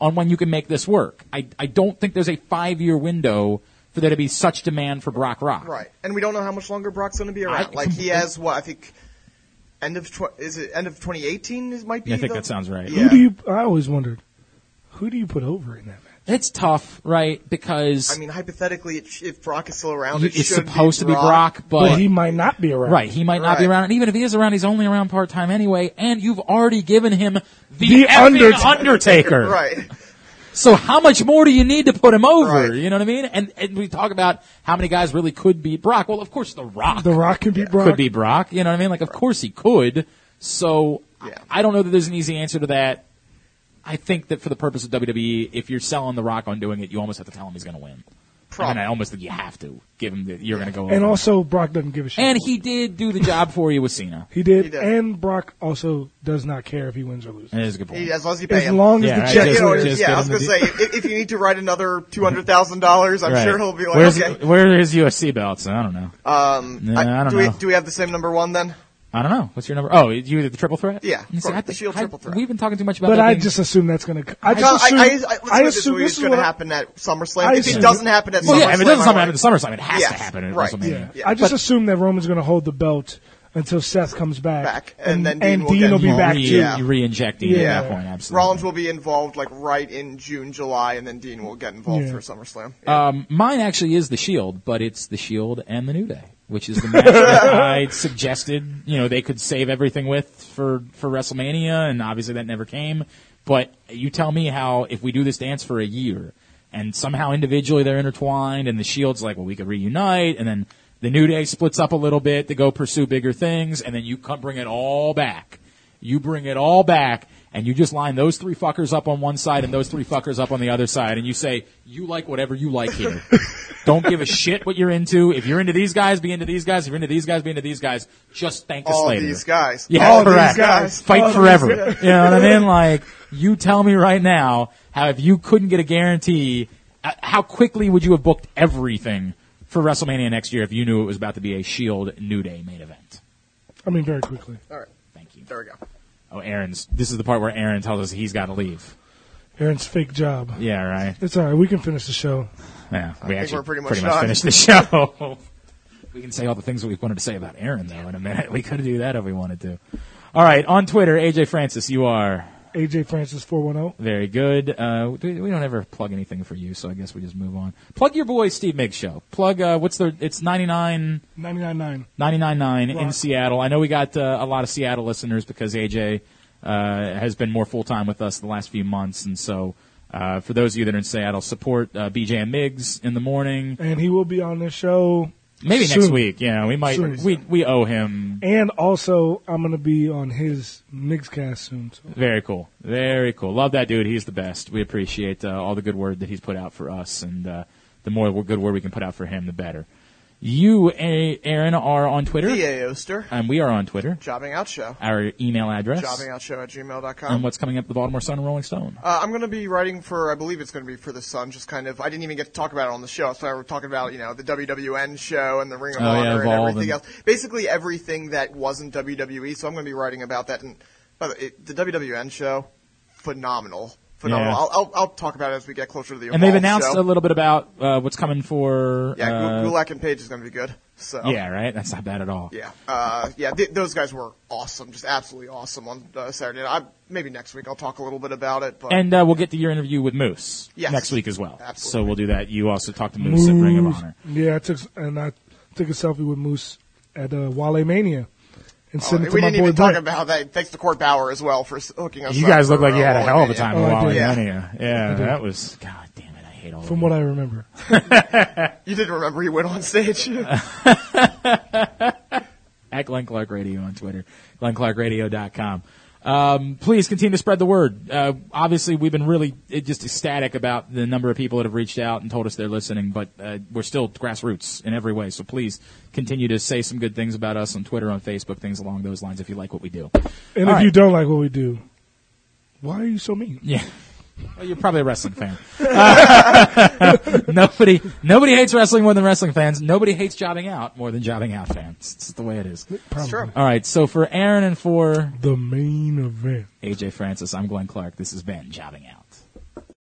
Speaker 1: on when you can make this work. I, I don't think there's a five year window for there to be such demand for Brock Rock.
Speaker 3: Right. And we don't know how much longer Brock's going to be around.
Speaker 1: I-
Speaker 3: like, he has what, I think, end of, tw- is it end of 2018 is might be
Speaker 1: Yeah, I think
Speaker 3: the-
Speaker 1: that sounds right.
Speaker 2: Who
Speaker 3: Yeah.
Speaker 2: do you? I always wondered. Who do you put over in that match?
Speaker 1: It's tough, right? Because
Speaker 3: I mean, hypothetically, it, sh- if Brock is still around,
Speaker 1: you-
Speaker 3: it
Speaker 1: it's
Speaker 3: should
Speaker 1: supposed
Speaker 3: be
Speaker 1: to be Brock, but,
Speaker 2: but he might not be around.
Speaker 1: right, he might not be
Speaker 3: Right.
Speaker 1: around. And even if he is around, he's only around part time anyway. And you've already given him the,
Speaker 2: The
Speaker 1: effing
Speaker 2: Undertaker.
Speaker 1: Undertaker.
Speaker 3: Right.
Speaker 1: So how much more do you need to put him over?
Speaker 3: Right.
Speaker 1: You know what I mean? And, and we talk about how many guys really could beat Brock. Well, of course, The Rock
Speaker 2: The Rock can be Brock.
Speaker 1: could be Brock. You know what I mean? Like, of course he could. So I-
Speaker 3: Yeah.
Speaker 1: I don't know that there's an easy answer to that. I think that for the purpose of WWE, if you're selling The Rock on doing it, you almost have to tell him he's going to win.
Speaker 3: Probably.
Speaker 1: And I almost think you have to give him that you're going to go.
Speaker 2: And
Speaker 1: over.
Speaker 2: also, Brock doesn't give a shit.
Speaker 1: and he did do the job for you with Cena.
Speaker 2: he did.
Speaker 3: He did.
Speaker 2: And Brock also does not care if he wins or loses.
Speaker 1: That is a good point.
Speaker 3: He- as long as you pay
Speaker 2: As
Speaker 3: him.
Speaker 2: long as
Speaker 1: Yeah, right,
Speaker 2: the check
Speaker 3: yeah,
Speaker 2: is
Speaker 1: just-
Speaker 3: you know,
Speaker 2: there.
Speaker 1: just
Speaker 3: yeah,
Speaker 1: get
Speaker 3: I was
Speaker 1: him
Speaker 3: gonna
Speaker 1: to
Speaker 3: say, if, if you need to write another two hundred thousand dollars, I'm
Speaker 1: Right.
Speaker 3: sure he'll be like,
Speaker 1: Where's,
Speaker 3: okay.
Speaker 1: Where are his UFC belts? I don't know.
Speaker 3: Um,
Speaker 1: Nah, I don't
Speaker 3: do we
Speaker 1: know.
Speaker 3: do we have the same number one then?
Speaker 1: I don't know. What's your number? Oh, you did the triple threat?
Speaker 3: Yeah,
Speaker 1: You
Speaker 3: of
Speaker 1: see,
Speaker 3: course,
Speaker 1: I
Speaker 3: the
Speaker 1: think-
Speaker 3: Shield
Speaker 1: I-
Speaker 3: triple threat.
Speaker 1: We've been talking too much about
Speaker 2: But
Speaker 1: that
Speaker 2: I
Speaker 1: being-
Speaker 2: just assume that's going to. I
Speaker 3: I,
Speaker 2: just assume.
Speaker 3: I, I, I, assume
Speaker 2: assume
Speaker 3: this
Speaker 2: this
Speaker 3: is going to
Speaker 2: what-
Speaker 3: happen at SummerSlam.
Speaker 2: I
Speaker 3: if it
Speaker 2: assume-
Speaker 3: doesn't happen at
Speaker 1: Well,
Speaker 3: SummerSlam,
Speaker 1: yeah, if it doesn't
Speaker 3: I'm
Speaker 1: happen at
Speaker 3: like-
Speaker 1: SummerSlam, it has
Speaker 3: Yes.
Speaker 1: to happen at
Speaker 3: Right.
Speaker 1: WrestleMania.
Speaker 2: Yeah.
Speaker 3: Yeah.
Speaker 2: I just assume that Roman's going to hold the belt until Seth comes back,
Speaker 3: Back, and then Dean will
Speaker 2: will,
Speaker 3: get
Speaker 2: be
Speaker 3: more.
Speaker 2: back
Speaker 1: re-
Speaker 2: too.
Speaker 3: Yeah.
Speaker 1: re-injecting it
Speaker 2: Yeah.
Speaker 1: at that point. Absolutely.
Speaker 3: Rollins will be involved like right in June, July, and then Dean will get involved
Speaker 2: Yeah.
Speaker 3: for SummerSlam.
Speaker 1: Um, mine actually is the Shield, but it's the Shield and the New Day, which is the match that I suggested. You know, they could save everything with for for WrestleMania, and obviously that never came. But you tell me how if we do this dance for a year, and somehow individually they're intertwined, and the Shield's like, well, we could reunite, and then the New Day splits up a little bit to go pursue bigger things, and then you come bring it all back. You bring it all back and you just line those three fuckers up on one side and those three fuckers up on the other side and you say, you like whatever you like here. Don't give a shit what you're into. If you're into these guys, be into these guys. If you're into these guys, be into these guys. Just thank us
Speaker 3: All
Speaker 1: later.
Speaker 3: these guys.
Speaker 1: Yeah,
Speaker 3: All
Speaker 1: correct.
Speaker 3: these guys.
Speaker 1: Fight
Speaker 3: All these
Speaker 1: forever.
Speaker 3: guys.
Speaker 1: You know what I mean? Like, you tell me right now how if you couldn't get a guarantee, uh, how quickly would you have booked everything for WrestleMania next year if you knew it was about to be a Shield E New Day main event?
Speaker 2: I mean, very quickly.
Speaker 3: All right,
Speaker 1: Thank you.
Speaker 3: there we go.
Speaker 1: Oh, Aaron's. This is the part where Aaron tells us he's got to leave.
Speaker 2: Aaron's fake job.
Speaker 1: Yeah, right.
Speaker 2: It's all right. We can finish the show.
Speaker 1: Yeah, we actually
Speaker 3: we're pretty much done.
Speaker 1: finished the show. we can say all the things that we wanted to say about Aaron though in a minute. We could do that if we wanted to. All right, on Twitter, AJ Francis, you are
Speaker 2: AJ Francis four one zero.
Speaker 1: very good. Uh, we, we don't ever plug anything for you, so I guess we just move on. Plug your boy Steve Miggs show. Plug uh, what's their? It's ninety nine.
Speaker 2: 99.9.
Speaker 1: 99.9 in
Speaker 2: Right.
Speaker 1: Seattle. I know we got uh, a lot of Seattle listeners because AJ uh, has been more full time with us the last few months, and so uh, for those of you that are in Seattle, support uh, BJ and Miggs in the morning.
Speaker 2: And he will be on this show.
Speaker 1: Maybe
Speaker 2: soon.
Speaker 1: next week. You know, we might
Speaker 2: Soon.
Speaker 1: we we owe him.
Speaker 2: And also, I'm going to be on his Mixcast soon. So.
Speaker 1: Very cool. Very cool. Love that dude. He's the best. We appreciate uh, all the good word that he's put out for us, and uh, the more good word we can put out for him, the better. You, A- Aaron, are on Twitter,
Speaker 3: EA Oster,
Speaker 1: and we are on Twitter.
Speaker 3: jobbing out show,
Speaker 1: Our email address.
Speaker 3: jobbing out show at gmail.com.
Speaker 1: and what's coming up the Baltimore Sun and Rolling Stone.
Speaker 3: Uh, I'm going to be writing for, I believe it's going to be for The Sun, just kind of, I didn't even get to talk about it on the show, so I were talking about, you know, the WWN show and the Ring of
Speaker 1: Oh, yeah,
Speaker 3: Honor and
Speaker 1: Evolve
Speaker 3: everything
Speaker 1: and-
Speaker 3: else. Basically everything that wasn't WWE, so I'm going to be writing about that. And by the, way, it, the WWN show, phenomenal. Phenomenal.
Speaker 1: Yeah.
Speaker 3: I'll, I'll, I'll talk about it as we get closer to the
Speaker 1: and they've
Speaker 3: Evolve
Speaker 1: announced a
Speaker 3: show.
Speaker 1: little bit about uh, what's coming for.
Speaker 3: Yeah,
Speaker 1: uh,
Speaker 3: Gu- Gulak and Page is going to be good. So
Speaker 1: yeah, right. That's not bad at all.
Speaker 3: yeah, uh, yeah. Th- those guys were awesome, just absolutely awesome on uh, Saturday. Night. I, maybe next week I'll talk a little bit about it, but
Speaker 1: And uh, we'll get to your interview with Moose
Speaker 3: Yes.
Speaker 1: next week as well.
Speaker 3: Absolutely.
Speaker 1: So we'll do that. You also talked to Moose, at Ring of Honor.
Speaker 2: Yeah, I took and I took a selfie with Moose at uh, Wale Mania and
Speaker 3: Oh,
Speaker 2: sent it to
Speaker 3: we
Speaker 2: my
Speaker 3: didn't
Speaker 2: boy
Speaker 3: even talk
Speaker 2: Brent.
Speaker 3: about that. Thanks to Court Bauer as well for s- hooking us.
Speaker 1: You
Speaker 3: up
Speaker 1: guys look
Speaker 3: for,
Speaker 1: like you
Speaker 3: uh,
Speaker 1: had a hell of a
Speaker 3: Wally
Speaker 1: time
Speaker 2: Oh,
Speaker 1: with
Speaker 2: I
Speaker 1: Wally
Speaker 2: did.
Speaker 1: yeah.
Speaker 3: Yeah.
Speaker 1: Mania. Yeah,
Speaker 2: did.
Speaker 1: that was. God damn it! I hate all.
Speaker 2: From what I remember,
Speaker 3: Man. You did remember you went on stage.
Speaker 1: at Glenn Clark Radio on Twitter, glennclarkradio.com. Um, please continue to spread the word. Uh, obviously, we've been really uh, just ecstatic about the number of people that have reached out and told us they're listening, but uh, we're still grassroots in every way. So please continue to say some good things about us on Twitter, on Facebook, things along those lines if you like what we do.
Speaker 2: and
Speaker 1: All
Speaker 2: if
Speaker 1: right.
Speaker 2: you don't like what we do, why are you so mean?
Speaker 1: Yeah. Well, you're probably a wrestling fan. nobody, nobody hates wrestling more than wrestling fans. Nobody hates jobbing out more than jobbing out fans. It's just the way it is.
Speaker 2: Probably.
Speaker 3: true.
Speaker 1: All right. So for Aaron and for
Speaker 2: The main event.
Speaker 1: AJ Francis, I'm Glenn Clark. This has been Jobbing Out.